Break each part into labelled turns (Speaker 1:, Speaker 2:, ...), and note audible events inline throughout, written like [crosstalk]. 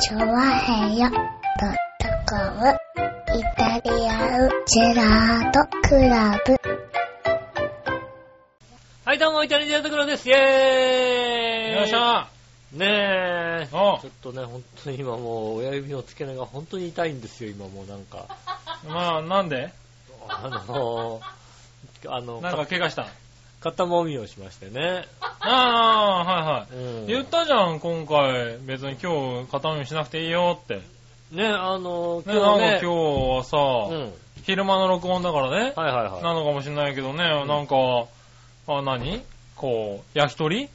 Speaker 1: チョワヘヨドットコムイタリアンジェラートクラブ。
Speaker 2: はい、どうも、イタリアンジェラートクラブです。イェーイ
Speaker 3: よいしょ
Speaker 2: ねえ。
Speaker 3: おう
Speaker 2: ちょっとね、本当に今もう、親指の付け根が本当に痛いんですよ、今もうなんか。
Speaker 3: まあ、なんで
Speaker 2: あのー、あの、
Speaker 3: なんか怪我した。
Speaker 2: 肩もみをしましてね。
Speaker 3: ああ、はいはい。
Speaker 2: うん。
Speaker 3: 言ったじゃん、今回。別に今日、片身しなくていいよって。ね、
Speaker 2: ね、あのー、
Speaker 3: な
Speaker 2: 今
Speaker 3: んか
Speaker 2: 日ね。
Speaker 3: 今日はさ、
Speaker 2: うん。
Speaker 3: 昼間の録音だからね、
Speaker 2: はいはいは
Speaker 3: なのかもしれないけどね、
Speaker 2: ん
Speaker 3: なんか、あ、何こう、焼き鳥
Speaker 2: い。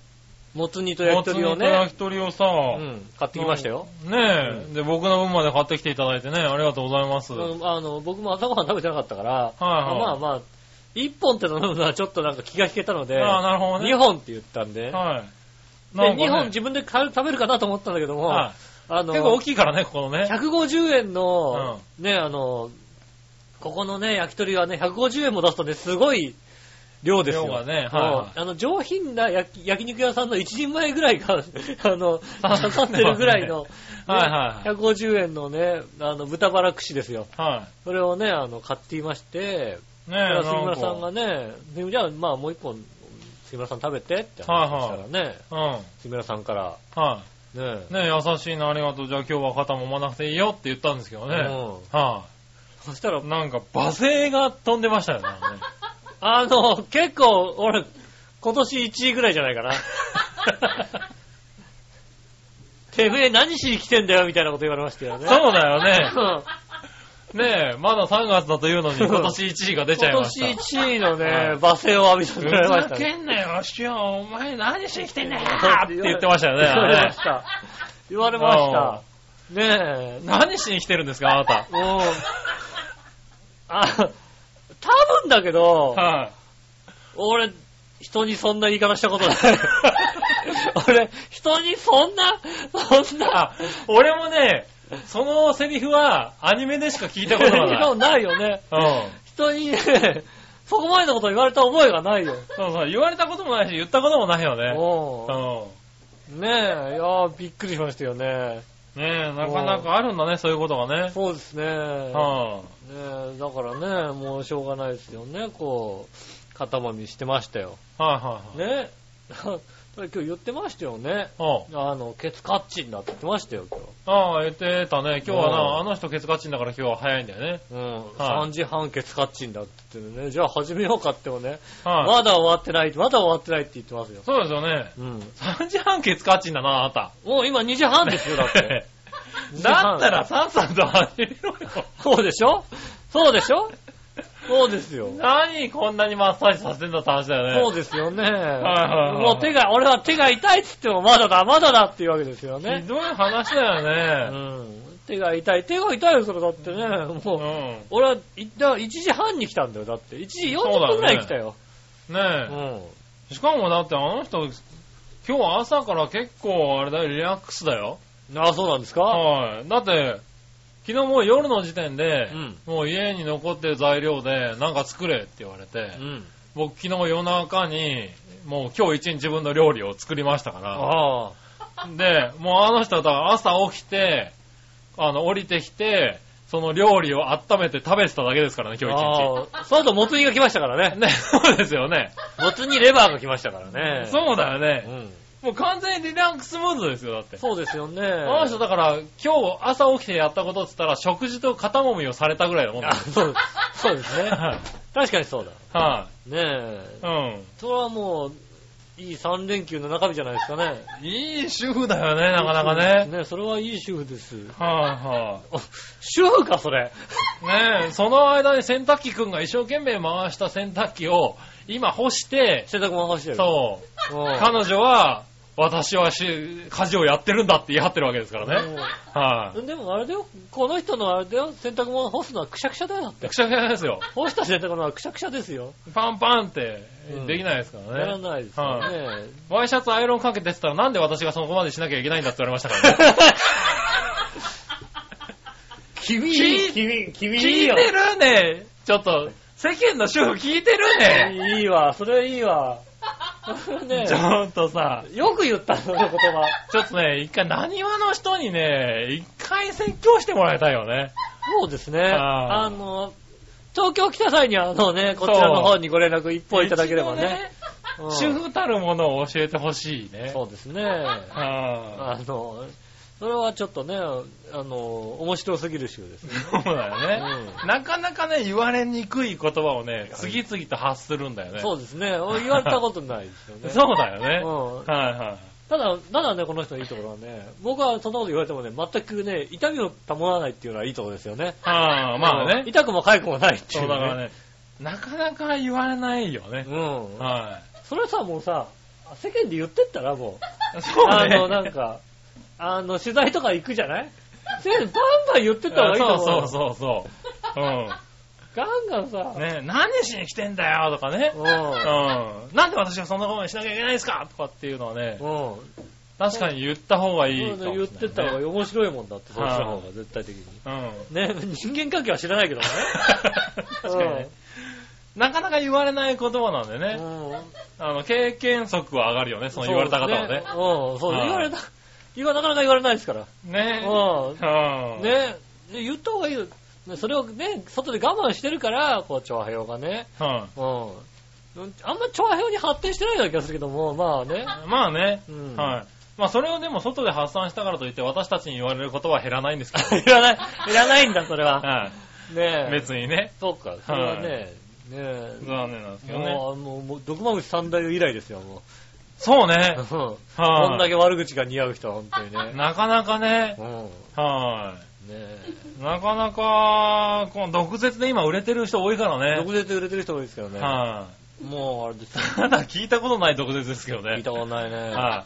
Speaker 2: もつ煮と焼き鳥を
Speaker 3: もつ煮と焼
Speaker 2: ね、
Speaker 3: き鳥をさ、
Speaker 2: うん、買ってきましたよ。
Speaker 3: ねえ、
Speaker 2: う
Speaker 3: で、僕の分まで買ってきていただいてね、ありがとうございます。
Speaker 2: うんあの、僕も朝ごはん食べてなかったから、
Speaker 3: はい
Speaker 2: まあまあ、1本って頼むのはちょっとなんか気が引けたので、
Speaker 3: ああ、なるほどね。
Speaker 2: 2本って言ったんで、
Speaker 3: はい。
Speaker 2: で2本自分で買う食べるかなと思ったんだけども、
Speaker 3: は
Speaker 2: あ
Speaker 3: い、結構
Speaker 2: の
Speaker 3: 大、きいからね、ここのね。
Speaker 2: 150円の、ね、あの、ここのね、焼き鳥はね、150円も出すとね、すごい量ですよ。
Speaker 3: 量がねはいは
Speaker 2: う
Speaker 3: い
Speaker 2: んあの、上品な焼き焼肉屋さんの1人前ぐらいが、 [laughs] あの、刺さってるぐらいの、ね
Speaker 3: [laughs] はいはいはい
Speaker 2: 150円のね、あの、豚バラ串ですよ。
Speaker 3: は
Speaker 2: それをね、あの、買っていまして、
Speaker 3: い。ねえ、なん
Speaker 2: 杉村さんが
Speaker 3: か
Speaker 2: ね、でじゃあ、まあもう一個、杉村さん食べてって話をしたらね、
Speaker 3: うん。
Speaker 2: 杉村さんから、
Speaker 3: は
Speaker 2: ね、
Speaker 3: い。ね優しいな、ありがとう。じゃあ今日は肩もまなくていいよって言ったんですけどね。
Speaker 2: うん
Speaker 3: は
Speaker 2: そしたら
Speaker 3: い。、なんか、罵声が飛んでましたよね。あのね
Speaker 2: あの、結構、俺、今年1位ぐらいじゃないか
Speaker 3: [laughs]
Speaker 2: な。てめえ何しに来てんだよみたいなこと言われましたよね。
Speaker 3: そうだよ [laughs] ね。
Speaker 2: うん
Speaker 3: ねえ、まだ3月だというのに今年1位が出ちゃい
Speaker 2: 今
Speaker 3: ました。
Speaker 2: 年1位の
Speaker 3: は
Speaker 2: ね
Speaker 3: い、
Speaker 2: 罵声を浴びさせられま
Speaker 3: [laughs]
Speaker 2: した
Speaker 3: ふざけ
Speaker 2: ね。
Speaker 3: んなよ、しよお前何してきてんだよって言ってましたよね。
Speaker 2: 言わ
Speaker 3: あ
Speaker 2: れ
Speaker 3: れ
Speaker 2: ました。言われました。ねえ。
Speaker 3: 何しに来てるんですか、あなた。
Speaker 2: もう、あ、多分だけど、
Speaker 3: はい。
Speaker 2: 俺、人にそんな言い方したこと
Speaker 3: [laughs]
Speaker 2: ない。俺、人にそんな、そんな
Speaker 3: あ、、俺もね、そのセリフはアニメでしか聞いた [laughs] こと
Speaker 2: [laughs]
Speaker 3: がない。
Speaker 2: ことないよね。
Speaker 3: うん。
Speaker 2: 人にね、 [laughs] そこまでのこと言われた覚えがないよ。
Speaker 3: そうそう、言われたこともないし、言ったこともないよね。う
Speaker 2: おうん。ねえ、いやーびっくりしましたよね。
Speaker 3: ん。ねえ、なかなかあるんだね、そういうことがね。
Speaker 2: そうですね。
Speaker 3: うん。
Speaker 2: ね
Speaker 3: は
Speaker 2: え、だからね、もうしょうがないですよね、こう、肩まみしてましたよ。
Speaker 3: いはいはい。
Speaker 2: ね [laughs] え。今日言ってましたよね。
Speaker 3: うん
Speaker 2: あの、ケツカッチンだって言ってましたよ、今日。
Speaker 3: ああ、言ってたね。今日は
Speaker 2: うん
Speaker 3: な、あの人ケツカチンだから今日は早いんだよね。
Speaker 2: うん、
Speaker 3: はい
Speaker 2: 3時半ケツカッチンだって言ってるね。じゃあ始めようかってもね、
Speaker 3: はい。
Speaker 2: まだ終わってない、まだ終わってないって言ってますよ。
Speaker 3: そうですよね。
Speaker 2: うん。
Speaker 3: 3時半ケツカチンだな、あなた。
Speaker 2: もう今2時半ですよ、だって。
Speaker 3: [laughs] だったらさっさと走ろよ。
Speaker 2: そうでしょそうでしょそうですよ。
Speaker 3: 何こんなにマッサージさせてんだって話だよね。
Speaker 2: そうですよね。
Speaker 3: はいはい
Speaker 2: もう手が、俺は手が痛いっつってもまだだ、まだだっていうわけですよ
Speaker 3: ひ
Speaker 2: ね。
Speaker 3: どい話だ
Speaker 2: う
Speaker 3: よね。
Speaker 2: ん。手が痛い、手が痛いよ、それだってね。
Speaker 3: う
Speaker 2: もう、
Speaker 3: ん。
Speaker 2: 俺は、いだ1時半に来たんだよ、だって。1時40分くらいに来たよ。う
Speaker 3: ね
Speaker 2: ん。
Speaker 3: え。しかもだってあの人、今日朝から結構あれだよ、リラックスだよ。
Speaker 2: ああ、そうなんですか
Speaker 3: はい。だって、昨日もう夜の時点で、
Speaker 2: うん
Speaker 3: もう家に残ってる材料でなんか作れって言われて、
Speaker 2: うん。
Speaker 3: 僕昨日夜中に、もう今日一日自分の料理を作りましたか
Speaker 2: ああ。
Speaker 3: ら、で、もうあの人はだから朝起きて、あの、降りてきて、その料理を温めて食べてただけですからね、今日一
Speaker 2: ああ、その後、もつ煮が来ましたから
Speaker 3: 日。
Speaker 2: ね。
Speaker 3: ね、そうですよね。
Speaker 2: もつ煮レバーが来ましたからね。
Speaker 3: そうだよ
Speaker 2: う
Speaker 3: ね。
Speaker 2: ん。
Speaker 3: もう完全にリラックスムードですよ、だって。
Speaker 2: そうですよね。
Speaker 3: あの人だから、今日朝起きてやったことって言ったら、食事と肩もみをされたぐらいだもんね
Speaker 2: あ。 [laughs] そうそうですね。
Speaker 3: はい
Speaker 2: 確かにそうだ。
Speaker 3: は
Speaker 2: ねえ
Speaker 3: い。。うん。
Speaker 2: それはもう、いい3連休の中日じゃないですかね。
Speaker 3: いい主婦だよね、なかなかね。
Speaker 2: ねそれはいい主婦です。
Speaker 3: は
Speaker 2: あ主婦か、それ。
Speaker 3: いはい。ねえ、その間に洗濯機くんが一生懸命回した洗濯機を、今干して、
Speaker 2: 洗濯物干してる。
Speaker 3: そう。
Speaker 2: うん。
Speaker 3: 彼女は、私はし家事をやってるんだって言い張ってるわけですからね。は
Speaker 2: うんでもあれだよ、この人のあれだよ、洗濯物干すのはくしゃくしゃだよだっ
Speaker 3: い。
Speaker 2: て。
Speaker 3: くしゃくしゃですよ。
Speaker 2: 干した洗濯物はくしゃくしゃですよ。
Speaker 3: パンパンって
Speaker 2: うん
Speaker 3: できないですか
Speaker 2: やら
Speaker 3: らね。
Speaker 2: ないですよ [laughs] ね。
Speaker 3: ワイシャツアイロンかけてって言ったら、なんで私がそこまでしなきゃいけないんだって言われましたからね。
Speaker 2: 君
Speaker 3: 聞い
Speaker 2: 君、君
Speaker 3: [laughs] 聞いてるね。ちょっと、世間の主婦聞いてるね。
Speaker 2: い
Speaker 3: [laughs]
Speaker 2: いわ、それはいいわ。ね
Speaker 3: ちょっとさ、
Speaker 2: よく言ったの、その言葉。
Speaker 3: ちょっとね、一回何話の人にね、一回説教してもらいたいよね。
Speaker 2: そうですね。
Speaker 3: あー
Speaker 2: あの、東京来た際には、あのね、こちらの方にご連絡一本いただければね。
Speaker 3: 一度
Speaker 2: うん
Speaker 3: ね。主婦たるものを教えてほしいね。
Speaker 2: そうですね。
Speaker 3: あ
Speaker 2: あの、それはちょっとね、あの、面白すぎる週ですね。
Speaker 3: そうだよね、なかなかね、言われにくい言葉をね、次々と発するんだよね。
Speaker 2: そうですね。俺言われたことないですよね。
Speaker 3: そうだよね。
Speaker 2: うん
Speaker 3: はいはい。
Speaker 2: ただ、ただね、この人のいいところはね、僕はそんなこと言われてもね、全くね、痛みを伴わないっていうのはいいところですよね。
Speaker 3: ああ、まあ
Speaker 2: うん
Speaker 3: ね。
Speaker 2: 痛くも痒くもないってい、
Speaker 3: そううだから。ね、なかなか言われないよね。
Speaker 2: うん。
Speaker 3: は
Speaker 2: それさ、もうさ、世間で言ってったらもう。
Speaker 3: い。そうね。
Speaker 2: あの、なんか、あの、取材とか行くじゃないせバンバン言ってた方がいいと思う。
Speaker 3: そうそうそうそう。
Speaker 2: ガンガンさ、
Speaker 3: うん。ね、何しに来てんだよとかね。うん。なんで私がそんなことにしなきゃいけないんですかとかっていうのはね、
Speaker 2: うん。うん。
Speaker 3: 確かに言った方がいい
Speaker 2: そう
Speaker 3: かもしれな
Speaker 2: 言
Speaker 3: い、ね。
Speaker 2: ってった方が面白いもんだって、そうした方が絶対的に。
Speaker 3: うん。
Speaker 2: ね、人間関係は知らないけどね。
Speaker 3: [laughs] 確かにね。なかなか言われない言葉なんで
Speaker 2: う
Speaker 3: ね、
Speaker 2: ん。うん
Speaker 3: あの、経験則は上がるよね、その言われた方はね。
Speaker 2: そううん、そう、
Speaker 3: はい
Speaker 2: 言われた、今なかなか言われないですから。
Speaker 3: ね
Speaker 2: う
Speaker 3: うん
Speaker 2: ん。ね、で言った方がいいよ。ねそれをね、外で我慢してるから、こう、長平がね。
Speaker 3: うん。
Speaker 2: うん。あんま調和表に発展してないような気がするけども、まあね。
Speaker 3: まあね、
Speaker 2: うん
Speaker 3: はい。まあそれをでも外で発散したからといって私たちに言われることは減らないんですけ
Speaker 2: [laughs]
Speaker 3: ど。
Speaker 2: いらない、いらないんだ、それは。
Speaker 3: は
Speaker 2: ね
Speaker 3: い。
Speaker 2: え。
Speaker 3: 別にね。
Speaker 2: そうか、それはね、ね
Speaker 3: 残念なんですけ
Speaker 2: え。
Speaker 3: どね。
Speaker 2: もう、もう、もう、毒まぶし三大以来ですよ、も
Speaker 3: そう
Speaker 2: う。
Speaker 3: ね
Speaker 2: う。ん
Speaker 3: はい
Speaker 2: [laughs] こんだけ悪口が似合う人は、本当にね。
Speaker 3: なかなかね
Speaker 2: う。ん。
Speaker 3: は
Speaker 2: ねえ。
Speaker 3: い。なかなか、この毒舌で今売れてる人多いからね。
Speaker 2: 毒舌で売れてる人多いですけどね。
Speaker 3: は
Speaker 2: もう、あれ
Speaker 3: [laughs]
Speaker 2: ですよ。
Speaker 3: い。ただ聞いたことない毒舌ですけど
Speaker 2: 聞
Speaker 3: ね
Speaker 2: い。たことないね。
Speaker 3: は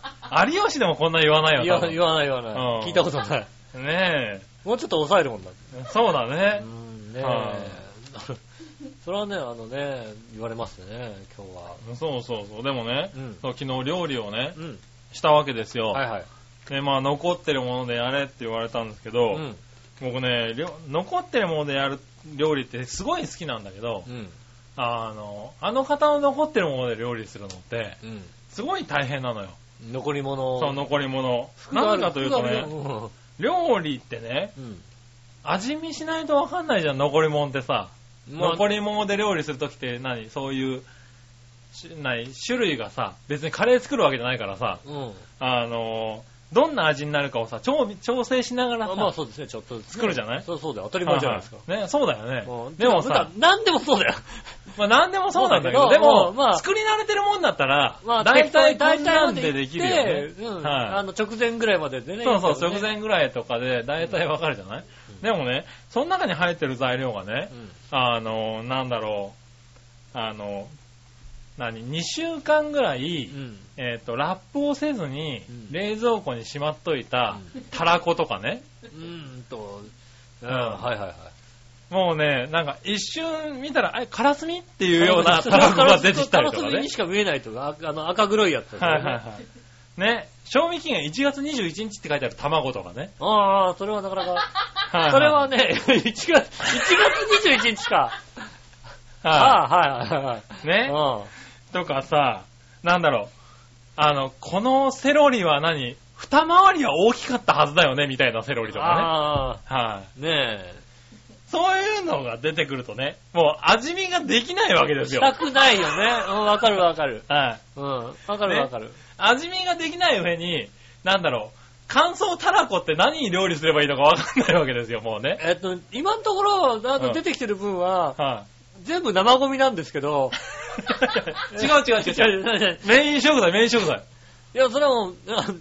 Speaker 3: い。有吉でもこんな言わない
Speaker 2: い
Speaker 3: よ
Speaker 2: や
Speaker 3: 多分
Speaker 2: 言わない言わ
Speaker 3: う
Speaker 2: なんい。聞いたことない。
Speaker 3: ね
Speaker 2: もうちょっと抑えるもんだって。
Speaker 3: え。そうだね
Speaker 2: う。ん、ね
Speaker 3: は
Speaker 2: え。 [laughs] それはね、あのね、言われますね、今日は。
Speaker 3: そうそうそう。でもね、
Speaker 2: うん
Speaker 3: そう昨日料理をね、
Speaker 2: うん。
Speaker 3: したわけですよ。
Speaker 2: はいはい。
Speaker 3: で、まあ残ってるものでやれって言われたんですけど、
Speaker 2: うん。
Speaker 3: 僕ね、りょ残ってるものでやる料理ってすごい好きなんだけど、
Speaker 2: うん。
Speaker 3: あの、あの方の残ってるもので料理するのって、
Speaker 2: うん。
Speaker 3: すごい大変なのよ。
Speaker 2: 残り物を。
Speaker 3: その残り物。
Speaker 2: 服が
Speaker 3: な
Speaker 2: あ
Speaker 3: ん
Speaker 2: る
Speaker 3: かというと
Speaker 2: 服がある
Speaker 3: ね、
Speaker 2: よ
Speaker 3: 料理ってね、
Speaker 2: うん。
Speaker 3: 味見しないとわかんないじゃん、残り物ってさ。
Speaker 2: まあ
Speaker 3: 残り物で料理するときって何そういう、しない種類がさ、別にカレー作るわけじゃないからさ、
Speaker 2: うん。
Speaker 3: あの、どんな味になるかをさ、調味調整しながらさ、
Speaker 2: まあそうですね、ちょっと。
Speaker 3: 作るじゃない
Speaker 2: そうそうだよ。当たり前じゃないですか。
Speaker 3: ね、そうだよね。
Speaker 2: うん
Speaker 3: でもさ、、
Speaker 2: なんでもそうだよ。
Speaker 3: まあ何でもそうなんだけど、
Speaker 2: そう
Speaker 3: で
Speaker 2: だけど
Speaker 3: も、
Speaker 2: まあ
Speaker 3: 作り慣れてるもんだったら、
Speaker 2: まあ
Speaker 3: 大体、
Speaker 2: 大
Speaker 3: 大
Speaker 2: 体
Speaker 3: 体な
Speaker 2: ま
Speaker 3: ん
Speaker 2: で
Speaker 3: でできるよね
Speaker 2: 行っ。てうん。あ
Speaker 3: はい
Speaker 2: の、直前ぐらいまででね。
Speaker 3: そうそう、
Speaker 2: いい
Speaker 3: 直
Speaker 2: けどね。
Speaker 3: 前ぐらいとかで大体わかるじゃない、でもね、その中に入ってる材料がね、あの、なんだろう、あの、何、2週間ぐらい、
Speaker 2: うん。うん。
Speaker 3: えっ、と、ラップをせずに
Speaker 2: う、ん
Speaker 3: 冷蔵庫にしまっといた、たらことかね、
Speaker 2: うーんと、
Speaker 3: う
Speaker 2: うんん、はいはいはい。
Speaker 3: もうね、なんか一瞬見たら、あれ、カラスミっていうようなタバコが出てきたりと
Speaker 2: カ
Speaker 3: か
Speaker 2: ラス
Speaker 3: ね
Speaker 2: に。しか見えないとか、ああの、赤黒いやつとか
Speaker 3: は
Speaker 2: ね
Speaker 3: いはいはい。ね、賞味期限1月21日って書いてある卵とかね。
Speaker 2: ああ、それはなかなか。
Speaker 3: はい
Speaker 2: [laughs]
Speaker 3: い
Speaker 2: それは、ね、1月、1月21日か。
Speaker 3: は
Speaker 2: ああ、はいはいはい。
Speaker 3: い。ね、
Speaker 2: う
Speaker 3: とかさ、なんだろう、あの、このセロリは何二回りは大きかったはずだよね、みたいなセロリと
Speaker 2: ん。
Speaker 3: かね。
Speaker 2: あ
Speaker 3: はい。
Speaker 2: あ、ね
Speaker 3: そういうのが出てくるとね、もう味見ができないわけで
Speaker 2: え。
Speaker 3: す
Speaker 2: し
Speaker 3: よ。
Speaker 2: た
Speaker 3: は
Speaker 2: くないよね。うん、わかるわかる。
Speaker 3: い。
Speaker 2: うん、わかるわかる。
Speaker 3: 味見ができない上に、なんだろう、乾燥たらこって何に料理すればいいのかわかんないわけですよ、もうね。
Speaker 2: えっと、今のところ、あ
Speaker 3: うん
Speaker 2: の、出てきてる分は、
Speaker 3: は
Speaker 2: 全部生ゴミなんですけど、 [laughs]
Speaker 3: い。 [laughs] 違う違う違う違う。
Speaker 2: う。
Speaker 3: メイン食材、メイン食材。
Speaker 2: [laughs] いや、それはもう、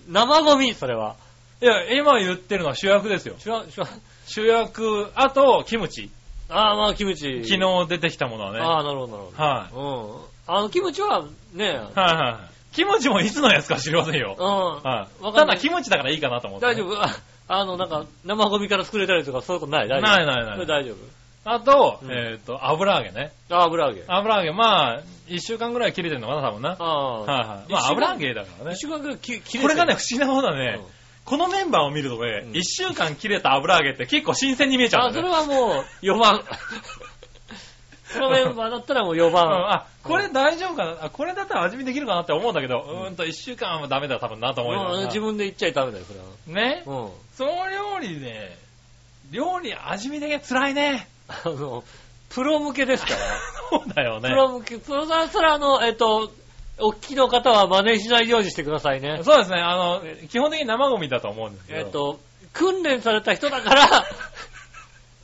Speaker 2: 生ゴミ、それは。
Speaker 3: いや、今言ってるのは主役ですよ。
Speaker 2: しわ、しわ、
Speaker 3: 主役、あと、キムチ。
Speaker 2: ああ、まあ、キムチ。
Speaker 3: 昨日出てきたものはね。はい、
Speaker 2: ああ、なるほど、なるほど。うん。あの、キムチは、
Speaker 3: [laughs]
Speaker 2: ね、
Speaker 3: はい、キムチもいつのやつか知りませんよ
Speaker 2: うん。。わ
Speaker 3: はい、
Speaker 2: か
Speaker 3: た
Speaker 2: んな
Speaker 3: だ
Speaker 2: い。
Speaker 3: キムチだからいいかなと思って、
Speaker 2: 大丈夫。あ [laughs] あの、なんか、生ゴミから作れたりとか、そういうことない。大丈夫。
Speaker 3: ないないない
Speaker 2: それ大丈夫。
Speaker 3: あと、
Speaker 2: うん
Speaker 3: えっ、と、油揚げね。
Speaker 2: あ油揚げ。
Speaker 3: 油揚げ、まあ、一週間ぐらい切れてるのかな、多分な。
Speaker 2: ああ。
Speaker 3: はいはい。まあ、
Speaker 2: 一週間
Speaker 3: 油揚げだからね
Speaker 2: 一。週間ぐらいき切れて
Speaker 3: これがね、
Speaker 2: る
Speaker 3: 不思議なものだね。このメンバーを見るとね
Speaker 2: う、ん
Speaker 3: 一、週間切れた油揚げって結構新鮮に見えち
Speaker 2: うん
Speaker 3: ゃう
Speaker 2: あ、
Speaker 3: ん [laughs]
Speaker 2: そ
Speaker 3: だ
Speaker 2: れ
Speaker 3: よね。
Speaker 2: はもう、4番。このメンバーだったらもう4
Speaker 3: うん
Speaker 2: 番。
Speaker 3: あ、これ大丈夫かなあ、これだったら味見できるかなって思うんだけど、うーんと、一週間はダメだ多分なと思いなが
Speaker 2: うん
Speaker 3: ら
Speaker 2: 自分で言っちゃダメだよ、それは。
Speaker 3: ね
Speaker 2: う。ん。
Speaker 3: その料理ね、料理味見でき辛いね。
Speaker 2: あの、プロ向けですから。
Speaker 3: [laughs] そうだよ
Speaker 2: プ
Speaker 3: ね。
Speaker 2: ロ向け、プロさんそれはあの、えっと、おっきいの方は真似しないようにしてくださいね。
Speaker 3: そうですね、あの、基本的に生ゴミだと思うんですけど。
Speaker 2: えっと、訓練された人だ
Speaker 3: [laughs]
Speaker 2: から、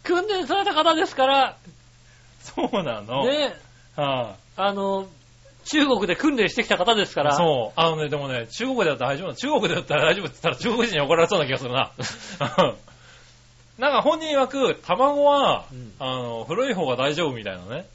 Speaker 2: 訓練された方ですから、
Speaker 3: そうなの。
Speaker 2: ね、
Speaker 3: は
Speaker 2: あの、中国で訓練してきた方ですか
Speaker 3: い、
Speaker 2: ら、
Speaker 3: そう。あのね、でもね、中国だったら大丈夫な中国だったら大丈夫って言ったら中国人に怒られそうな気がするな。 [laughs] うんなんか本人曰く、卵は、
Speaker 2: うん
Speaker 3: あの、古い方が大丈夫みたいなね。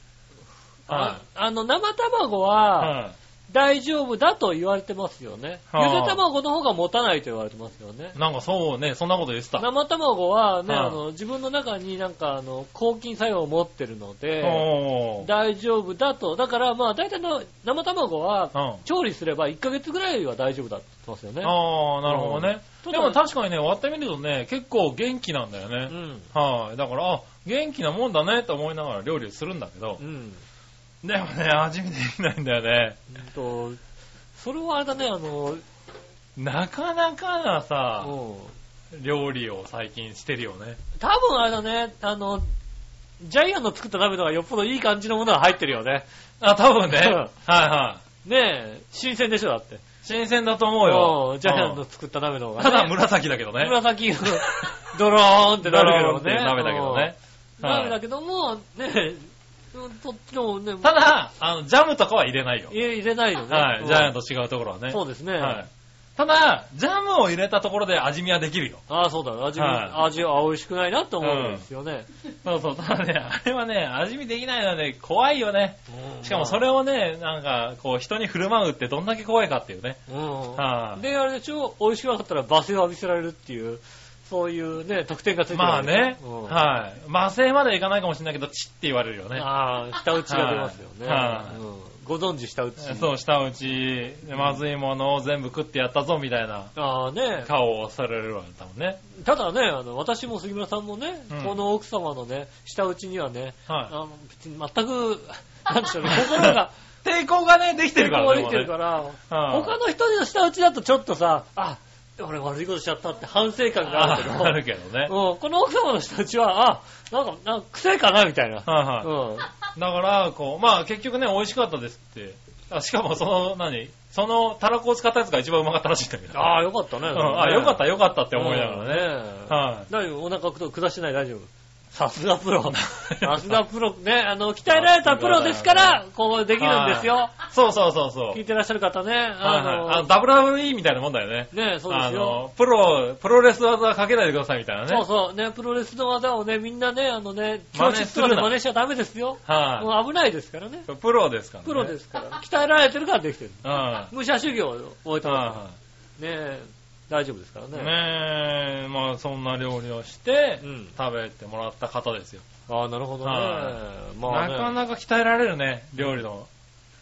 Speaker 2: あ
Speaker 3: は
Speaker 2: あの、生卵
Speaker 3: い。
Speaker 2: は
Speaker 3: は
Speaker 2: 大丈夫だと言われてますよね。ゆ
Speaker 3: はあ
Speaker 2: で卵の方が持たないと言われてますよね。
Speaker 3: い。なんかそうね、そんなこと言ってた。
Speaker 2: 生卵はね、
Speaker 3: はあ
Speaker 2: あの、自分の中になんかあの、抗菌作用を持ってるので、
Speaker 3: おー
Speaker 2: 大丈夫だと。だからまあ、大体の生卵は
Speaker 3: うん、
Speaker 2: 調理すれば1ヶ月ぐらいは大丈夫だって言ってますよね。
Speaker 3: ああ、なるほどね。
Speaker 2: うん
Speaker 3: でも確かにね、割ってみるとね、結構元気なんだよ
Speaker 2: う
Speaker 3: ね。
Speaker 2: ん。
Speaker 3: はい、だから、あ、元気なもんだねと思いながら料理するんだけど
Speaker 2: う、ん。
Speaker 3: でもね、味見できないんだよね。
Speaker 2: うんと、それはあれだね、あの、
Speaker 3: なかなかなさ、
Speaker 2: うん
Speaker 3: 料理を最近してるよね。
Speaker 2: 多分あれだね、あの、ジャイアンの作った鍋のがよっぽどいい感じのものが入ってるよね。
Speaker 3: あ、多分ね。
Speaker 2: う
Speaker 3: は
Speaker 2: ん
Speaker 3: いはい。
Speaker 2: ねえ、新鮮でしょ、だって。
Speaker 3: 新鮮だと思うよ。
Speaker 2: んジャイアン
Speaker 3: う
Speaker 2: の
Speaker 3: ん
Speaker 2: 作った鍋の方が、ね。
Speaker 3: ただ紫だけどね。
Speaker 2: 紫色の、ドローンってなるけどね。
Speaker 3: ダメだけどね。
Speaker 2: うん。
Speaker 3: はい
Speaker 2: 鍋だけども、ねえ、うんとってもね、
Speaker 3: ただ、あの、ジャムとかは入れないよ。
Speaker 2: 入れ入れないよね。
Speaker 3: は
Speaker 2: う
Speaker 3: い。
Speaker 2: ん
Speaker 3: ジャイアンと違うところはね。
Speaker 2: そうですね。
Speaker 3: はい。ただ、ジャムを入れたところで味見はできるよ。
Speaker 2: ああ、そうだ。味、
Speaker 3: は
Speaker 2: 味は美味しくないなと思うんですよね。
Speaker 3: そうそう。 [laughs] ただね、あれはね、味見できないので怖いよね。しかもそれをね、なんか、こう、人に振る舞うってどんだけ怖いかっていうね。
Speaker 2: うん。
Speaker 3: はい
Speaker 2: で、あれでしょ、美味しくなかったら罵声を浴びせられるっていう、そういうね、特典がついてる
Speaker 3: まあ
Speaker 2: わけで
Speaker 3: ね
Speaker 2: し、ょうん
Speaker 3: はい。麻酔まではいかないかもしれないけど、チッって言われるよね。
Speaker 2: ああ、舌打ちが出ますよね。
Speaker 3: はい
Speaker 2: うんご存知、舌打ち。
Speaker 3: そう、舌打ち、まずいものを全部食ってやったぞ、みたいな
Speaker 2: ああね、
Speaker 3: 顔をされるわね、多分ね。
Speaker 2: ただね、あの、私も杉村さんもね、
Speaker 3: うん
Speaker 2: この奥様のね、舌打ちにはね、あ
Speaker 3: は
Speaker 2: の別に全く、 [laughs] なんでしょう
Speaker 3: [laughs]
Speaker 2: ね、心が、
Speaker 3: い。抵抗がね、できてるから
Speaker 2: で
Speaker 3: ね。
Speaker 2: きてるから、
Speaker 3: はい
Speaker 2: 他の人の舌打ちだとちょっとさ、あ、俺悪いことしちゃったって反省感
Speaker 3: もうね
Speaker 2: があるけ
Speaker 3: あ
Speaker 2: ど、
Speaker 3: なるけどね。
Speaker 2: うん、この奥様の人たちは、あ、なんか、なんか癖かなみたいな。
Speaker 3: はいはい。
Speaker 2: うん。
Speaker 3: だから、こう、まあ結局ね、美味しかったですって。あしかもその、何その、たらこを使ったやつが一番うまかったらしいんだけど。
Speaker 2: ああ、よかったね。
Speaker 3: うんあ、よかった
Speaker 2: っ
Speaker 3: よかったって思いながらね。
Speaker 2: ね
Speaker 3: は
Speaker 2: 大丈夫、お腹くと下してない大丈夫。さすがプ
Speaker 3: [laughs]
Speaker 2: ロ。さすがプロ。ね、あの、鍛えられたプロですから、こうできるんですよ。
Speaker 3: い。そうそうそうそう。はい
Speaker 2: 聞いてらっしゃる方ね。
Speaker 3: はい。あ
Speaker 2: あ
Speaker 3: の、WWE みたいなもんだよね。
Speaker 2: の、ね、そうで
Speaker 3: あ
Speaker 2: すよ。
Speaker 3: の、プロ、プロレス技はかけないでくださいみたいなね。
Speaker 2: そうそう、ね、プロレスの技をね、みんなね、あのね、
Speaker 3: 真
Speaker 2: 教
Speaker 3: 似
Speaker 2: 室
Speaker 3: す
Speaker 2: とか
Speaker 3: るな
Speaker 2: で真似しちゃダメですよ。
Speaker 3: は
Speaker 2: もう危ないですからね。
Speaker 3: い、プロですからね。
Speaker 2: プロですから。鍛えられてるからできてる。
Speaker 3: うん。は
Speaker 2: 武者修行を終え
Speaker 3: い
Speaker 2: てますから
Speaker 3: は
Speaker 2: ね大丈夫ですから
Speaker 3: い。
Speaker 2: ね。
Speaker 3: ねえ、まあそんな料理をして
Speaker 2: うん、
Speaker 3: 食べてもらった方ですよ。
Speaker 2: ああ、なるほどね
Speaker 3: は。
Speaker 2: まあ
Speaker 3: なか
Speaker 2: ね、
Speaker 3: なか鍛えられるね、料理の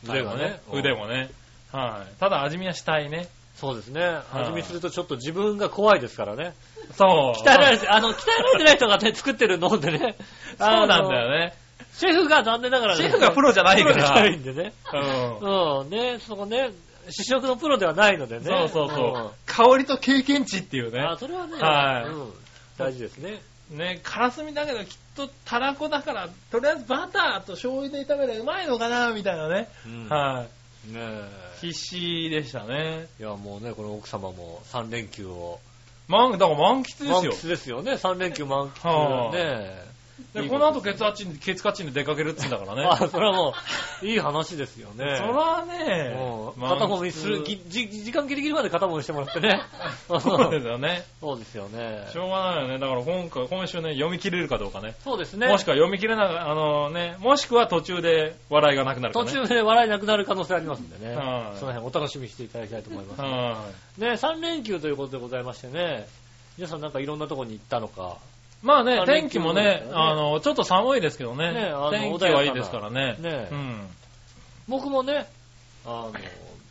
Speaker 3: 腕もね。
Speaker 2: うん
Speaker 3: 腕もね。はい。ただ味見はしたいね。
Speaker 2: そうですね。味見するとちょっと自分が怖いですからね。
Speaker 3: そう。
Speaker 2: 鍛えられて、あの、鍛えられてない人がね、作ってるので [laughs] ね。
Speaker 3: そうなんだ
Speaker 2: よ。
Speaker 3: よね。
Speaker 2: シェフが残念ながらね
Speaker 3: シェフがプロじゃないか
Speaker 2: プロじゃな
Speaker 3: ら。
Speaker 2: いんでね。
Speaker 3: うん
Speaker 2: うん、ね、そこね、試食のプロではないのでね。
Speaker 3: そうそうそう。香りと経験値っていう
Speaker 2: うん。あ
Speaker 3: ね。
Speaker 2: それはね、
Speaker 3: はい
Speaker 2: うん大事ですね。
Speaker 3: ね、からすみだけどきっとたらこだから、とりあえずバターと醤油で炒めればうまいのかな、みたいなね。
Speaker 2: うん
Speaker 3: は
Speaker 2: ね
Speaker 3: い。必死でしたね。
Speaker 2: いや、もうね、この奥様も3連休を。
Speaker 3: 満、だから満喫
Speaker 2: 満
Speaker 3: です
Speaker 2: 喫ですよね。3連休満
Speaker 3: は
Speaker 2: 喫
Speaker 3: あ
Speaker 2: ね。
Speaker 3: よ。
Speaker 2: い
Speaker 3: で、
Speaker 2: いと
Speaker 3: この後ケツアッチン、ケツカッチンで出かけるっつうんだからね。
Speaker 2: あ、それはもう、いい話ですよね。
Speaker 3: [laughs] そら
Speaker 2: も
Speaker 3: ね
Speaker 2: う、片揉みする、
Speaker 3: 満喫
Speaker 2: ぎじ時間ギリギリまで片揉みしてもらってね。
Speaker 3: [laughs] そうですよね。
Speaker 2: [laughs] そうですよね。
Speaker 3: しょうがないよね。だから今回、今週ね、読み切れるかどうかね。
Speaker 2: そうですね。
Speaker 3: もしくは読み切れながあのね、もしくは途中で笑いがなくなるか
Speaker 2: 途
Speaker 3: ね。
Speaker 2: 中で笑いなくなる可能性ありますんでね。
Speaker 3: はい
Speaker 2: その辺お楽しみにしていただきたいと思います。
Speaker 3: はい。
Speaker 2: ね、3連休ということでございましてね、皆さんなんかいろんなとこに行ったのか、
Speaker 3: まあね
Speaker 2: あ、
Speaker 3: 天気も
Speaker 2: 連休
Speaker 3: ね
Speaker 2: です、からね
Speaker 3: あの、ちょっと寒いですけどね。
Speaker 2: ねあの
Speaker 3: 天気はいいですからね。
Speaker 2: ね
Speaker 3: うん。
Speaker 2: 僕もね、あの、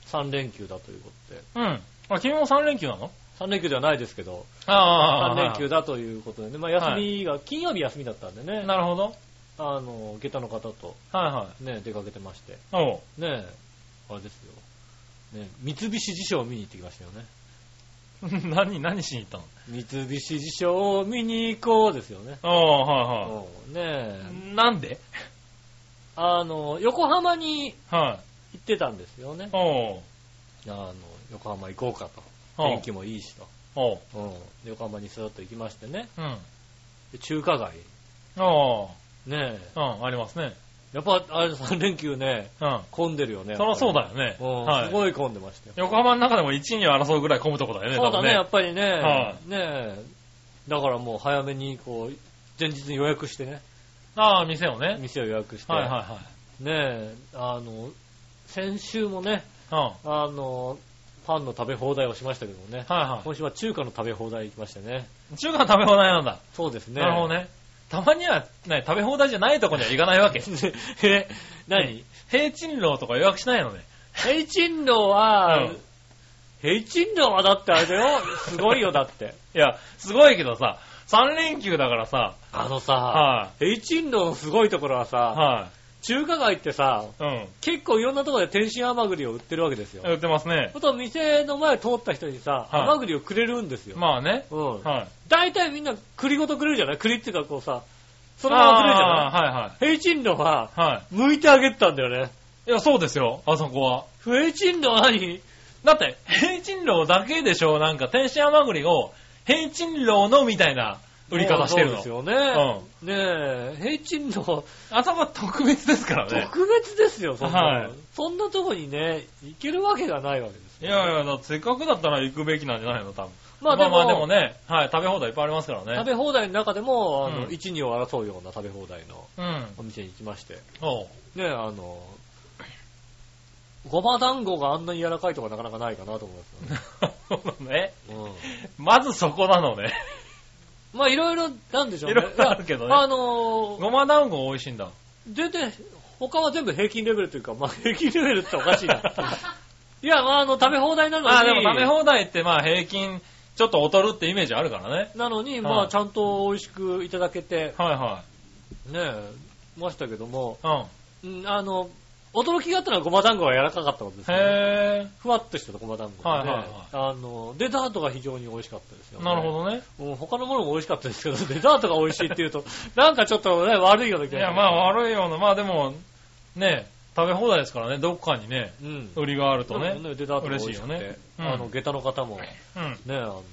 Speaker 2: 3連休だということで、
Speaker 3: うん。あ、君も3連休なの
Speaker 2: 3連休ではないですけど、
Speaker 3: あ
Speaker 2: 3
Speaker 3: あ、
Speaker 2: 連休だということでね、まあ休みが、金曜日休みだったんでね、
Speaker 3: なるほど。
Speaker 2: あの、下駄の方と
Speaker 3: はいはい。
Speaker 2: ね、出かけてまして、
Speaker 3: おう
Speaker 2: ね、あれですよ。ね、三菱辞書を見に行ってきましたよね。
Speaker 3: [laughs] 何、何しに行ったの
Speaker 2: 三菱辞書を見に行こうですよね。
Speaker 3: ああ、は
Speaker 2: うんね
Speaker 3: いは
Speaker 2: え、
Speaker 3: い。なんで
Speaker 2: あの、横浜に
Speaker 3: は
Speaker 2: 行ってたんですよね
Speaker 3: い。。おう
Speaker 2: あの、横浜行こうかと。
Speaker 3: おう
Speaker 2: 天気もいいしと。
Speaker 3: おう
Speaker 2: うんで横浜にスーッと行きましてね。
Speaker 3: うん。
Speaker 2: で中華街。
Speaker 3: おう
Speaker 2: ねえ。
Speaker 3: うん、ありますね。
Speaker 2: やっぱ、あれ、3連休ね、
Speaker 3: うん。
Speaker 2: 混んでるよね。
Speaker 3: そりゃそうだ
Speaker 2: よ。
Speaker 3: よね。
Speaker 2: うん、
Speaker 3: は
Speaker 2: す
Speaker 3: い。
Speaker 2: ごい混んでましたよ。
Speaker 3: 横浜の中でも1位に争うぐらい混むとこだよね、
Speaker 2: そうだね、や
Speaker 3: 多
Speaker 2: っぱりね。
Speaker 3: は
Speaker 2: ねえ。だからもう早めに、こう、前日に予約してね、
Speaker 3: 分ああ、店をね。
Speaker 2: 店を予約して。
Speaker 3: はいはいはい。
Speaker 2: ねえ、あの、先週もね、
Speaker 3: うん。は
Speaker 2: あの、パンの食べ放題をしましたけどもね
Speaker 3: い。は
Speaker 2: 今週は中華の食べ放題行きましたね。
Speaker 3: い。中華の食べ放題なんだ。
Speaker 2: そうですね。
Speaker 3: なるほどね。たまには、ね、食べ放題じゃないとこには行かないわ [laughs] け。
Speaker 2: え、 [laughs] 何
Speaker 3: 平鎮楼とか予約しないのね。
Speaker 2: 平鎮楼は、
Speaker 3: うん
Speaker 2: 平鎮楼はだってあれだよ。すごいよ、だって。
Speaker 3: いや、すごいけどさ、3連休だからさ、
Speaker 2: あのさ、
Speaker 3: は
Speaker 2: 平鎮楼のすごいところはさ、
Speaker 3: い。は
Speaker 2: 中華街ってさ、
Speaker 3: い。うん。
Speaker 2: 結構いろんなところで天津甘栗を売ってるわけですよ。
Speaker 3: 売ってますね。
Speaker 2: あと店の前通った人にさ、
Speaker 3: はい
Speaker 2: 甘栗をくれるんですよ。
Speaker 3: まあね。
Speaker 2: うん。
Speaker 3: はい。
Speaker 2: 大体みんな栗ごとくれるじゃない栗っていうかこうさ、そのままくれるじゃない
Speaker 3: あ
Speaker 2: 平鎮路は、
Speaker 3: ーはいはい。は
Speaker 2: 剥いてあげてたんだよね。
Speaker 3: い。いや、そうですよ、あそこは。
Speaker 2: 平鎮路は何
Speaker 3: だって、平鎮楼だけでしょ、なんか、天津甘栗を、平鎮楼のみたいな売り方してる
Speaker 2: そうです
Speaker 3: の。
Speaker 2: よね。ねえ、平鎮路、
Speaker 3: あそこは特別ですからね。
Speaker 2: 特別ですよ、そんなの、
Speaker 3: はい
Speaker 2: そんなとこにね、行けるわけがないわけです
Speaker 3: い
Speaker 2: よ。
Speaker 3: やいや、だってせっかくだったら行くべきなんじゃないの、多分。
Speaker 2: まあでも、
Speaker 3: まあでもね、はい、食べ放題いっぱいありますからね。
Speaker 2: 食べ放題の中でも、あの、
Speaker 3: うん
Speaker 2: 一、二を争うような食べ放題の
Speaker 3: うん。
Speaker 2: お店に行きまして、
Speaker 3: おう
Speaker 2: ねえ、あの、ごま団子があんなに柔らかいとかなかなかないかなと思いますよね。
Speaker 3: そう [laughs] だね。
Speaker 2: うん
Speaker 3: まずそこなのね。
Speaker 2: まあいろいろなんでしょうね。
Speaker 3: いろいろあるけどね
Speaker 2: いやあのー、
Speaker 3: ごま団子美味しいんだ。
Speaker 2: 全然、他は全部平均レベルというか、まあ平均レベルっておか
Speaker 3: [laughs]
Speaker 2: しいな。いや、まああの、食べ放題なのに。
Speaker 3: ああ、でも食べ放題ってまあ平均、ちょっと劣るってイメージあるからね。
Speaker 2: なのに、
Speaker 3: ん
Speaker 2: まあちゃんと美味しくいただけて、
Speaker 3: はいは
Speaker 2: ねえ、ましたけども、
Speaker 3: い。うん。
Speaker 2: うんあの、驚きがあったのはごま団子が柔らかかったことですね。
Speaker 3: へ
Speaker 2: ふわっとしたごま団子で、
Speaker 3: はいはいはい
Speaker 2: あの、デザートが非常に美味しかったですよ、
Speaker 3: ー。
Speaker 2: ね。
Speaker 3: なるほどね。
Speaker 2: ど。もう他のものも美味しかったですけど、 [laughs] デザートが美味しいっていうと、 [laughs] なんかちょっとね、悪いような気
Speaker 3: い
Speaker 2: が
Speaker 3: や、まあ悪いような、まあでも、ね、食べ放題ですからね、どっかにね、
Speaker 2: うん。
Speaker 3: 売りがあるとね。
Speaker 2: デザートが美味しくて
Speaker 3: 嬉しいよねうん
Speaker 2: あの、下駄の方も、ね、
Speaker 3: うん。はい
Speaker 2: あの、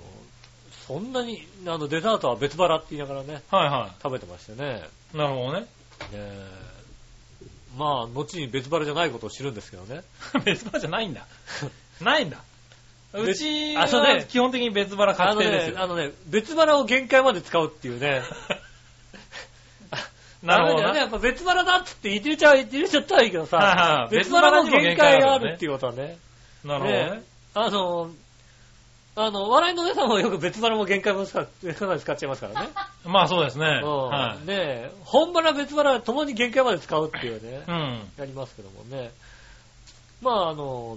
Speaker 2: そんなに、あの、デザートは別腹って言いながらね、
Speaker 3: は
Speaker 2: 食べてましてね。
Speaker 3: い。なるほどね。 [laughs]
Speaker 2: ねえまあ、後に別腹じゃないことを知るんですけどね。
Speaker 3: 別腹じゃないんだ。 [laughs] ないんだ。うち
Speaker 2: あそう
Speaker 3: は
Speaker 2: ね
Speaker 3: 基本的に別腹
Speaker 2: あ
Speaker 3: 確
Speaker 2: の
Speaker 3: 定です
Speaker 2: ね、あ
Speaker 3: [laughs] よ。
Speaker 2: のね、別腹を限界まで使うっていうね。
Speaker 3: [laughs] なるほ
Speaker 2: ダメだ
Speaker 3: ど
Speaker 2: よね。
Speaker 3: な。
Speaker 2: やっぱ別腹だっつって言っちゃう、言っちゃったらいいけど
Speaker 3: はい
Speaker 2: さ
Speaker 3: [laughs] は、い
Speaker 2: 別腹の限界がある
Speaker 3: 別腹にも限界あるよね
Speaker 2: っていうことはね。
Speaker 3: なるほどね。
Speaker 2: あの、あの、笑いのネタもよく別腹も限界も使っかなり使っちゃいますからね。
Speaker 3: まあそうですね。は
Speaker 2: うん。ねえ、本腹別腹は共に限界まで使うっていうね
Speaker 3: い。う、ん。
Speaker 2: やりますけどもね。まああの、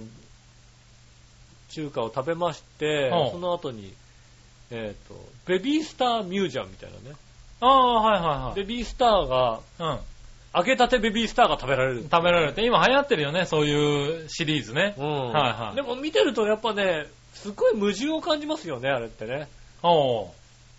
Speaker 2: 中華を食べまして
Speaker 3: うん、
Speaker 2: その後に、えっ、と、ベビースターミュージアムみたいなね。
Speaker 3: ああ、はいはい
Speaker 2: ベビースターが、
Speaker 3: はい。うん。
Speaker 2: 揚げたてベビースターが食べられる。
Speaker 3: 食べられるって、今流行ってるよね、そういうシリーズね。
Speaker 2: うん。
Speaker 3: はいはい
Speaker 2: でも見てるとやっぱね、すごい矛盾を感じますよね、あれってね。
Speaker 3: おう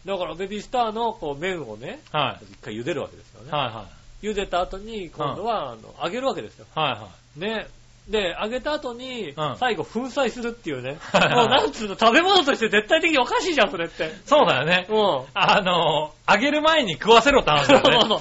Speaker 2: だからベビースターのこう麺をね、
Speaker 3: は
Speaker 2: 一回茹でるわけですよ
Speaker 3: い。
Speaker 2: ね。
Speaker 3: はいは
Speaker 2: 茹でた後に今度はあの揚げるわけですよ。
Speaker 3: い。はいは
Speaker 2: ね。で、揚げた後に
Speaker 3: うん、
Speaker 2: 最後粉砕するっていうね。
Speaker 3: [laughs] はいはい
Speaker 2: もうなんつうの、食べ物として絶対的におかしいじゃん、それって。
Speaker 3: い。そうだよね
Speaker 2: う。ん。
Speaker 3: あの、揚げる前に食わせろって話
Speaker 2: [laughs] そ
Speaker 3: だ
Speaker 2: うそう
Speaker 3: よ
Speaker 2: そ
Speaker 3: ね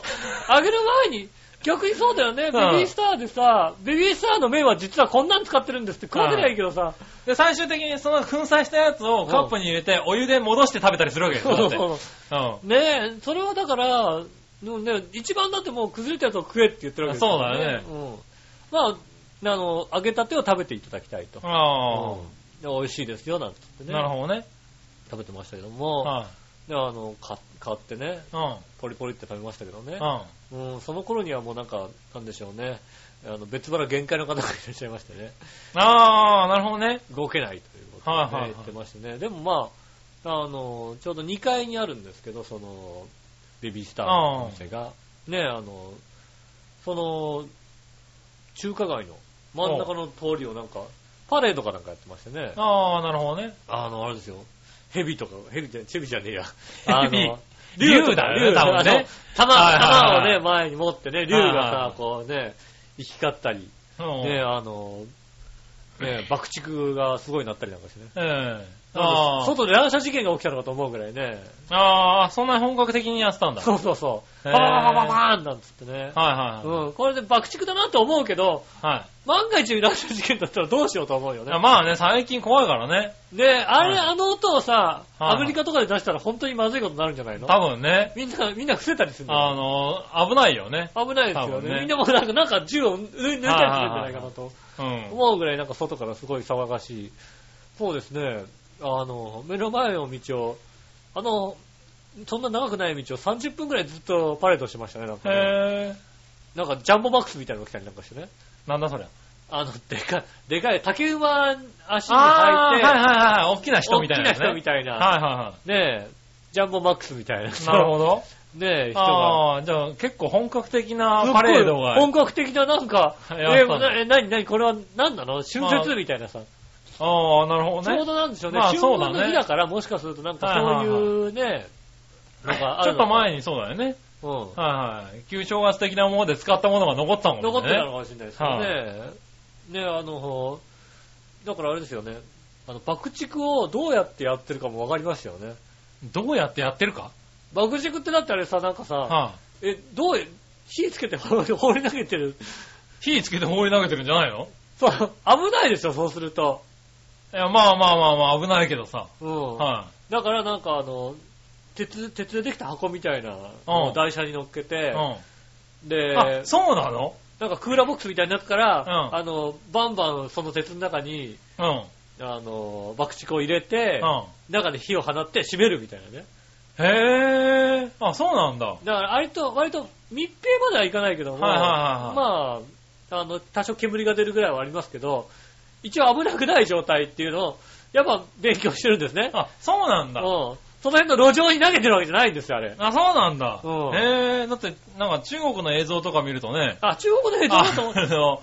Speaker 2: う。。揚げる前に、逆にそうだよね。ベビースターでさ、ベビースターの麺は実はこんなん使ってるんですって、食わせりゃいいけどさ。
Speaker 3: で、最終的にその粉砕したやつをカップに入れて、お湯で戻して食べたりするわけです
Speaker 2: そう
Speaker 3: よ。だ
Speaker 2: そ
Speaker 3: っ
Speaker 2: う
Speaker 3: て
Speaker 2: そう。
Speaker 3: う
Speaker 2: ねえ、それはだから、もうね、一番だってもう崩れたやつを食えって言ってるわけですから
Speaker 3: そう
Speaker 2: うん。まあ、あの、揚げたてを食べていただきたいと。
Speaker 3: ん。あ
Speaker 2: うんで美味しいですよ、なんて言って
Speaker 3: あ。なる
Speaker 2: ね。
Speaker 3: ほどね。
Speaker 2: 食べてましたけども、
Speaker 3: は
Speaker 2: で、あの、か買ってね、
Speaker 3: い。うん。
Speaker 2: ポリポリって食べましたけどね
Speaker 3: う。ん。
Speaker 2: うん、その頃にはもうなんか、なんでしょうね。あの、別腹限界の方がいらっしゃいましてね。 [laughs]
Speaker 3: ああ、なるほどね。
Speaker 2: 動けないということを
Speaker 3: はいはいは
Speaker 2: ね
Speaker 3: い
Speaker 2: 言ってましてね。でもまあ、あの、ちょうど2階にあるんですけど、その、ベビースターのお店が。ね、あの、その、中華街の真ん中の通りをなんか、パレードかなんかやってましてね。
Speaker 3: ああ、なるほどね。
Speaker 2: あの、あれですよ。蛇とか、蛇じゃ、蛇じゃねえや。あ
Speaker 3: 蛇
Speaker 2: の、
Speaker 3: 竜だよね、
Speaker 2: 竜
Speaker 3: 多
Speaker 2: だ
Speaker 3: 分
Speaker 2: ね
Speaker 3: ね。。
Speaker 2: 玉、
Speaker 3: はいはい
Speaker 2: 玉を
Speaker 3: はい
Speaker 2: ね、前に持ってね、竜が
Speaker 3: あ
Speaker 2: さ、こうね、行き交ったり、
Speaker 3: うん
Speaker 2: ね、あの、ね、爆竹がすごいなったりなんかしてね。
Speaker 3: ええあー
Speaker 2: 外で乱射事件が起きたのかと思うぐらいね。
Speaker 3: あー、そんなに本格的にやってたんだ。
Speaker 2: そうそうそう。
Speaker 3: へ
Speaker 2: バ
Speaker 3: ー
Speaker 2: ババババーンなんつってね。
Speaker 3: はいはいは
Speaker 2: うん、これで爆竹だなと思うけど、
Speaker 3: い。はい
Speaker 2: 万が一乱射事件だったらどうしようと思うよ
Speaker 3: いや
Speaker 2: ね。
Speaker 3: まあね、最近怖いからね。
Speaker 2: で、あれ、
Speaker 3: はい
Speaker 2: あの音をさ、
Speaker 3: はい
Speaker 2: アメリカとかで出したら本当にまずいことになるんじゃないの
Speaker 3: 多分ね、
Speaker 2: みんな、みんな伏せたりするんだ
Speaker 3: あ
Speaker 2: よ。
Speaker 3: の、危ないよね。
Speaker 2: 危ないですよ
Speaker 3: 多分
Speaker 2: ね。
Speaker 3: ね
Speaker 2: みんなもなんか、なんか銃を抜いたりするんじゃないかなと
Speaker 3: うん。
Speaker 2: 思うぐらいなんか外からすごい騒がしい。そうですね。あの、目の前の道を、あの、そんな長くない道を30分くらいずっとパレードしてましたね、なんかね、
Speaker 3: へえ。
Speaker 2: なんかジャンボバックスみたいなのが来たりなんかしてね。
Speaker 3: なんだそりゃ。
Speaker 2: あの、でかい、でかい、竹馬足に履
Speaker 3: あ
Speaker 2: い
Speaker 3: ー
Speaker 2: て、
Speaker 3: はいはいはい。大きな人みたいな、ね。
Speaker 2: 大きな人みたいな、
Speaker 3: はいは
Speaker 2: ねえ、ジャンボマックスみたいな、
Speaker 3: いはい。なるほど。
Speaker 2: ねえ、人が。
Speaker 3: ああー、じゃあ結構本格的なパレードが。
Speaker 2: 本格的ななんか、え、
Speaker 3: [laughs] やったんだ
Speaker 2: なえ、なになにこれは何なの春節みたいなさ、
Speaker 3: ああ、なるほ
Speaker 2: ち
Speaker 3: ど
Speaker 2: ょう
Speaker 3: ね。
Speaker 2: どなんでしょうね。
Speaker 3: まあ
Speaker 2: 春
Speaker 3: そうだ
Speaker 2: 分
Speaker 3: ね
Speaker 2: の日だから、もしかするとなんかそういうね、なんかあ
Speaker 3: ち
Speaker 2: る
Speaker 3: ょっと前にそうだよね。
Speaker 2: うん。
Speaker 3: はいはい。旧正月的なもので使ったものが残ってたもんね。
Speaker 2: 残ってたの
Speaker 3: の
Speaker 2: かもしれないですけどね。ね、あの、だからあれですよね。あの、爆竹をどうやってやってるかもわかりましたよね。
Speaker 3: どうやってやってるか
Speaker 2: 爆竹ってだってあれさ、なんかさ、
Speaker 3: は
Speaker 2: え、どう、火つけて放り投げてる。
Speaker 3: い。火つけて放り投げてるんじゃないの
Speaker 2: そう、危ないでしょ、そうすると。
Speaker 3: いや、まあまあまあまあ、危ないけどさ。
Speaker 2: うん。
Speaker 3: は
Speaker 2: だからなんかあの、鉄、鉄でできた箱みたいな、もう台車に乗っけ
Speaker 3: い。
Speaker 2: て
Speaker 3: う、
Speaker 2: で、
Speaker 3: ん。あ、そうなの
Speaker 2: なんかクーラーボックスみたいな中から、
Speaker 3: うん
Speaker 2: あの、バンバンその鉄の中に、
Speaker 3: うん。
Speaker 2: あの、爆竹を入れて、
Speaker 3: う
Speaker 2: 中で火を放って閉めるみたいなね。
Speaker 3: ん。へえ。あ、そうなんだ。
Speaker 2: だから、割と、割と密閉まではいかないけども、
Speaker 3: はいはいはいはい
Speaker 2: まあ、あの、多少煙が出るぐらいはありますけど、一応危なくない状態っていうのを、やっぱ勉強してるんですね。
Speaker 3: あ、そうなん
Speaker 2: うん
Speaker 3: だ。。
Speaker 2: その辺の路上に投げてるわけじゃないんですよ、あれ。
Speaker 3: あ、そうなんだ。
Speaker 2: うん
Speaker 3: へえ。だって、なんか中国の映像とか見るとね、
Speaker 2: あ、中国のヘッドだと思っ [laughs]
Speaker 3: あの、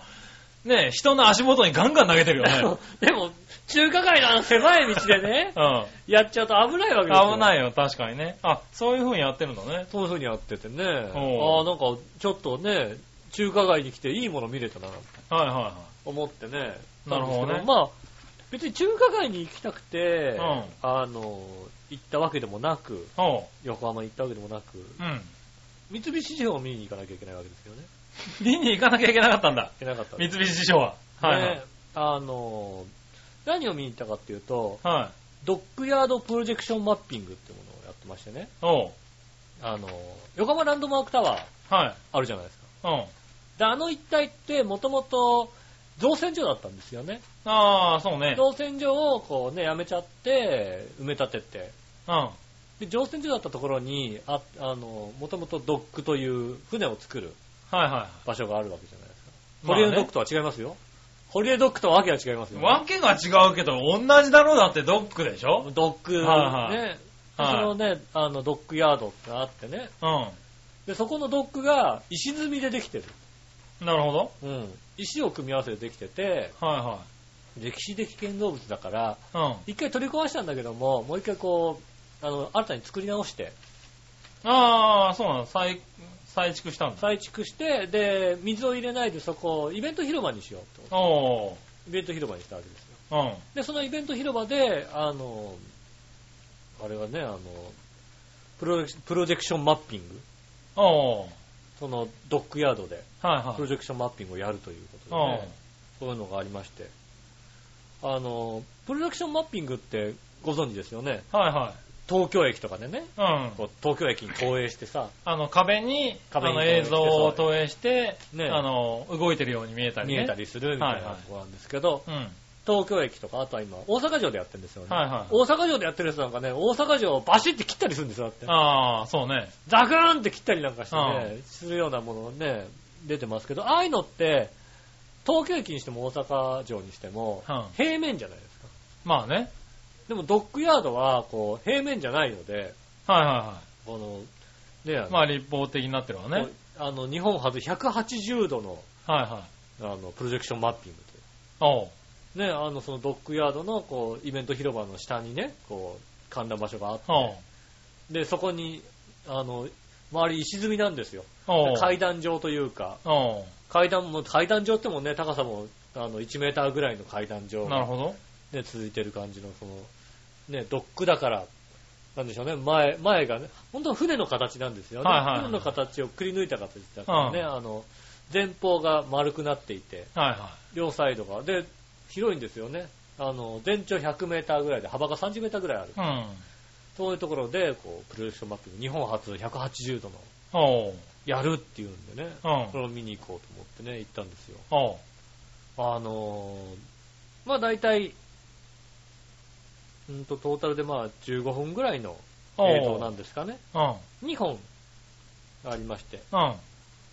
Speaker 3: ね人の足元にガンガン投げてるよね。
Speaker 2: て。でも、中華街のあの狭い道で [laughs] ね、
Speaker 3: うん。
Speaker 2: やっちゃうと危ないわけですよ。
Speaker 3: 危ないよ、確かにね。あ、そういう風にやってるんだね。
Speaker 2: そういう風にやっててね。
Speaker 3: おう
Speaker 2: ああ、なんか、ちょっとね、中華街に来ていいもの見れたな、
Speaker 3: はいは
Speaker 2: 思ってね。
Speaker 3: なるほどね
Speaker 2: んですけまあ、別に中華街に行きたくて、
Speaker 3: うん
Speaker 2: あの、行ったわけでもなく、
Speaker 3: いはい。おう。
Speaker 2: 横浜に行ったわけでもなく、
Speaker 3: うん。
Speaker 2: 三菱地方を見に行かなきゃいけないわけですよね。
Speaker 3: 見に行かなきゃいけなかったんだ
Speaker 2: い。けなかったん
Speaker 3: 三
Speaker 2: です。
Speaker 3: 菱地所は。はいはい
Speaker 2: で。あの、何を見に行ったかっていうと、
Speaker 3: はい。
Speaker 2: ドッグヤードプロジェクションマッピングってものをやってましてね。
Speaker 3: おう。
Speaker 2: あの、横浜ランドマークタワー
Speaker 3: はい。
Speaker 2: あるじゃないですか。
Speaker 3: うん。
Speaker 2: で、あの一帯ってもともと造船所だったんですよね。
Speaker 3: ああ、そうね。
Speaker 2: 造船所をこうね、やめちゃって、埋め立てて。
Speaker 3: うん。
Speaker 2: で、造船所だったところに、あ、あの、もともとドックという船を作る
Speaker 3: はいは
Speaker 2: 場所があるわけじゃないですか。
Speaker 3: い。
Speaker 2: ホリエドック
Speaker 3: ク
Speaker 2: とは違いますよ。ホリエドックとはわけが違いますよ、
Speaker 3: わけが違うけど、同じだろうだってドックでしょ
Speaker 2: ドック、
Speaker 3: はいは
Speaker 2: ね。でそのね、あの、ドックヤードってあってね。
Speaker 3: う
Speaker 2: で、そこのドックが石積みでできてる。
Speaker 3: ん。なるほど。
Speaker 2: うん。石を組み合わせてできてて、
Speaker 3: は
Speaker 2: 歴史的建造物だから、
Speaker 3: いはい。うん。
Speaker 2: 一回取り壊したんだけども、もう一回こう、あの、新たに作り直して、
Speaker 3: ああ、そうなの。再、再築したんだ。
Speaker 2: 再築して、で、水を入れないでそこをイベント広場にしようってこ
Speaker 3: お
Speaker 2: と。
Speaker 3: う。
Speaker 2: イベント広場にしたわけですよ。
Speaker 3: うん。はい
Speaker 2: で、そのイベント広場で、あの、あれはね、あの、プロジェクプロジェクションマッピング、
Speaker 3: おう。
Speaker 2: そのドッグヤードで、
Speaker 3: はいはい。
Speaker 2: プロジェクションマッピングをやるということで、
Speaker 3: うん
Speaker 2: ね、そういうのがありまして、あの、プロジェクションマッピングってご存知ですよね。
Speaker 3: はいは
Speaker 2: 東京駅とかでね、
Speaker 3: い。うん。
Speaker 2: こう東京駅に投影してさ、
Speaker 3: あの、壁に、
Speaker 2: 壁に
Speaker 3: あの映像を投影して、
Speaker 2: ね
Speaker 3: あの、動いてるように見えたり、ね。
Speaker 2: 見えたりするみたいなとこなんですけど、
Speaker 3: うん。はい
Speaker 2: 東京駅とか、あとは今、大阪城でやってるんですよね。
Speaker 3: はい。
Speaker 2: 大阪城でやってるやつなんかね、大阪城をバシッて切ったりするんですよ、だって。
Speaker 3: ああ、そうね。
Speaker 2: ザクーンって切ったりなんかしてね、するようなものね、出てますけど、ああいうのって、東京駅にしても大阪城にしても
Speaker 3: うん、
Speaker 2: 平面じゃないですか。
Speaker 3: まあね。
Speaker 2: でもドッグヤードは、こう、平面じゃないので、
Speaker 3: はいは
Speaker 2: この、ね、あ
Speaker 3: いは
Speaker 2: の
Speaker 3: い。まあ立方的になってるわ
Speaker 2: こ。
Speaker 3: ね
Speaker 2: うあの、日本初180度の、
Speaker 3: はいはい。
Speaker 2: あの、プロジェクションマッピング
Speaker 3: おう。
Speaker 2: という。ね、あの、そのドッグヤードの、こう、イベント広場の下にね、こう、観覧場所があって、
Speaker 3: おう。
Speaker 2: で、そこに、あの、周り石積みなんですよ。
Speaker 3: おう。
Speaker 2: 階段状というか、
Speaker 3: お
Speaker 2: 階段も、階段状ってもね、高さも、あの、1メーターぐらいの階段状
Speaker 3: う。
Speaker 2: が
Speaker 3: なるほど。
Speaker 2: ね、続いてる感じの、その、ね、ドックだから、なんでしょうね、前、前がね、本当は船の形なんですよね。
Speaker 3: はいはいはい
Speaker 2: 船の形をくり抜いた形だからね、
Speaker 3: う
Speaker 2: あの、前方が丸くなっていて、
Speaker 3: はいは
Speaker 2: 両サイドが。で、広いんですよね。あの、全長100メーターぐらいで、幅が30メーターぐらいある。
Speaker 3: い。うん。
Speaker 2: そういうところで、こう、プロジェクションマッピング、日本初180度の、
Speaker 3: おう。
Speaker 2: やるっていうんでね、
Speaker 3: うん
Speaker 2: そ。れを見に行こうと思ってね、行ったんですよ。
Speaker 3: おう。
Speaker 2: あのーまあ大体、うんと、トータルでまあ15分ぐらいの
Speaker 3: おう。
Speaker 2: 映像なんですかね。
Speaker 3: うん。
Speaker 2: 2本ありまして、
Speaker 3: うん。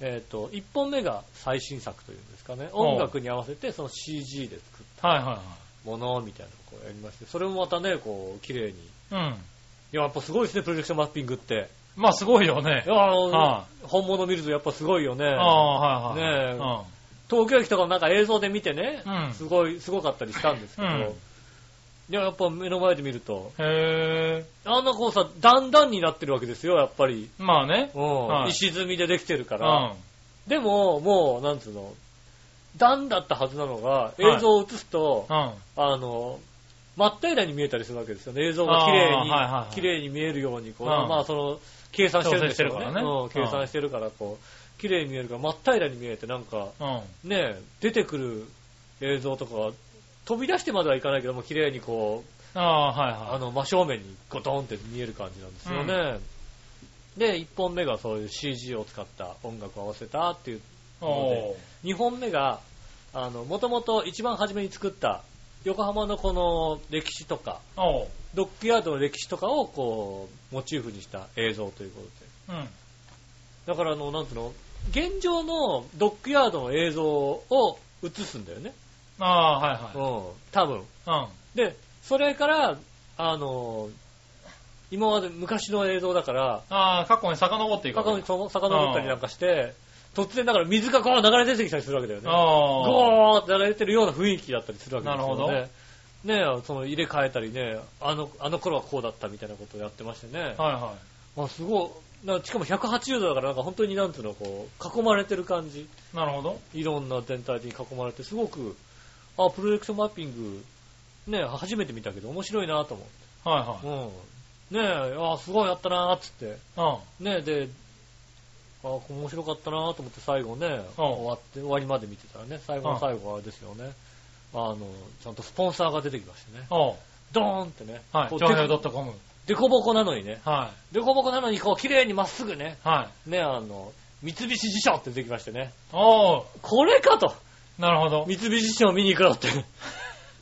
Speaker 2: えっ、と、1本目が最新作というんですかね。音楽に合わせてその CG で作っ
Speaker 3: はいは
Speaker 2: たものみたいなのをこうやりまして、それもまたね、こう、綺麗に。
Speaker 3: いはい。うん。
Speaker 2: いや、やっぱすごいですね、プロジェクションマッピングって。
Speaker 3: まあすごいよね
Speaker 2: い。や、あの
Speaker 3: は
Speaker 2: 本物見るとやっぱすごいよね。
Speaker 3: ああ、はいはい。
Speaker 2: ねえ東京駅とかもなんか映像で見てね、
Speaker 3: うん
Speaker 2: すごい、すごかったりしたんですけど、
Speaker 3: うん
Speaker 2: いや、やっぱ目の前で見ると、
Speaker 3: え。へえ。
Speaker 2: あんなこうさ、段々になってるわけですよ、やっぱり。
Speaker 3: まあね。
Speaker 2: うん
Speaker 3: はい
Speaker 2: 石積みでできてるか
Speaker 3: うん。
Speaker 2: ら。
Speaker 3: は
Speaker 2: でも、もう、なんつうの、段だったはずなのが、映像を映すと、
Speaker 3: い。うん。
Speaker 2: あの、真っ平らに見えたりするわけですよね。映像が綺麗に、
Speaker 3: あーはいはいはい
Speaker 2: 綺麗に見えるように、こう、
Speaker 3: うん
Speaker 2: まあその、計算してるんですよ
Speaker 3: 調整
Speaker 2: ね。
Speaker 3: してるからね
Speaker 2: うん計
Speaker 3: う
Speaker 2: 算
Speaker 3: ん
Speaker 2: してるから、こう、綺麗に見えるから、真っ平らに見えて、なんか、
Speaker 3: うん。
Speaker 2: ねえ、出てくる映像とかは、飛び出してまではいかないけども、綺麗にこう、
Speaker 3: ああ、はいはい。
Speaker 2: あの、真正面にゴトンって見える感じなんですよね。で、1本目がそういう CG を使った音楽を合わせたっていう。
Speaker 3: おう。
Speaker 2: 2本目が、あの、もともと一番初めに作った、横浜のこの歴史とか、
Speaker 3: おう。
Speaker 2: ドッグヤードの歴史とかをこう、モチーフにした映像ということで。
Speaker 3: うん。
Speaker 2: だからあの、なんつうの、現状のドッグヤードの映像を映すんだよね。
Speaker 3: ああ、はい
Speaker 2: うん
Speaker 3: はい。。
Speaker 2: 多分。
Speaker 3: うん。
Speaker 2: で、それから、あの、今まで昔の映像だから、
Speaker 3: ああ、過去に遡っていく
Speaker 2: 過
Speaker 3: わけ
Speaker 2: 去にそ遡ったりなんかして、突然だから水がこう流れ出てきたりするわけだよね。
Speaker 3: ああ。
Speaker 2: ゴーって流れてるような雰囲気だったりするわけですよね。
Speaker 3: な
Speaker 2: ねえ、その入れ替えたりね、あの、あの頃はこうだったみたいなことをやってましてね。
Speaker 3: はいは
Speaker 2: まあすごい、なしかも180度だからなんか本当になんていうの、こう、囲まれてる感じ。
Speaker 3: い。なるほど。
Speaker 2: いろんな全体的に囲まれて、すごく、あ、プロジェクションマッピング、ねえ、初めて見たけど面白いなと思って
Speaker 3: はいはい。
Speaker 2: うん。ねえ、あすごいやったなーっつって。
Speaker 3: うん。
Speaker 2: ねえ、で、あ面白かったなーと思って最後ね、終わって、終わりまで見てたらね、最後
Speaker 3: う
Speaker 2: の
Speaker 3: ん
Speaker 2: 最後はあれですよね。あの、ちゃんとスポンサーが出てきましてね。
Speaker 3: おう。
Speaker 2: ドーンってね。
Speaker 3: はい。
Speaker 2: こう
Speaker 3: 長編 .com。
Speaker 2: デコボコなのにね。
Speaker 3: は
Speaker 2: デコボコなのに、こう、綺麗にまっすぐね。
Speaker 3: い。はい。
Speaker 2: ね、あの、三菱地所って出てきましてね。
Speaker 3: おう。
Speaker 2: これかと
Speaker 3: なるほど。
Speaker 2: 三菱地所を見に行くのって。
Speaker 3: [laughs]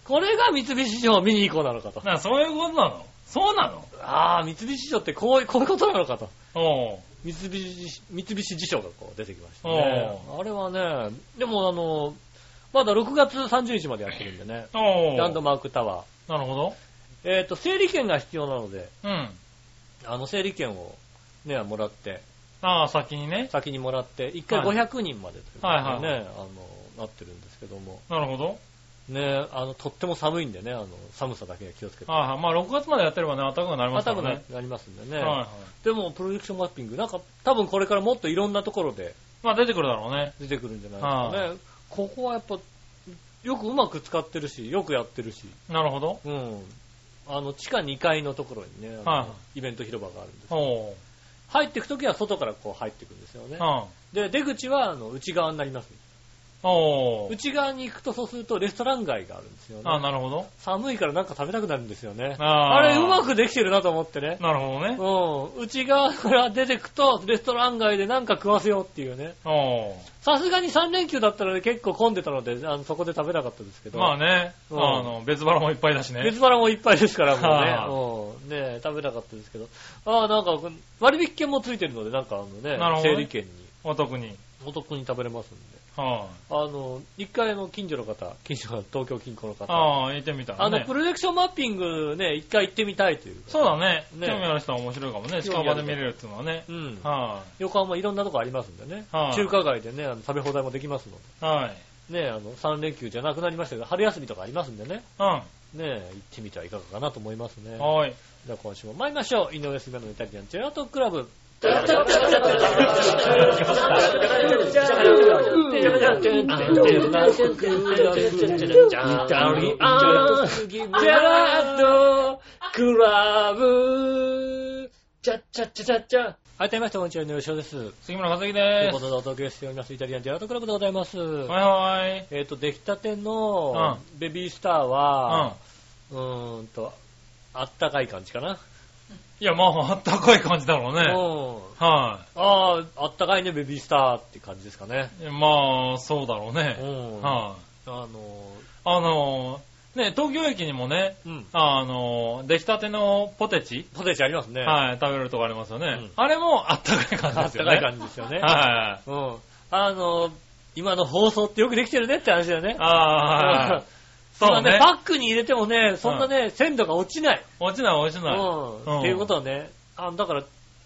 Speaker 2: これが三菱地所を見に行こうなのかと。
Speaker 3: なそういうことなのそうなの
Speaker 2: ああ、三菱地所ってこういう、こういうことなのかと。
Speaker 3: おう。
Speaker 2: 三菱、三菱辞書がこう出てきましたね。
Speaker 3: お
Speaker 2: あれはね、でもあの、まだ6月30日までやってるんでね。
Speaker 3: おう。
Speaker 2: ランドマークタワー。
Speaker 3: なるほど。
Speaker 2: えっ、と、整理券が必要なので、
Speaker 3: うん。
Speaker 2: あの整理券をね、もらって、
Speaker 3: ああ、先にね。
Speaker 2: 先にもらって、1回
Speaker 3: はい
Speaker 2: 500人までということ
Speaker 3: はいはい
Speaker 2: でね、あの、なってるんですけども、
Speaker 3: なるほど。
Speaker 2: ね、あの、とっても寒いんでね、あの、寒さだけは気をつけて。
Speaker 3: はいはい。まあ、6月までやってればね、暖かくなりますか
Speaker 2: 硬
Speaker 3: ら
Speaker 2: くな
Speaker 3: ね。
Speaker 2: なりますんでね。
Speaker 3: はいはい。
Speaker 2: でも、プロジェクションマッピング、なんか、多分これからもっといろんなところで、
Speaker 3: まあ、出てくるだろうね。
Speaker 2: 出てくるんじゃないですか
Speaker 3: は
Speaker 2: ね。ここはやっぱ、よくうまく使ってるし、よくやってるし、
Speaker 3: なるほど。
Speaker 2: うん。あの、地下2階のところにね、あの
Speaker 3: は
Speaker 2: イベント広場があるんです。
Speaker 3: おう。
Speaker 2: 入ってくときは外からこう入ってくんですよね
Speaker 3: う。ん。
Speaker 2: で、出口はあの内側になります。
Speaker 3: おう。
Speaker 2: 内側に行くとそうするとレストラン街があるんですよ
Speaker 3: ああ、
Speaker 2: ね。
Speaker 3: なるほど。
Speaker 2: 寒いからなんか食べたくなるんですよね。
Speaker 3: あ
Speaker 2: [laughs] あ
Speaker 3: あ
Speaker 2: れうまくできてるなと思ってね。
Speaker 3: なるほどね。
Speaker 2: うん。内側から出てくとレストラン街でなんか食わせようっていうね。
Speaker 3: おう。
Speaker 2: さすがに3連休だったので結構混んでたので、あのそこで食べなかったですけど。
Speaker 3: まあね、あ
Speaker 2: うん
Speaker 3: の、別腹もいっぱいだしね
Speaker 2: 別。腹もいっぱいですから、
Speaker 3: はあ
Speaker 2: もうね。うんね食べなかったですけど。ああ、なんか、割引券もついてるので、なんかあのね、
Speaker 3: なるほどね
Speaker 2: 整理券に
Speaker 3: お得に。
Speaker 2: お得に食べれますんで。
Speaker 3: は
Speaker 2: あの、一回の近所の方、近所の東京近郊の
Speaker 3: い。
Speaker 2: 方、
Speaker 3: ああ、行ってみたいね。
Speaker 2: あの、プロジェクションマッピングね、一回行ってみたいという。
Speaker 3: そうだね。
Speaker 2: ね
Speaker 3: 興味ある人は面白いかもね。近場で見れるっていうのはね。
Speaker 2: うん。
Speaker 3: は
Speaker 2: 横浜いろんなとこありますんでね。
Speaker 3: はい
Speaker 2: 中華街でね、あの食べ放題もできますの
Speaker 3: い。はい。
Speaker 2: で。ね、あの、3連休じゃなくなりましたけど、春休みとかありますんでね。
Speaker 3: う
Speaker 2: ね、行ってみてはいかがかなと思いますね
Speaker 3: ん。。はい。
Speaker 2: じゃあ今週も参りましょう。井上杉村のイタリアンジェラートクラブ。はい、どうもこんにちは、井上翔です。
Speaker 3: 杉村和樹
Speaker 2: とい
Speaker 3: で
Speaker 2: う
Speaker 3: す。
Speaker 2: ことで、お届けしております、イタリアンジェラートクラブでございます。
Speaker 3: はいはい。
Speaker 2: えっ、と、出来たてのベビースターは、
Speaker 3: う
Speaker 2: うーんと、あったかい感じかな。
Speaker 3: ん。いや、まあ、あったかい感じだろうね。
Speaker 2: うん。あ
Speaker 3: は
Speaker 2: あ、あったかいね、ベビースターって感じですかね。
Speaker 3: い。まあ、そうだろう
Speaker 2: う
Speaker 3: ね。
Speaker 2: ん。あ
Speaker 3: はい。
Speaker 2: の、
Speaker 3: あのー、ね、東京駅にもね、
Speaker 2: うん。
Speaker 3: あのー、出来たてのポテチ、
Speaker 2: ポテチありますね。
Speaker 3: はい、食べるとこありますよね。
Speaker 2: うん
Speaker 3: あれもあったかい感じ
Speaker 2: あ
Speaker 3: で
Speaker 2: っ
Speaker 3: す
Speaker 2: た
Speaker 3: よ
Speaker 2: か
Speaker 3: ね。
Speaker 2: い感じですよね。
Speaker 3: は
Speaker 2: うん。あの、今の放送ってよくできてるねって話だよね
Speaker 3: い。。ああ、
Speaker 2: そん
Speaker 3: そ
Speaker 2: な
Speaker 3: う
Speaker 2: ね、
Speaker 3: ね。
Speaker 2: パックに入れてもね、そんなね、鮮度が落ちない。
Speaker 3: 落ちない落ち
Speaker 2: う
Speaker 3: ない。うん
Speaker 2: ん。っていうことはね、あだから、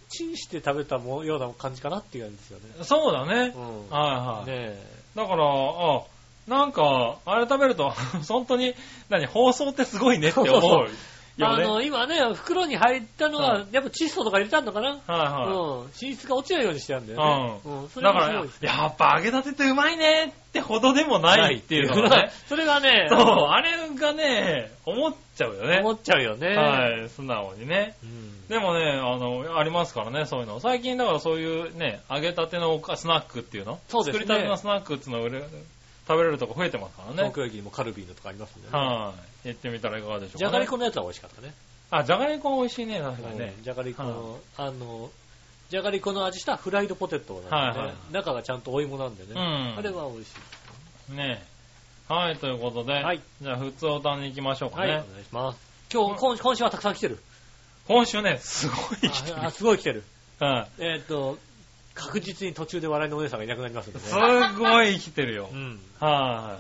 Speaker 2: チンして食べたもような感じかなっていう感じですよね。
Speaker 3: そうだね。
Speaker 2: うん。
Speaker 3: はいはい。
Speaker 2: ねえ。
Speaker 3: だから、あ、なんか、あれ食べると、 [laughs] 本当に、何、放送ってすごいねって思うよね。
Speaker 2: あ
Speaker 3: はい
Speaker 2: の、今ね、袋に入ったのは、やっぱ窒素とか入れたのかな
Speaker 3: は
Speaker 2: うん。寝室が落ちないようにしてあるんだよね。うん。そ
Speaker 3: い。
Speaker 2: れ
Speaker 3: だ
Speaker 2: も
Speaker 3: か
Speaker 2: す
Speaker 3: ら
Speaker 2: ごいです、ね。
Speaker 3: やっぱ揚げたてってうまいねってほどでもないっていうのがね。
Speaker 2: それがね
Speaker 3: [laughs] そ、う、あれがね、思っちゃうよね。
Speaker 2: 思っちゃうよね。
Speaker 3: はい、素直にね。
Speaker 2: うん。
Speaker 3: でもね、あの、ありますからね、そういうの。最近、だからそういうね、揚げたてのおかスナックっていうの
Speaker 2: そうですね
Speaker 3: 作りたてのスナックっていうのを売れ食べれるとこ増えてますからね
Speaker 2: 東。京駅にもカルビーのとかありますんでね。
Speaker 3: はい。行ってみたらいかがでしょうか、ね。
Speaker 2: じゃがりこのやつは美味しかったね。
Speaker 3: あ、じゃがりこは美味しいね、確かにね
Speaker 2: うん。じゃがりこの、あの、じゃがりこの味したフライドポテトなんで
Speaker 3: はい
Speaker 2: ね
Speaker 3: は。
Speaker 2: 中がちゃんとお芋なんでね。
Speaker 3: うん
Speaker 2: あれは美味し
Speaker 3: ねえ。はい、ということで、
Speaker 2: はい
Speaker 3: じゃあ、普通おたんに行きましょう
Speaker 2: い。
Speaker 3: か
Speaker 2: はい。
Speaker 3: ね。
Speaker 2: お願いします。今日、今今週はたくさん来てる。
Speaker 3: 今週ね、すごい
Speaker 2: [laughs]
Speaker 3: 来てる
Speaker 2: ああ、すごい来てる。
Speaker 3: はい
Speaker 2: えーっと、確実に途中で笑いのお姉さんがいなくなりますんでね。
Speaker 3: すごい来てるよ
Speaker 2: う。ん。
Speaker 3: は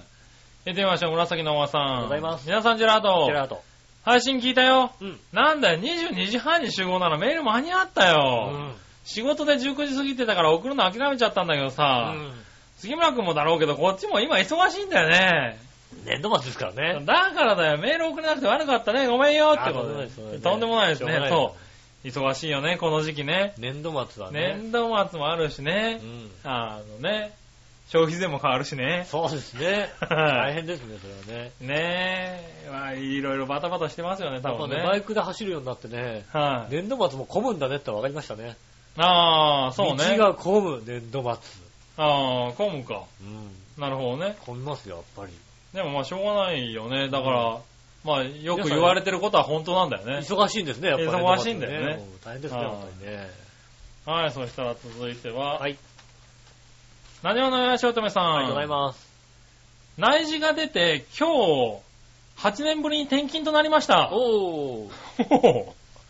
Speaker 3: い。行ってみましょう、紫のおばさん。あ
Speaker 2: りがとうございます
Speaker 3: 皆さん、ジェラート。
Speaker 2: ジェラート。
Speaker 3: 配信聞いたよ。
Speaker 2: うん。
Speaker 3: なんだよ、22時半に集合ならメール間に合ったよ。仕事で19時過ぎてたから送るの諦めちゃったんだけど
Speaker 2: う
Speaker 3: さ、
Speaker 2: ん。
Speaker 3: 杉村くんもだろうけど、こっちも今忙しいんだよね。
Speaker 2: 年度末ですからね。
Speaker 3: だからだよ、メール送れなくて悪かったね、ごめんよってこ
Speaker 2: あとんでもな
Speaker 3: と
Speaker 2: いです
Speaker 3: で
Speaker 2: それね
Speaker 3: とんでもないです
Speaker 2: しょうが
Speaker 3: ね
Speaker 2: な、いよ
Speaker 3: そう。忙しいよね、この時期ね。
Speaker 2: 年度末はね。
Speaker 3: 年度末もあるしね
Speaker 2: う、ん。
Speaker 3: あのね、消費税も変わるしね。
Speaker 2: そうですね。大変ですね、それはね。
Speaker 3: ねえ、まあ、いろいろバタバタしてますよね、
Speaker 2: や
Speaker 3: 多
Speaker 2: っぱ
Speaker 3: 分
Speaker 2: ね、
Speaker 3: ね。
Speaker 2: バイクで走るようになってね、
Speaker 3: はい、
Speaker 2: 年度末も混むんだねって分かりましたね。
Speaker 3: ああ、そうね
Speaker 2: 道。が混む、年度末。
Speaker 3: ああ、混むか。
Speaker 2: うん。
Speaker 3: なるほどね。
Speaker 2: 混みますよ、やっぱり。
Speaker 3: でもまあ、しょうがないよね。だから、
Speaker 2: う
Speaker 3: まあ、よく言われてることは本当なんだよね。
Speaker 2: 忙しいんですね、やっぱり。
Speaker 3: 忙しいんだよ
Speaker 2: 年度末
Speaker 3: ね
Speaker 2: もう大変ですね、
Speaker 3: うん
Speaker 2: 本当にね。
Speaker 3: はい、そしたら続いては、
Speaker 2: はい。
Speaker 3: 何をのよしおとめさん。
Speaker 2: ありがとうございます。
Speaker 3: 内示が出て、今日、8年ぶりに転勤となりました。
Speaker 2: おー、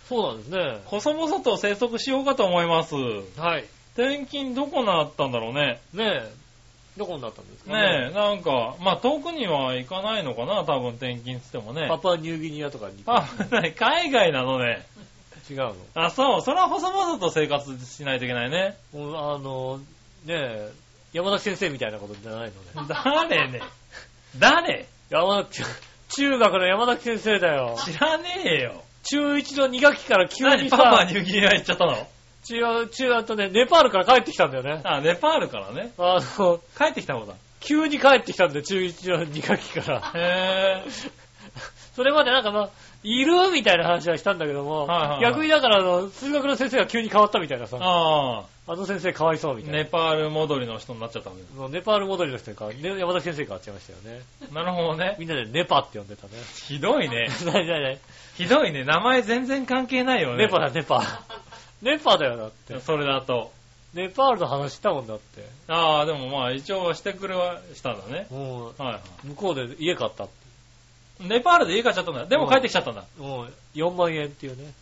Speaker 2: そうなんですね。
Speaker 3: [laughs] 細々と生息しようかと思います。
Speaker 2: はい。
Speaker 3: 転勤どこなったんだろうね。
Speaker 2: ねえ、どこになったんですか
Speaker 3: ねえ、なんか、まあ、遠くには行かないのかな、多分転勤っつってもね
Speaker 2: パ。パニューギニアとかに
Speaker 3: あ、ない [laughs] 海外なのね。
Speaker 2: 違うの。
Speaker 3: あ、そう、それは細々と生活しないといけない
Speaker 2: [laughs]
Speaker 3: ね。
Speaker 2: うんあの、ねえ、山崎先生みたいなことじゃないのね。
Speaker 3: 誰ね。誰
Speaker 2: 山崎、中学の山崎先生だよ。
Speaker 3: 知らねえよ。
Speaker 2: 中1の2学期から急
Speaker 3: 何
Speaker 2: に
Speaker 3: パパ
Speaker 2: さ、
Speaker 3: ニューギニア行っちゃったの
Speaker 2: 中、中、あとね、ネパールから帰ってきたんだよね。
Speaker 3: あ、ネパールからね。
Speaker 2: あの、
Speaker 3: 帰ってきたこと
Speaker 2: 急に帰ってきたんだよ、中1の2学期から。
Speaker 3: だ。
Speaker 2: [laughs]
Speaker 3: へぇ
Speaker 2: それまでなんかまあ、いるみたいな話はしたんだけども、
Speaker 3: はいはいはい
Speaker 2: 逆にだからあの、数学の先生が急に変わったみたいなさ、
Speaker 3: ああ、
Speaker 2: あの先生かわいそうみたいな。
Speaker 3: ネパール戻りの人になっちゃったんだよ。
Speaker 2: もうネパール戻りの人か、ね山崎先生変わっちゃいましたよね。
Speaker 3: なるほどね。
Speaker 2: みんなでネパって呼んでたね。
Speaker 3: ひどい
Speaker 2: [laughs]
Speaker 3: ね。
Speaker 2: なになになに
Speaker 3: ひどいね。名前全然関係ないよね。
Speaker 2: ネパだ、ネパ。 [laughs] ネパだよ、だって。
Speaker 3: それだと。
Speaker 2: ネパールの話したもんだって。
Speaker 3: ああ、でもまあ一応してくれはしたんだね。
Speaker 2: も
Speaker 3: はいは
Speaker 2: う、向こうで家買ったって。
Speaker 3: い。ネパールで家買っちゃったんだ。でも帰ってきち
Speaker 2: [laughs]
Speaker 3: ゃったんだ。
Speaker 2: もう、4万円っていうね。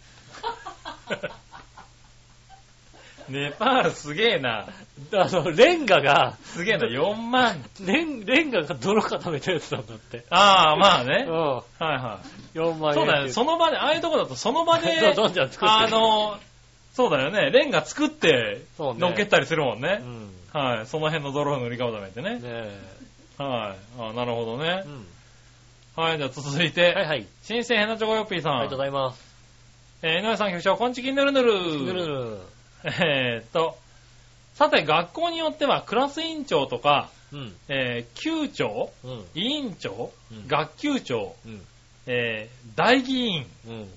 Speaker 3: ネパールすげえな。
Speaker 2: あの、レンガが、[laughs]
Speaker 3: すげえな、4万。
Speaker 2: レン、レンガが泥固めたやつなんだって。
Speaker 3: ああ、まあ
Speaker 2: う
Speaker 3: ね。
Speaker 2: ん。
Speaker 3: はいは
Speaker 2: 4万円。
Speaker 3: い。そうだよね。その場で、ああいうとこだとその場
Speaker 2: [laughs] ど
Speaker 3: で
Speaker 2: ん、どんじゃん作って
Speaker 3: あの、そうだよね。レンガ作って、
Speaker 2: そうね
Speaker 3: 乗っけたりするもん
Speaker 2: う
Speaker 3: ね。
Speaker 2: ん。
Speaker 3: はい。その辺の泥を塗り固めて
Speaker 2: ね
Speaker 3: ね。
Speaker 2: え。
Speaker 3: はい。あなるほどね
Speaker 2: う。ん。
Speaker 3: はい。じゃあ続い
Speaker 2: はい
Speaker 3: て、
Speaker 2: はい。
Speaker 3: 新鮮ヘナチョコヨッピーさ
Speaker 2: ありがとうんご。ざいます。
Speaker 3: えー、井上さん局長、こんちきぬるぬる。
Speaker 2: ぬるぬる。
Speaker 3: えーっと、さて、学校によっては、クラス委員長とか、
Speaker 2: うん。
Speaker 3: えー、級長、
Speaker 2: うん。
Speaker 3: 委員長、
Speaker 2: うん
Speaker 3: 学級長、
Speaker 2: うん。
Speaker 3: えー、大議員、
Speaker 2: うん。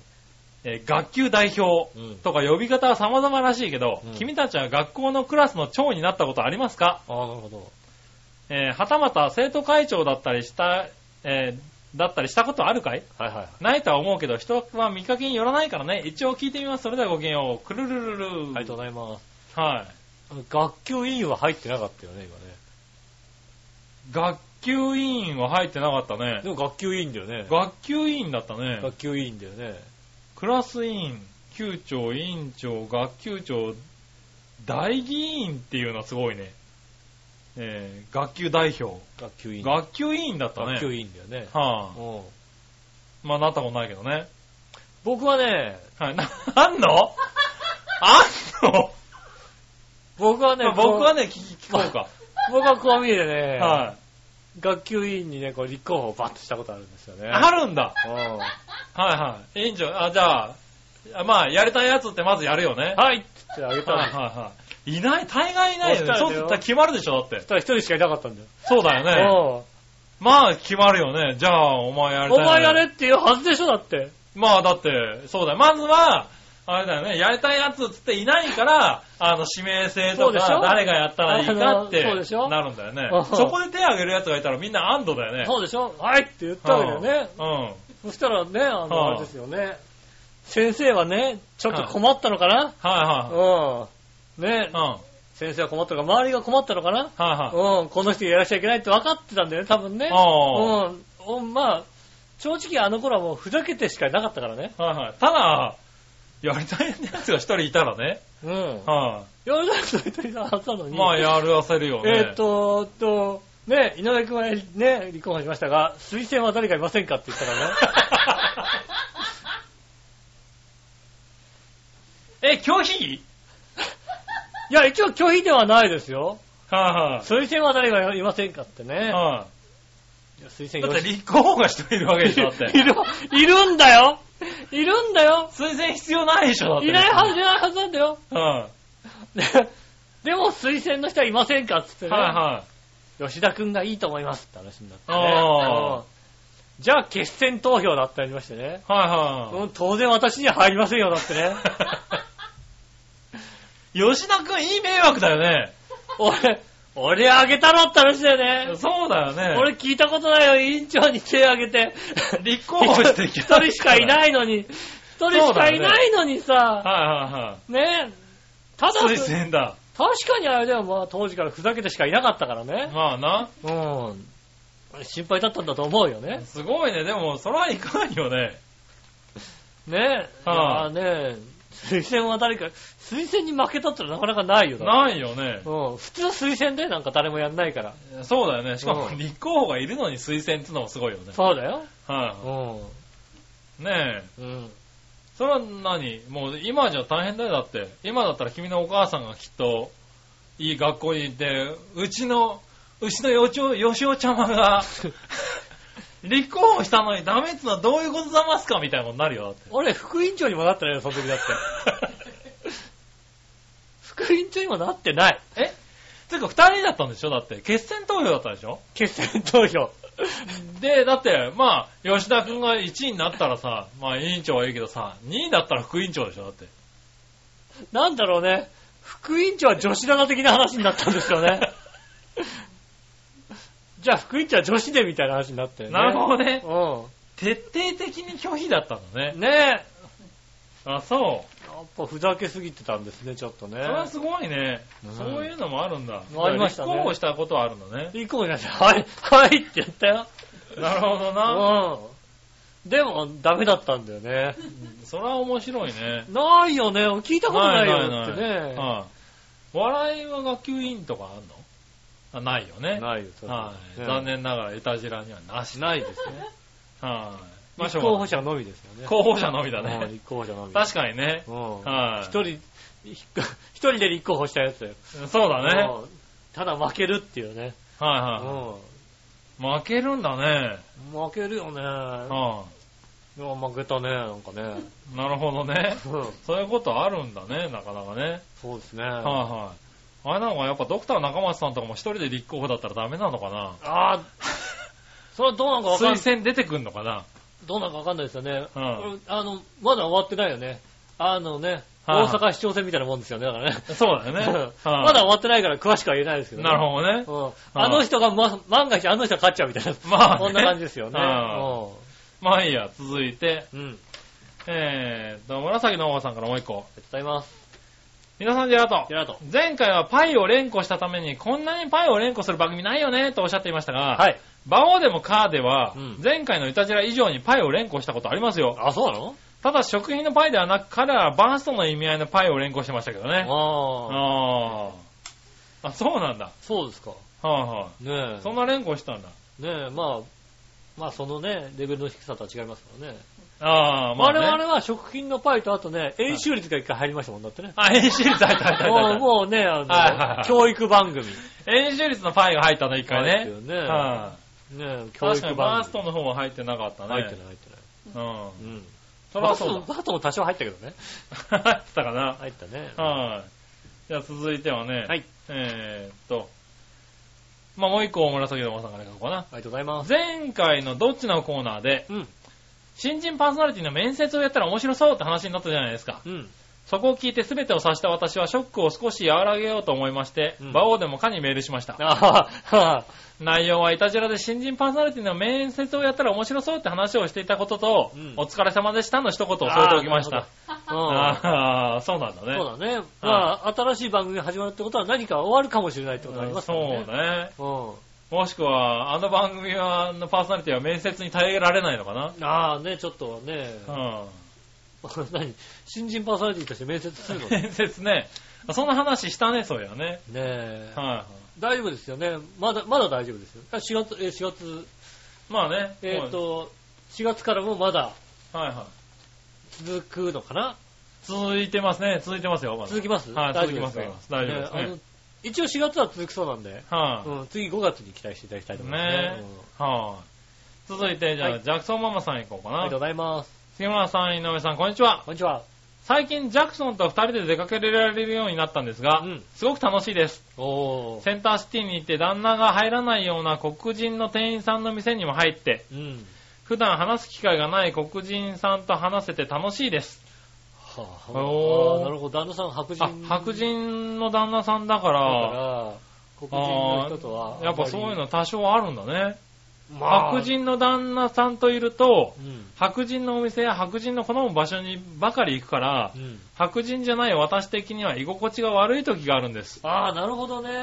Speaker 3: えー学級代表
Speaker 2: うん
Speaker 3: とか呼び方は様々らしいけど、
Speaker 2: うん
Speaker 3: 君たちは学校のクラスの長になったことありますか、
Speaker 2: ああ、なるほど。
Speaker 3: えーはたまた生徒会長だったりした、えーだったりしたことあるかい
Speaker 2: はいはい。
Speaker 3: ないとは思うけど、人は見かけによらないからね。一応聞いてみます。それではごきげんよう。くるるるるる。
Speaker 2: ありがとうございます。
Speaker 3: はい。
Speaker 2: 学級委員は入ってなかったよね、今ね。
Speaker 3: 学級委員は入ってなかったね
Speaker 2: で。も学級委員だよね。
Speaker 3: 学級委員だったね。
Speaker 2: 学級委員だよね。
Speaker 3: クラス委員、級長、委員長、学級長、大議員っていうのはすごいね。えー、学級代表。
Speaker 2: 学級委員。
Speaker 3: 学級委員だったね。
Speaker 2: 学級委員だよね。
Speaker 3: はあ、
Speaker 2: うん
Speaker 3: まあなったことないけどね。
Speaker 2: 僕はね、
Speaker 3: はい。な、
Speaker 2: [laughs]
Speaker 3: あんのあんの、
Speaker 2: 僕はね
Speaker 3: まあ、僕は
Speaker 2: ね、
Speaker 3: ね、聞き、聞こうか。
Speaker 2: 僕はこう見えてね、
Speaker 3: は
Speaker 2: 学級委員にね、こう立候補をバッとしたことあるんですよね。
Speaker 3: い。あるんだ。
Speaker 2: うん
Speaker 3: はいはい。委員長、あ、じゃあ、あまあ、やりたいやつってまずやるよね。
Speaker 2: はいって言ってあげた
Speaker 3: はいはい
Speaker 2: ら、
Speaker 3: はい。いない、大概いないよね。
Speaker 2: お二
Speaker 3: そ
Speaker 2: 人
Speaker 3: う
Speaker 2: だよ
Speaker 3: だったら決まるでしょ、だって。
Speaker 2: ただ一人しかいなかったんだよ。
Speaker 3: そうだよね。
Speaker 2: うん
Speaker 3: まあ、決まるよね。じゃあ、お前やりたい
Speaker 2: お
Speaker 3: な。
Speaker 2: 前やれっていうはずでしょ、だって。
Speaker 3: まあ、だって、そうだよ。まずは、あれだよね、やりたいやつっつっていないから、あの、指名制
Speaker 2: そ
Speaker 3: と
Speaker 2: うでし
Speaker 3: か、
Speaker 2: ょ
Speaker 3: 誰がやったらいいかって
Speaker 2: あのそうでしょ
Speaker 3: なるんだよね
Speaker 2: うん。
Speaker 3: そこで手を挙げるやつがいたらみんな安堵だよね。
Speaker 2: そうでしょはいって言ったわけだよね。
Speaker 3: ね。
Speaker 2: そしたらね、あ
Speaker 3: は
Speaker 2: の、
Speaker 3: あ
Speaker 2: あれですよね。先生はね、ちょっと困ったのかな
Speaker 3: うん。はいはい。
Speaker 2: うん。ね
Speaker 3: うん。、はい
Speaker 2: 先生は困ったのか、周りが困ったのかな
Speaker 3: はい。
Speaker 2: うん、この人やらしちゃいけないって分かってたんだよね、多分ね。
Speaker 3: ああ。
Speaker 2: うんお、まあ、正直あの頃はもうふざけてしかいなかったからね。
Speaker 3: はいはい。ただ、やりたいやつが一人いたらね。
Speaker 2: うん。
Speaker 3: は
Speaker 2: やるだけの人があったの
Speaker 3: い。
Speaker 2: に。
Speaker 3: まあ、やるわせるよね。
Speaker 2: えーっと、と、ね、井上くんはね、離婚しましたが、推薦は誰かいませんかって言ったからね。
Speaker 3: [laughs] え、拒否
Speaker 2: いや、一応拒否ではないですよ。
Speaker 3: は
Speaker 2: 推薦は誰かいませんかってね
Speaker 3: い。はい
Speaker 2: や推
Speaker 3: い。
Speaker 2: 薦
Speaker 3: だっ
Speaker 2: よ
Speaker 3: て
Speaker 2: し
Speaker 3: 立候補が一人いるわけでしょ、だっ
Speaker 2: い
Speaker 3: て。
Speaker 2: る、いるんだよいるんだよ
Speaker 3: 推薦必要ないでしょ、だって。
Speaker 2: いないはず、いないはずなんだよ。
Speaker 3: は
Speaker 2: ででも推薦の人はいませんかって言って
Speaker 3: い。
Speaker 2: ね。
Speaker 3: はいはい。
Speaker 2: 吉田くんがいいと思いますって話になって、ね。
Speaker 3: あー
Speaker 2: うんじゃあ決選投票だってありましてね。
Speaker 3: はいは
Speaker 2: うん当然私には入りませんよ、だって
Speaker 3: [laughs]
Speaker 2: ね。
Speaker 3: い。吉田くん、いい迷惑だよ
Speaker 2: 俺、俺あげたろって話だよ
Speaker 3: ね。
Speaker 2: ね。
Speaker 3: そうだよね。
Speaker 2: 俺聞いたことないよ、委員長に手あげて。
Speaker 3: 立候補してき
Speaker 2: 一
Speaker 3: た
Speaker 2: 人しかいないのに、一人しかいないのにさ、
Speaker 3: はいはいはい。
Speaker 2: ねただ、
Speaker 3: 推
Speaker 2: 確
Speaker 3: 薦だ。
Speaker 2: かにあれだよ、まあ当時からふざけてしかいなかったからね。
Speaker 3: まあな。
Speaker 2: うん。心配だったんだと思うよね。
Speaker 3: すごいね。でも、それはいかんよね。
Speaker 2: ねえ。
Speaker 3: は
Speaker 2: あ、ねえ。推薦は誰か、推薦に負けたってのはなかなかないよだって
Speaker 3: ないよね。
Speaker 2: うん。普通推薦でなんか誰もやんないから。
Speaker 3: そうだよね。しかも、
Speaker 2: うん
Speaker 3: 立候補がいるのに推薦ってのもすごいよね。
Speaker 2: そうだよ。
Speaker 3: は
Speaker 2: う
Speaker 3: い。ねえ。
Speaker 2: ん。うん。
Speaker 3: それは何もう今じゃ大変だよ、だって。今だったら君のお母さんがきっと、いい学校に行って、うちの、うちのよちお、よしおちゃまが、立候補したのにダメってのはどういうことざますかみたいなことになるよ、
Speaker 2: [laughs] 俺、副委員長にもなってないよ、その時だって。
Speaker 3: だって。
Speaker 2: [laughs] 副委員長にもなってない。
Speaker 3: えてか二人だったんでしょだって。決選投票だったでしょ
Speaker 2: 決選投票。
Speaker 3: で、だって、まあ、吉田くんが1位になったらさ、まあ、委員長はいいけどさ、2位だったら副委員長でしょだって。
Speaker 2: なんだろうね。副委員長は女子長的な話になったんですよ [laughs] ね。じゃあ、副委員長は女子でみたいな話になって、ね。
Speaker 3: なるほどね。
Speaker 2: ど。
Speaker 3: 徹底的に拒否だったの
Speaker 2: う
Speaker 3: ね
Speaker 2: ん。。ねえ。
Speaker 3: あ、そう。
Speaker 2: やっぱふざけすぎてたんですね、ちょっとね
Speaker 3: それ。はすごいね
Speaker 2: うん。
Speaker 3: そういうのもあるんだ。
Speaker 2: ありましたね
Speaker 3: 立候補したことはあるんだね。
Speaker 2: 行こうじゃはい、はいって言ったよ。
Speaker 3: なるほどな。
Speaker 2: うん。でも、ダメだったんだよね。
Speaker 3: それは面白いね。
Speaker 2: ないよね。聞いたことないよ
Speaker 3: な
Speaker 2: だ
Speaker 3: い
Speaker 2: ってね。
Speaker 3: は笑いは学級委員とかあるのあないよね。
Speaker 2: ないよ、それ
Speaker 3: はい。
Speaker 2: ね
Speaker 3: 残念ながら、エタジラにはなし。ないですね。はい。まあ、し
Speaker 2: 立
Speaker 3: ょう
Speaker 2: 候補
Speaker 3: がない
Speaker 2: 者のみですよね。
Speaker 3: 候補者のみだ
Speaker 2: うん
Speaker 3: ね。
Speaker 2: 立候補者のみ。
Speaker 3: 確かにね。
Speaker 2: うん
Speaker 3: はい。
Speaker 2: 一人、一人で立候補したやつだよ。
Speaker 3: そうだね。
Speaker 2: うんただ負けるっていうね。う
Speaker 3: はい
Speaker 2: ん
Speaker 3: はい。負けるんだね。
Speaker 2: 負けるよね。
Speaker 3: はい
Speaker 2: や負けたね、なんかね。
Speaker 3: い。なるほどね。
Speaker 2: うん
Speaker 3: そういうことあるんだね、なかなかね。
Speaker 2: そうですね。
Speaker 3: はいはい。あれなのか、やっぱドクター中松さんとかも一人で立候補だったらダメなのかな
Speaker 2: ああ、それはどうなんかわかんない。
Speaker 3: 推薦出てくんのかな
Speaker 2: どうなんかわかんないですよね。
Speaker 3: うん
Speaker 2: これあの、まだ終わってないよね。あのね、
Speaker 3: はい
Speaker 2: 大阪市長選みたいなもんですよね、だからね。
Speaker 3: そうだよね。 [laughs] はい
Speaker 2: まだ終わってないから詳しくは言えないですけど、
Speaker 3: なるほどね。
Speaker 2: ど。うん、あの人が、ま、万が一あの人が勝っちゃうみたいな。
Speaker 3: まあね
Speaker 2: こんな感じですよね。
Speaker 3: はまあいいや、続いて、
Speaker 2: うん。うん。
Speaker 3: えーっと、紫のおばさんからもう一個。
Speaker 2: ありがとうございます。
Speaker 3: 皆さん、ジェラー
Speaker 2: ジ
Speaker 3: ト
Speaker 2: ェ。ラート。
Speaker 3: 前回はパイを連呼したために、こんなにパイを連呼する番組ないよね、とおっしゃっていましたが、
Speaker 2: はい。
Speaker 3: バオでもカーでは
Speaker 2: うん、
Speaker 3: 前回のイタジラ以上にパイを連呼したことありますよ。
Speaker 2: あ、そうなの
Speaker 3: ただ食品のパイではなく、彼らはバーストの意味合いのパイを連行してましたけど
Speaker 2: ああ。
Speaker 3: ね。ああ。あ、そうなんだ。
Speaker 2: そうですか。
Speaker 3: はいはい。
Speaker 2: ねえ。
Speaker 3: そんな連行したんだ。
Speaker 2: ねえ、まあ、まあそのね、レベルの低さとは違いますからね。
Speaker 3: ああ、まあ、ね。
Speaker 2: 我々は食品のパイとあとね、演習率が一回入りましたもんだってね。
Speaker 3: あ、演習率入った入った
Speaker 2: も
Speaker 3: 入
Speaker 2: う
Speaker 3: った。
Speaker 2: もうね、あの、
Speaker 3: はいはいはい
Speaker 2: 教育番組。
Speaker 3: 演習率のパイが入ったの、一回
Speaker 2: ですよ
Speaker 3: ね。
Speaker 2: ね。
Speaker 3: は
Speaker 2: ね
Speaker 3: い。
Speaker 2: 教
Speaker 3: 確か
Speaker 2: 育
Speaker 3: にバ
Speaker 2: 番
Speaker 3: ースト
Speaker 2: 組。
Speaker 3: の方は入ってなかったね。
Speaker 2: 入ってない、入ってない。
Speaker 3: うん。
Speaker 2: うん。
Speaker 3: そりゃそう
Speaker 2: バートも多少入ったけどね。
Speaker 3: だ。 [laughs] 入ってたかな。
Speaker 2: 入ったね。
Speaker 3: はい。じゃあ続いてはね。
Speaker 2: はい。
Speaker 3: えーっと。まあ、もう一個大紫のおばさんからいこうかな。
Speaker 2: ありがとうございます。
Speaker 3: 前回のどっちのコーナーで、
Speaker 2: うん。
Speaker 3: 新人パーソナリティの面接をやったら面白そうって話になったじゃないですか。
Speaker 2: うん。
Speaker 3: そこを聞いて全てを察した私はショックを少し和らげようと思いまして、
Speaker 2: うん
Speaker 3: 馬王でもかにメールしました。
Speaker 2: ああ、はあ
Speaker 3: 内容はいたじらで新人パーソナリティの面接をやったら面白そうって話をしていたことと、
Speaker 2: うん
Speaker 3: お疲れ様でしたの一言を添えておきました。
Speaker 2: うん。
Speaker 3: ああー、そうなんだね。
Speaker 2: そうだね。まあ、新しい番組が始まるってことは何か終わるかもしれないってことがありますからね。
Speaker 3: そうね。
Speaker 2: そうね。
Speaker 3: もしくは、あの番組は、あのパーソナリティは面接に耐えられないのかな。
Speaker 2: うん。ああ、ね、ちょっとね、
Speaker 3: うん。
Speaker 2: [laughs] 何新人パーソナリティとして面接するのね
Speaker 3: 面接ね。そんな話したね、そういやね。 [laughs]
Speaker 2: え。
Speaker 3: は
Speaker 2: 大丈夫ですよね。まだ、まだ大丈夫ですよ。4月、えー4月、
Speaker 3: い。まあね。
Speaker 2: えっ、と、4月からもまだ
Speaker 3: はいはい。
Speaker 2: 続くのかな
Speaker 3: 続いてますね。続いてますよ、まだ
Speaker 2: 続きます
Speaker 3: はい、
Speaker 2: 大丈
Speaker 3: 続き
Speaker 2: 夫
Speaker 3: ま
Speaker 2: ですすか
Speaker 3: よ。大丈夫ですね。
Speaker 2: ねあの一応4月は続くそうなんで、
Speaker 3: はい、
Speaker 2: うん、次5月に期待していただきたいと思いますね。
Speaker 3: ね
Speaker 2: うん
Speaker 3: はい、続いて、じゃあ、
Speaker 2: はい
Speaker 3: ジャクソンママさん行こうか
Speaker 2: あり
Speaker 3: な
Speaker 2: がとう。ございます。
Speaker 3: 杉村さん、井上さん、こんにちは。
Speaker 2: こんにちは。
Speaker 3: 最近、ジャクソンと二人で出かけられるようになったんですが、
Speaker 2: うん
Speaker 3: すごく楽しいです。
Speaker 2: おー。
Speaker 3: センターシティに行って、旦那が入らないような黒人の店員さんの店にも入って、
Speaker 2: うん。
Speaker 3: 普段話す機会がない黒人さんと話せて楽しいです。
Speaker 2: はあ、
Speaker 3: お
Speaker 2: あ
Speaker 3: ー
Speaker 2: ーなるほど。旦那さん白人
Speaker 3: あ、白人の旦那さんだか、
Speaker 2: だからら、黒人の人とはあんまり。
Speaker 3: やっぱそういうの多少あるんだね。
Speaker 2: まあ、
Speaker 3: 白人の旦那さんといると、
Speaker 2: うん。
Speaker 3: 白人のお店や白人の好む場所にばかり行くから
Speaker 2: う、ん。
Speaker 3: 白人じゃない私的には居心地が悪い時があるんです。
Speaker 2: ああ、なるほどね。
Speaker 3: へ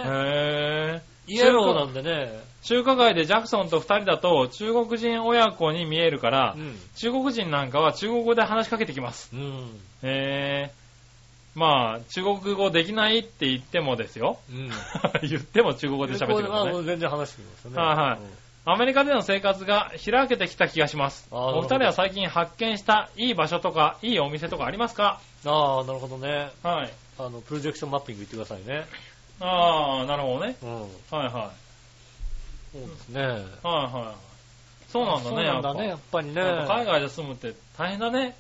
Speaker 3: ぇ
Speaker 2: イエローなんでね。
Speaker 3: 中華街でジャクソンと二人だと中国人親子に見えるから、
Speaker 2: うん。
Speaker 3: 中国人なんかは中国語で話しかけてきます。
Speaker 2: うん。
Speaker 3: へぇまあ、中国語できないって言ってもですよ。
Speaker 2: う
Speaker 3: [laughs]
Speaker 2: ん。
Speaker 3: 言っても中国語で喋ってくる
Speaker 2: ま
Speaker 3: か
Speaker 2: あ
Speaker 3: ら
Speaker 2: も
Speaker 3: ね。
Speaker 2: う全然話してきますよね。
Speaker 3: はいはいアメリカでの生活が開けてきた気がします。
Speaker 2: あーなるほ
Speaker 3: お
Speaker 2: ど
Speaker 3: 二人は最近発見したいい場所とか、いいお店とかありますか
Speaker 2: うんああ、なるほどね。
Speaker 3: はい。
Speaker 2: あの、プロジェクションマッピング行ってくださいね。
Speaker 3: ああ、なるほどね。
Speaker 2: うん。
Speaker 3: はいはい。
Speaker 2: そうですね。
Speaker 3: はいはいはい。そうなんだね、
Speaker 2: そ
Speaker 3: や
Speaker 2: う
Speaker 3: っ
Speaker 2: な
Speaker 3: ぱ。
Speaker 2: んだね、やっぱりね。
Speaker 3: やっぱ海外で住むって大変だね。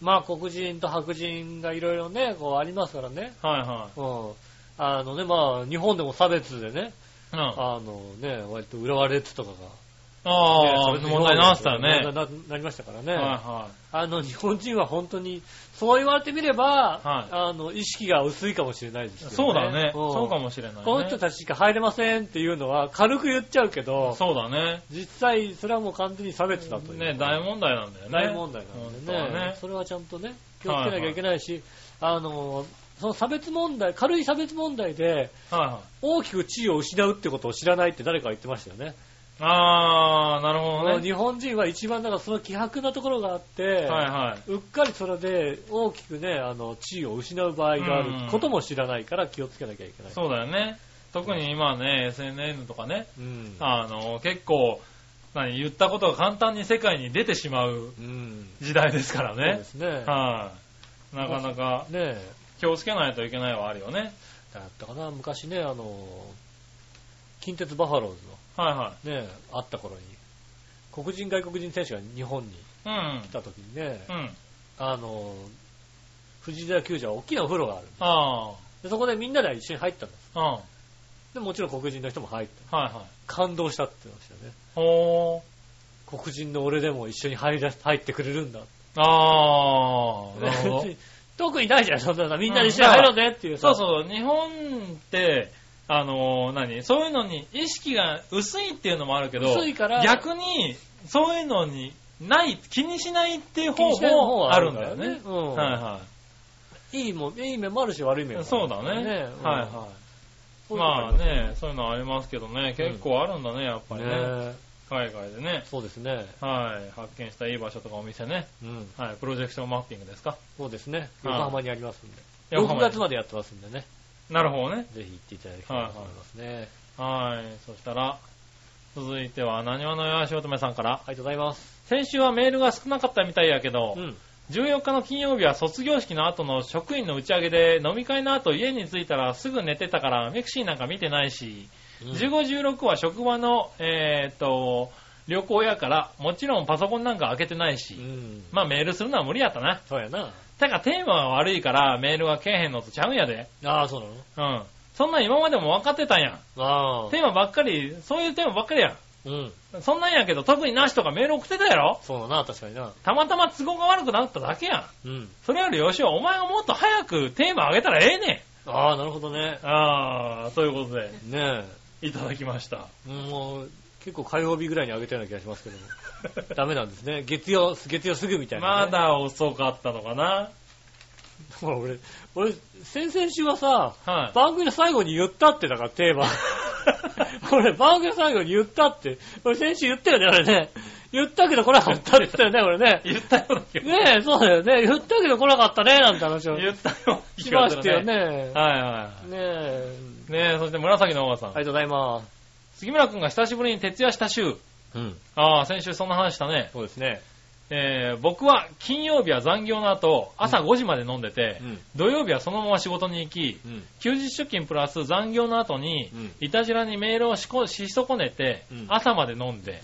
Speaker 2: まあ、黒人と白人がいろいろね、こうありますからね。
Speaker 3: はいは
Speaker 2: うん。あのね、まあ、日本でも差別でね、
Speaker 3: い。うん。あ
Speaker 2: あのね、割と浦和レッズとかが。
Speaker 3: あ
Speaker 2: ね
Speaker 3: ー、
Speaker 2: それで
Speaker 3: 問題になってたよ
Speaker 2: 問題
Speaker 3: ね
Speaker 2: に。ななりましたからね。
Speaker 3: はいは
Speaker 2: あの、日本人は本当に、そう言われてみれば、
Speaker 3: はい
Speaker 2: あの、意識が薄いかもしれないです
Speaker 3: い。
Speaker 2: よね。
Speaker 3: そうだね。
Speaker 2: ん
Speaker 3: そうかもしれないね。
Speaker 2: この人たちしか入れませんっていうのは軽く言っちゃうけど、
Speaker 3: そうだね。
Speaker 2: 実際それはもう完全に差別だという。
Speaker 3: ね、大問題なんだよね。
Speaker 2: 大問題なんで
Speaker 3: 本
Speaker 2: ね
Speaker 3: 当はね。
Speaker 2: それはちゃんとね、気をつけなきゃいけないし、あの、その差別問題、軽い差別問題で
Speaker 3: はいはい。
Speaker 2: 大きく地位を失うってことを知らないって誰かが言ってましたよね。
Speaker 3: あー、なるほどね。
Speaker 2: 日本人は一番だからその希薄なところがあって、
Speaker 3: はいは
Speaker 2: うっかりそれで大きくね、あの、地位を失う場合があることも知らないから気をつけなきゃいけない
Speaker 3: い。。そうだよね。特に今ね、SNS とかね、
Speaker 2: うん。
Speaker 3: あの、結構、何、言ったことが簡単に世界に出てしまう
Speaker 2: うん。
Speaker 3: 時代ですから
Speaker 2: そう
Speaker 3: ね
Speaker 2: で。すね。
Speaker 3: はい。なかなか
Speaker 2: ねえ。
Speaker 3: 気をつけないといけないはあるよね。
Speaker 2: だったかな、昔ね、あの、近鉄バファローズ
Speaker 3: はいは
Speaker 2: のね、あった頃に、黒人外国人選手が日本に
Speaker 3: い
Speaker 2: 来。た時にね、
Speaker 3: うん。うん。
Speaker 2: あの、藤沢球場は大きなお風呂がある。
Speaker 3: あ
Speaker 2: でそこでみんなで一緒に入ったんです。
Speaker 3: あ。うん。はい
Speaker 2: で、もちろん黒人の人も入った。
Speaker 3: はい。
Speaker 2: 感動したって言ってましたよね。
Speaker 3: ほー。
Speaker 2: 黒人の俺でも一緒に入ら入ってくれるんだ。
Speaker 3: ああ、なる
Speaker 2: [laughs]
Speaker 3: ほど。
Speaker 2: 特にないじゃん、そんなの。みんなで一緒に入ろうぜっていう
Speaker 3: そう
Speaker 2: う。
Speaker 3: そう、日本って、あのー何そういうのに意識が薄いっていうのもあるけど、
Speaker 2: 薄いから
Speaker 3: 逆に、そういうのに、ない、気にしないっていう
Speaker 2: 気に
Speaker 3: 方
Speaker 2: しない方
Speaker 3: も
Speaker 2: は
Speaker 3: あるんだよね。
Speaker 2: う
Speaker 3: はいは
Speaker 2: ん。いいもん、いい面もあるし悪い面もあ
Speaker 3: い。
Speaker 2: る。
Speaker 3: そうだね。
Speaker 2: ね。うん
Speaker 3: はいは
Speaker 2: そうい
Speaker 3: い。
Speaker 2: う
Speaker 3: ま
Speaker 2: のが
Speaker 3: あ
Speaker 2: りす
Speaker 3: ね、そういうのありますけどね、結構あるんだね、やっぱりね。
Speaker 2: ね
Speaker 3: 海外でね。
Speaker 2: そうですね。
Speaker 3: はい。発見したいい場所とかお店ね。
Speaker 2: うん。
Speaker 3: はい。プロジェクションマッピングですか。
Speaker 2: そうですね。
Speaker 3: はい
Speaker 2: 横浜にありますんで。
Speaker 3: 横
Speaker 2: 6
Speaker 3: 浜
Speaker 2: 月までやってますんでね。
Speaker 3: なるほどね。
Speaker 2: ぜひ行っていただきたいと思いますね。
Speaker 3: はい。そしたら、続いては、なにわのよしおとめさんから。
Speaker 2: ありがとうございます。
Speaker 3: 先週はメールが少なかったみたいやけど、
Speaker 2: ん。
Speaker 3: 14日の金曜日は卒業式の後の職員の打ち上げで、飲み会の後家に着いたらすぐ寝てたから、ミクシーなんか見てないし、15、16は職場の、えーっと、旅行やから、もちろんパソコンなんか開けてないし、
Speaker 2: うん。
Speaker 3: まあメールするのは無理やったな。
Speaker 2: そうやな。
Speaker 3: てかテーマが悪いからメールがけえへんのとちゃうんやで。
Speaker 2: ああ、そうなの
Speaker 3: うん。そんなん今までも分かってたんや。
Speaker 2: ああ。
Speaker 3: テーマばっかり、そういうテーマばっかりや
Speaker 2: うん。
Speaker 3: ん。そんなんやけど特になしとかメール送ってたやろ
Speaker 2: そうだな、確かにな。
Speaker 3: たまたま都合が悪くなっただけやん。
Speaker 2: うん。
Speaker 3: それよりよしお、お前がもっと早くテーマ上げたらええね
Speaker 2: ああ、なるほどね。
Speaker 3: ん。ああ、ということで、
Speaker 2: ね
Speaker 3: いただきま
Speaker 2: [laughs]
Speaker 3: した。
Speaker 2: え。もう、結構火曜日ぐらいに上げたような気がしますけども。 [laughs] ダメなんですね。月曜、月曜すぐみたいな、
Speaker 3: ま
Speaker 2: ね。。 [laughs]
Speaker 3: だ遅かったのかな
Speaker 2: 俺、俺、先々週はさ、
Speaker 3: はい。
Speaker 2: 番組の最後に言ったって、だからテー [laughs] マ。俺、番組の最後に言ったって。俺、先週言ったよね、俺ね。言ったけど来なかったって言ったよね、俺 [laughs] ね。
Speaker 3: 言ったような気が
Speaker 2: ねえ、そうだよね。言ったけど来なかったね、なんて話を
Speaker 3: 言ったような気
Speaker 2: し
Speaker 3: が
Speaker 2: ますし
Speaker 3: る
Speaker 2: たよ。ね。
Speaker 3: はいは
Speaker 2: ねえ。
Speaker 3: い。ねえ、そして紫のおばさん。
Speaker 2: ありがとうございます。
Speaker 3: 杉村くんが久しぶりに徹夜した週。
Speaker 2: うん。
Speaker 3: ああ、先週そんな話したね。
Speaker 2: そうですね。
Speaker 3: えー、僕は金曜日は残業の後、朝5時まで飲んでて、
Speaker 2: うん。
Speaker 3: 土曜日はそのまま仕事に行き、
Speaker 2: [laughs] うん。
Speaker 3: 休日出勤プラス残業の後に
Speaker 2: うん、
Speaker 3: いたじらにメールをしこし損ねて
Speaker 2: うん、
Speaker 3: 朝まで飲んで、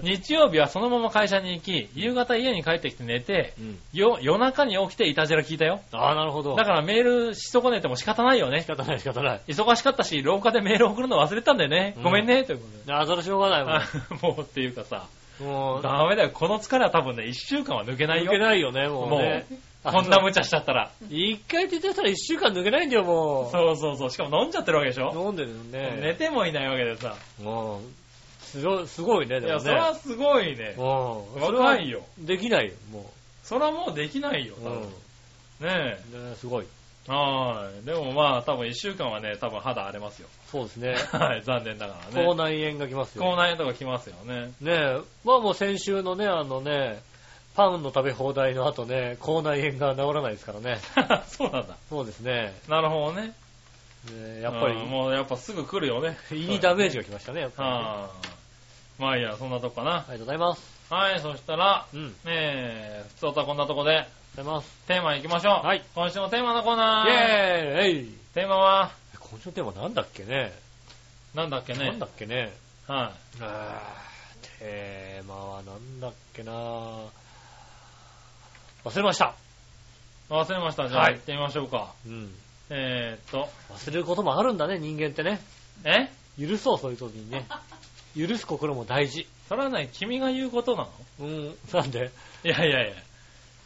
Speaker 3: 日曜日はそのまま会社に行き、夕方家に帰ってきて寝て、
Speaker 2: うん。
Speaker 3: よ夜中に起きていたじら聞いたよ。
Speaker 2: ああ、なるほど。
Speaker 3: だからメールし損ねても仕方ないよね
Speaker 2: 仕。方ない、仕方ない。
Speaker 3: 忙しかったし、廊下でメール送るの忘れてたんだよね
Speaker 2: う。ん
Speaker 3: ごめんね、ということで。
Speaker 2: ああ、それしょうがないもん
Speaker 3: あ。もうっていうかさ、
Speaker 2: もう、
Speaker 3: ダメだよ。この疲れは多分ね、1週間は抜けない
Speaker 2: 抜
Speaker 3: よ
Speaker 2: け。ないよね、もう
Speaker 3: もう
Speaker 2: ね。、
Speaker 3: こんな無茶しちゃったら。
Speaker 2: 一回出てたら一週間抜けないんだよ、も
Speaker 3: そうそうそう。しかも飲んじゃってるわけでし
Speaker 2: う。
Speaker 3: ょ
Speaker 2: 飲んでるよ
Speaker 3: 寝
Speaker 2: ね。
Speaker 3: てもいないわけでさ。
Speaker 2: もう、すごい、すごいね、
Speaker 3: い
Speaker 2: で
Speaker 3: や、
Speaker 2: も
Speaker 3: それは
Speaker 2: ね。
Speaker 3: すごいね。
Speaker 2: うん。それは
Speaker 3: 若いよ。
Speaker 2: できないよ、も
Speaker 3: それはもうできないよ、
Speaker 2: う。
Speaker 3: 多分
Speaker 2: うん。
Speaker 3: ね
Speaker 2: ねすごい。
Speaker 3: え。はい。でもまあ、多分1週間はね、多分肌荒れますよ。
Speaker 2: そうですね。
Speaker 3: はい、残念なが [laughs] らね。
Speaker 2: 口内炎が来ますよ。
Speaker 3: 口内炎とか来ますよね。
Speaker 2: ねえ、まあもう先週のね、あのね、パンの食べ放題の後ね、口内炎が治らないですからね。
Speaker 3: [laughs] そうなんだ。
Speaker 2: そうですね。
Speaker 3: なるほどね。
Speaker 2: ねやっぱ
Speaker 3: うん
Speaker 2: り、
Speaker 3: もうやっぱすぐ来るよね。
Speaker 2: いいダメージが来ましたね、やっぱりね。あ
Speaker 3: はあ。まあいいや、そんなとこかな
Speaker 2: り。がとうございます。
Speaker 3: はい、そしたら、
Speaker 2: うん。ありが
Speaker 3: えー、普通とはこんなとこで、
Speaker 2: とうございます。
Speaker 3: テーマ行きましょう。
Speaker 2: はい。
Speaker 3: 今週のテーマのコーナ
Speaker 2: イェ
Speaker 3: ー。イ
Speaker 2: ー
Speaker 3: ェーイ
Speaker 2: イえい
Speaker 3: テーマは、
Speaker 2: 今週のテーマなんだっけね
Speaker 3: なんだっけね。
Speaker 2: なんだっけね
Speaker 3: は
Speaker 2: あーテーマはなんだっけな忘れました。
Speaker 3: い。忘れました。じゃあ
Speaker 2: はい
Speaker 3: 行ってみましょうか。
Speaker 2: うん。
Speaker 3: えーっと、
Speaker 2: 忘れることもあるんだね、人間ってね。
Speaker 3: え
Speaker 2: 許そう、そういう時にね。許す心も大事。
Speaker 3: それはね、君が言うことなの
Speaker 2: うん。なんで
Speaker 3: いやいやいや。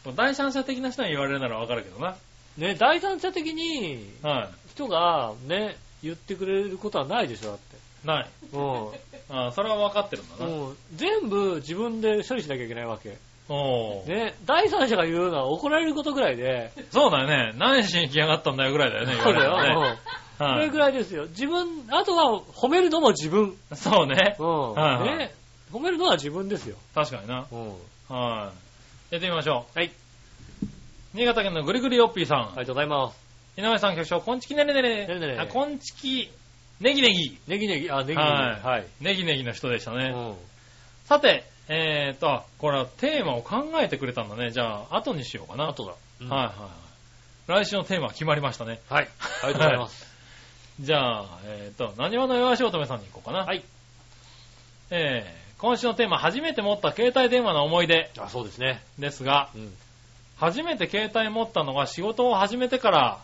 Speaker 3: もう第三者的な人に言われるならわかるけどな。
Speaker 2: ね、第三者的に
Speaker 3: は
Speaker 2: 人がね、言ってくれることはないでしょ、だって。
Speaker 3: い。ない。
Speaker 2: う
Speaker 3: あーそれは分かってるんだ
Speaker 2: ん。
Speaker 3: な。
Speaker 2: うん。全部自分で処理しなきゃいけないわけ。
Speaker 3: おー
Speaker 2: ね、第三者が言うのは怒られることぐらいで、
Speaker 3: そうだよね。何しに来やがったんだよぐらいだよね、言
Speaker 2: そう
Speaker 3: われ
Speaker 2: だ
Speaker 3: る
Speaker 2: よ
Speaker 3: のね。。
Speaker 2: そ
Speaker 3: は
Speaker 2: れ
Speaker 3: い
Speaker 2: ぐ。らいですよ。自分、あとは褒めるのも自分。
Speaker 3: そうね。
Speaker 2: うん。
Speaker 3: はいはい
Speaker 2: ね。褒めるのは自分ですよ。
Speaker 3: 確かにな。
Speaker 2: うん。
Speaker 3: はい。やってみましょう。
Speaker 2: はい。
Speaker 3: 新潟県のぐりぐりよっぴーさん。
Speaker 2: ありがとうございます。
Speaker 3: 井上さん局長、こんちきねれねれ。
Speaker 2: ねれねれ
Speaker 3: あ、こんちき、ネギネギ。
Speaker 2: ネギネギ、あ、ネギネギ。
Speaker 3: はい
Speaker 2: はい。
Speaker 3: ネギネギの人でした
Speaker 2: う
Speaker 3: ね。
Speaker 2: ん。
Speaker 3: さて、えーと、あこれはテーマを考えてくれたんだね。じゃあ、後にしようかな。
Speaker 2: あとだ。うん
Speaker 3: はいはいはい。来週のテーマは決まりましたね。
Speaker 2: はい。ありがとうございます。
Speaker 3: じゃあ、えーと、何話の岩橋乙女さんに行こうかな。
Speaker 2: はい。
Speaker 3: えー、今週のテーマ、初めて持った携帯電話の思い出
Speaker 2: あ、そうですね。
Speaker 3: ですが、
Speaker 2: うん。
Speaker 3: 初めて携帯持ったのが仕事を始めてから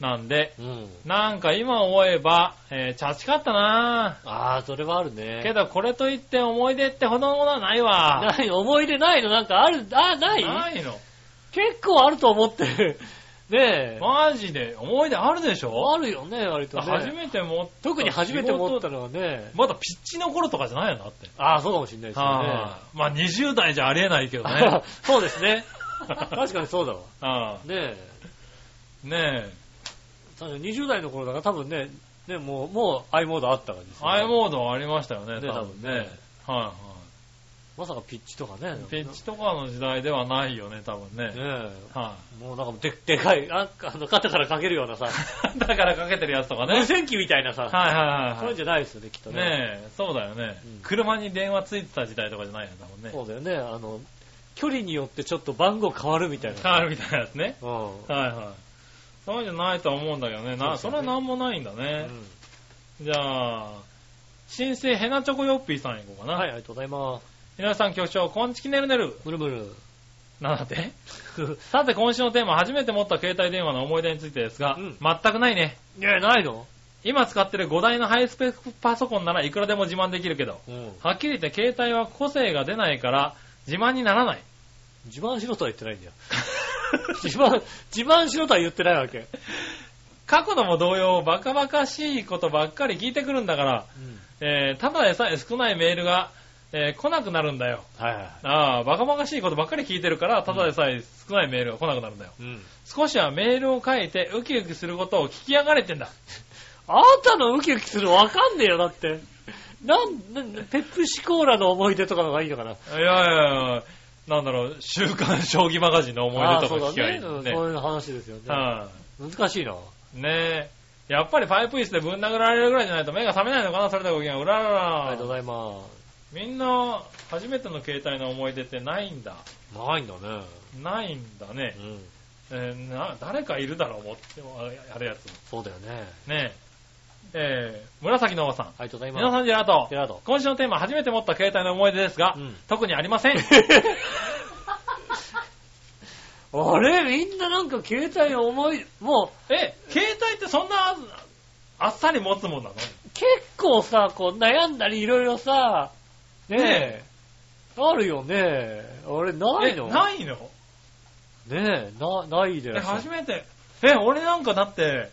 Speaker 3: なんで、
Speaker 2: うん。
Speaker 3: なんか今思えば、えー、チャチかったな
Speaker 2: ああ、それはあるね。
Speaker 3: ぁ。けどこれといって思い出ってほどのものはないわ。
Speaker 2: ないの思い出ないのなんかある、あ、ない
Speaker 3: ないの。
Speaker 2: 結構あると思って [laughs] る。ねえ。
Speaker 3: マジで思い出あるでしょ
Speaker 2: あるよね、割とね。
Speaker 3: 初めて持った。
Speaker 2: 特に初めて思った
Speaker 3: 仕
Speaker 2: のはね
Speaker 3: 事。まだピッチの頃とかじゃないよなって。
Speaker 2: ああ、そうかもしれないですよね。
Speaker 3: はいまあ20代じゃありえないけどね
Speaker 2: あ。 [laughs] そうですね。確かにそうだわ。
Speaker 3: あ
Speaker 2: ねえ。
Speaker 3: あねえ。
Speaker 2: 確かに20代の頃だから多分ね、ね、もう、もう i モードあった感じですよね
Speaker 3: i モードはありましたよね、
Speaker 2: ね
Speaker 3: 多分ね。はいは
Speaker 2: まさかピッチとかね。
Speaker 3: い。ピッチとかの時代ではないよね、多分ね。
Speaker 2: ねえ。
Speaker 3: は
Speaker 2: もうなんかででかい、ああの肩からかけるようなさ、
Speaker 3: い。 [laughs] だからかけてるやつとかね。
Speaker 2: 無線機みたいなさ、
Speaker 3: はいはいはい
Speaker 2: そうい
Speaker 3: は
Speaker 2: うん
Speaker 3: い。
Speaker 2: じゃないですよね、きっとね。
Speaker 3: ねえ、そうだよね
Speaker 2: うん。
Speaker 3: 車に電話ついてた時代とかじゃないよね、多分ね。
Speaker 2: そうだよね。あの、距離によってちょっと番号変わるみたいな。
Speaker 3: 変わるみたいなやつね。
Speaker 2: うん。
Speaker 3: はいはい。そうじゃないとは思うんだけどね。な、
Speaker 2: そ
Speaker 3: そうれ
Speaker 2: ですよね
Speaker 3: はなんもないんだ
Speaker 2: う
Speaker 3: ね。
Speaker 2: ん
Speaker 3: じゃあ、新生ヘナチョコヨッピーさん行こうかな。
Speaker 2: はい、ありがとうございます。
Speaker 3: 皆さん局長、こんちきねるねる。
Speaker 2: ブルブ
Speaker 3: [laughs]
Speaker 2: ル。
Speaker 3: なんだってさて、今週のテーマ、初めて持った携帯電話の思い出についてですが、
Speaker 2: うん
Speaker 3: 全くないね。
Speaker 2: いや、ないの
Speaker 3: 今使ってる5台のハイスペックパソコンならいくらでも自慢できるけど、
Speaker 2: うん。
Speaker 3: はっきり言って携帯は個性が出ないから、自慢にな
Speaker 2: [laughs]
Speaker 3: らない。
Speaker 2: 自慢しろとは言ってないんだよ。自慢、自慢しろとは言ってないわけ。
Speaker 3: 過去のも同様、バカバカしいことばっかり聞いてくるんだから、えー、ただでさえ少ないメールが、えー来なくなるんだよ。
Speaker 2: はいはい。
Speaker 3: ああ、バカバカしいことばっかり聞いてるから、ただでさえ少ないメールが来なくなるんだよ。
Speaker 2: うん。
Speaker 3: 少しはメールを書いてウキウキすることを聞きやがれてんだ。
Speaker 2: あんたのウキウキするのわかんねえよ、だって。なん、なんペプシコーラの思い出とかの方がいいのかな。
Speaker 3: いやいやいや、なんだろう、週刊将棋マガジンの思い出と
Speaker 2: あ
Speaker 3: か
Speaker 2: ー
Speaker 3: 聞きゃいい
Speaker 2: そうだ
Speaker 3: の
Speaker 2: ね。
Speaker 3: ね。
Speaker 2: そういう話ですよね。
Speaker 3: は
Speaker 2: 難しいな。
Speaker 3: いねえ。やっぱりパイプ椅子でぶん殴られるぐらいじゃないと目が覚めないのかな、それでごきげんうらら
Speaker 2: ありがとう
Speaker 3: ら。
Speaker 2: ございます。
Speaker 3: みんな、初めての携帯の思い出ってないんだ。
Speaker 2: ないんだね。
Speaker 3: ないんだね
Speaker 2: う。ん。
Speaker 3: えーな誰かいるだろう、持ってあるやつ。
Speaker 2: そうだよね。
Speaker 3: ねえ。えー、紫のおばさん。
Speaker 2: ありがとうございます。
Speaker 3: 皆さん、ジェラート
Speaker 2: ジェ。ラード。
Speaker 3: 今週のテーマ、初めて持った携帯の思い出ですが、
Speaker 2: うん
Speaker 3: 特にありませ
Speaker 2: [laughs]
Speaker 3: ん。
Speaker 2: あれみんななんか携帯重い、も
Speaker 3: え、携帯ってそんな、あっさり持つもんなの
Speaker 2: う結構さ、こう悩んだりいろいろさ、ねえ、あるよね。あれないの
Speaker 3: えないの
Speaker 2: ねえ、な、ないで
Speaker 3: え、
Speaker 2: らっしゃる
Speaker 3: 初めて。え、俺なんかだって、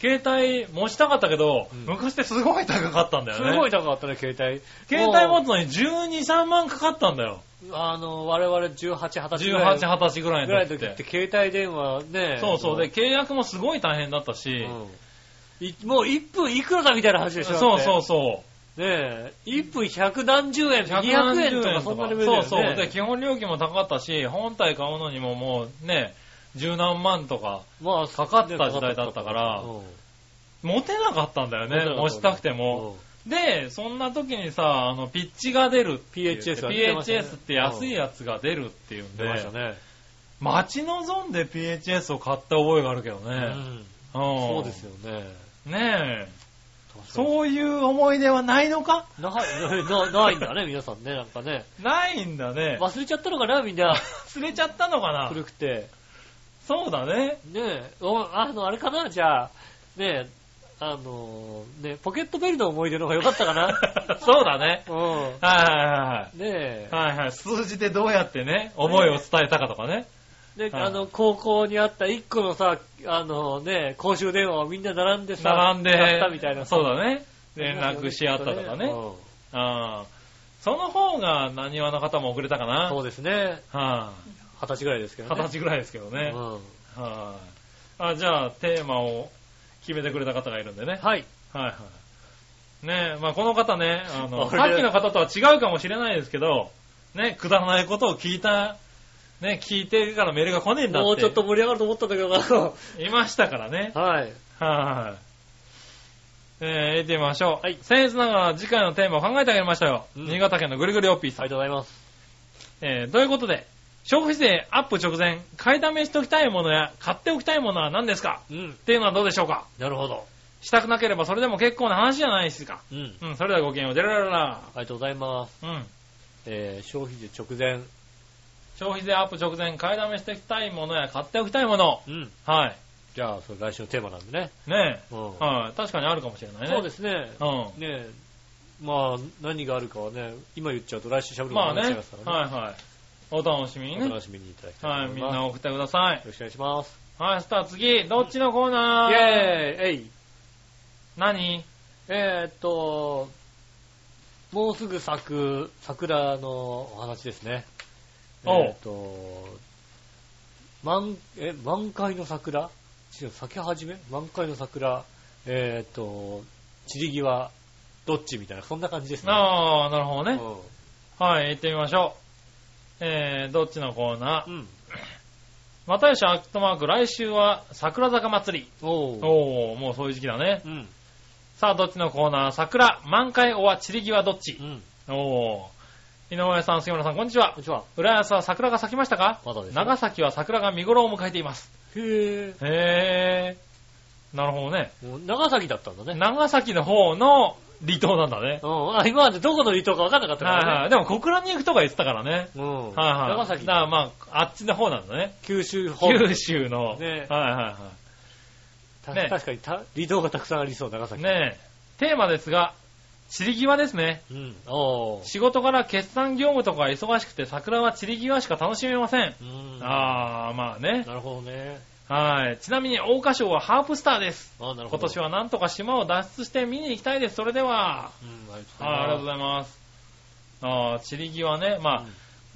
Speaker 3: 携帯持ちたかったけど、
Speaker 2: うん
Speaker 3: 昔ってすごい高かったんだよね。
Speaker 2: すごい高かったね、携帯。
Speaker 3: 携帯持
Speaker 2: も
Speaker 3: つのに12、3万かかったんだよ。
Speaker 2: う、あの、我々18、20歳ぐら
Speaker 3: 18、
Speaker 2: い
Speaker 3: 20歳ぐらい
Speaker 2: ぐらい
Speaker 3: の
Speaker 2: の
Speaker 3: 時っ
Speaker 2: 時
Speaker 3: て。
Speaker 2: って携帯電話ね。
Speaker 3: そうそう。で、
Speaker 2: で、
Speaker 3: 契約もすごい大変だったし、
Speaker 2: うんいもう1分いくらだみたいな話でしょ。
Speaker 3: そうそううそう。
Speaker 2: ねえ、1分100何十円、200円とかそんなレベルだよ
Speaker 3: そ
Speaker 2: ね。
Speaker 3: うそう。で、基本料金も高かったし、本体買うのにももうね、十何万とか、
Speaker 2: まあ、か
Speaker 3: かった時代だったから
Speaker 2: うん
Speaker 3: 持てなかったんだよ
Speaker 2: 持てな
Speaker 3: ね、
Speaker 2: かった
Speaker 3: 持ちたくても。
Speaker 2: うん
Speaker 3: で、そんな時にさ、あの、ピッチが出るっていう
Speaker 2: PHS が出てましたね
Speaker 3: PHS って安いやつが出るっていうんで、
Speaker 2: 出ましたね。
Speaker 3: 待ち望んで PHS を買った覚えがあるけど
Speaker 2: う
Speaker 3: ね。
Speaker 2: ん
Speaker 3: うん
Speaker 2: そうですよね。
Speaker 3: ねえ。
Speaker 2: う。
Speaker 3: そういう思い出はないのか
Speaker 2: な、な、ないんだね、皆さんね、なんかね。
Speaker 3: ないんだね。
Speaker 2: 忘れちゃったのかな、みん
Speaker 3: [laughs]
Speaker 2: な。
Speaker 3: 忘れちゃったのかな
Speaker 2: 古くて。
Speaker 3: そうだ
Speaker 2: [laughs]
Speaker 3: ね。
Speaker 2: ねえ、おあの、あれかな、じゃあ、ねえ、あの、ねポケットベルの思い出の方が良かったか
Speaker 3: [laughs]
Speaker 2: な。
Speaker 3: そうだね。
Speaker 2: う
Speaker 3: はいはいはいはい。
Speaker 2: ん。ねえ、
Speaker 3: はいはい、数字でどうやってね、思いを伝えたかとかね。
Speaker 2: で、
Speaker 3: はい
Speaker 2: あの、高校にあった一個のさ、あのね、公衆電話をみんな並んでさ、
Speaker 3: 並んで、
Speaker 2: やったみたいなさ
Speaker 3: そうだね。連絡し合ったとかね。
Speaker 2: うん
Speaker 3: あーその方が、何話の方も遅れたかな。
Speaker 2: そ
Speaker 3: は
Speaker 2: うですね。
Speaker 3: あ、
Speaker 2: 二十歳ぐらいですけど
Speaker 3: 二
Speaker 2: ね。
Speaker 3: 十歳ぐらいですけどね。
Speaker 2: うん。
Speaker 3: はいあじゃあ、テーマを決めてくれた方がいるんでね。
Speaker 2: はい。
Speaker 3: はいはい。ねえ、まあこの方ね、あの、
Speaker 2: あ
Speaker 3: さ
Speaker 2: れ
Speaker 3: っきの方とは違うかもしれないですけど、ね、くだらないことを聞いた、ね、聞いてからメールが来ねえんだって。
Speaker 2: もうちょっと。盛り上がると思ったんだけどな。 [laughs]
Speaker 3: いましたからね。
Speaker 2: はい。
Speaker 3: はい。えー、行ってみましょう。
Speaker 2: はい
Speaker 3: 僭越ながら次回のテーマを考えてあげましたよ。
Speaker 2: うん
Speaker 3: 新潟県のぐりぐりおっぴーさん。
Speaker 2: ありがとうございます。
Speaker 3: えー、ということで、消費税アップ直前、買いだめしておきたいものや、買っておきたいものは何ですか
Speaker 2: うん。
Speaker 3: っていうのはどうでしょうか
Speaker 2: なるほど。
Speaker 3: したくなければそれでも結構な話じゃないですか。
Speaker 2: うん。
Speaker 3: うん、それではごきげんよう。じゃらららら。
Speaker 2: ありがとうございます。
Speaker 3: うん。
Speaker 2: えー、消費税直前。
Speaker 3: 消費税アップ直前、買いだめしておきたいものや、買っておきたいもの。
Speaker 2: うん。
Speaker 3: は
Speaker 2: じゃあ、それ来週のテーマなんでね。
Speaker 3: い。ね
Speaker 2: うん。
Speaker 3: え。はい。確かにあるかもしれないね。。
Speaker 2: そうですすね。
Speaker 3: う
Speaker 2: ねえ。まあ、何があるかはね、今言っちゃうと来週喋る
Speaker 3: ん。
Speaker 2: こと
Speaker 3: まあ
Speaker 2: になっちゃい
Speaker 3: ね
Speaker 2: ますか。らね。
Speaker 3: はいはい。お楽しみに
Speaker 2: お
Speaker 3: ね
Speaker 2: 楽。しみにいただきた
Speaker 3: はいい。
Speaker 2: と思
Speaker 3: み
Speaker 2: い
Speaker 3: ん
Speaker 2: ます。
Speaker 3: な
Speaker 2: よ
Speaker 3: 送ってください。
Speaker 2: ろしくお願いします。
Speaker 3: はい、そしたら次、どっちのコーナー
Speaker 2: イェーイえい
Speaker 3: 何
Speaker 2: えーっと、もうすぐ咲く桜のお話ですね。え
Speaker 3: おう
Speaker 2: ーっと、満、え、満開の桜違う、咲き始め満開の桜、えーっと、散り際、どっちみたいな、そんな感じですね。
Speaker 3: ああ、なるほどね。
Speaker 2: うん
Speaker 3: はい、行ってみましょう。えー、どっちのコーナー
Speaker 2: うん。
Speaker 3: またよしアットマーク、来週は桜坂祭り。
Speaker 2: おう。
Speaker 3: おー、もうそういう時期だね。
Speaker 2: うん。
Speaker 3: さあ、どっちのコーナー桜、満開、おわ、散り際、どっち
Speaker 2: うん。
Speaker 3: おー。井上さん、杉村さん、こんにちは
Speaker 2: こん。にちは。
Speaker 3: 浦安は桜が咲きましたか
Speaker 2: まだです。
Speaker 3: 長崎は桜が見頃を迎えています。
Speaker 2: へえ。
Speaker 3: へー。なるほどね。
Speaker 2: もう長崎だったんだね。
Speaker 3: 長崎の方の離島なんだね。
Speaker 2: うん。あ、今までどこの離島か分かんなかったか
Speaker 3: はい
Speaker 2: ら
Speaker 3: は
Speaker 2: ね。
Speaker 3: い。でも、小倉に行くとか言ってたからね。
Speaker 2: うん。
Speaker 3: はいはい。
Speaker 2: 長崎
Speaker 3: だからまあ、あっちの方なんだね。
Speaker 2: 九州本部。
Speaker 3: 九州の。
Speaker 2: ね
Speaker 3: はいは
Speaker 2: た
Speaker 3: ね
Speaker 2: 確かにた離島がたくさんありそう、長
Speaker 3: いはい。
Speaker 2: 崎。。
Speaker 3: ねえ。テーマですが、散り際ですね。
Speaker 2: うん。おー。
Speaker 3: 仕事から決算業務とかが忙しくて、桜は散り際しか楽しめません。
Speaker 2: うん。
Speaker 3: あー、まあね。
Speaker 2: なるほどね。
Speaker 3: はい。ちなみに、桜花賞はハープスターです。
Speaker 2: あなるほ
Speaker 3: 今
Speaker 2: ど。
Speaker 3: 年。はなんとか島を脱出して見に行きたいです。それでは。
Speaker 2: うん、ありがとうございます。
Speaker 3: はい、ありがとうございます。あー、散り際ね。まあ、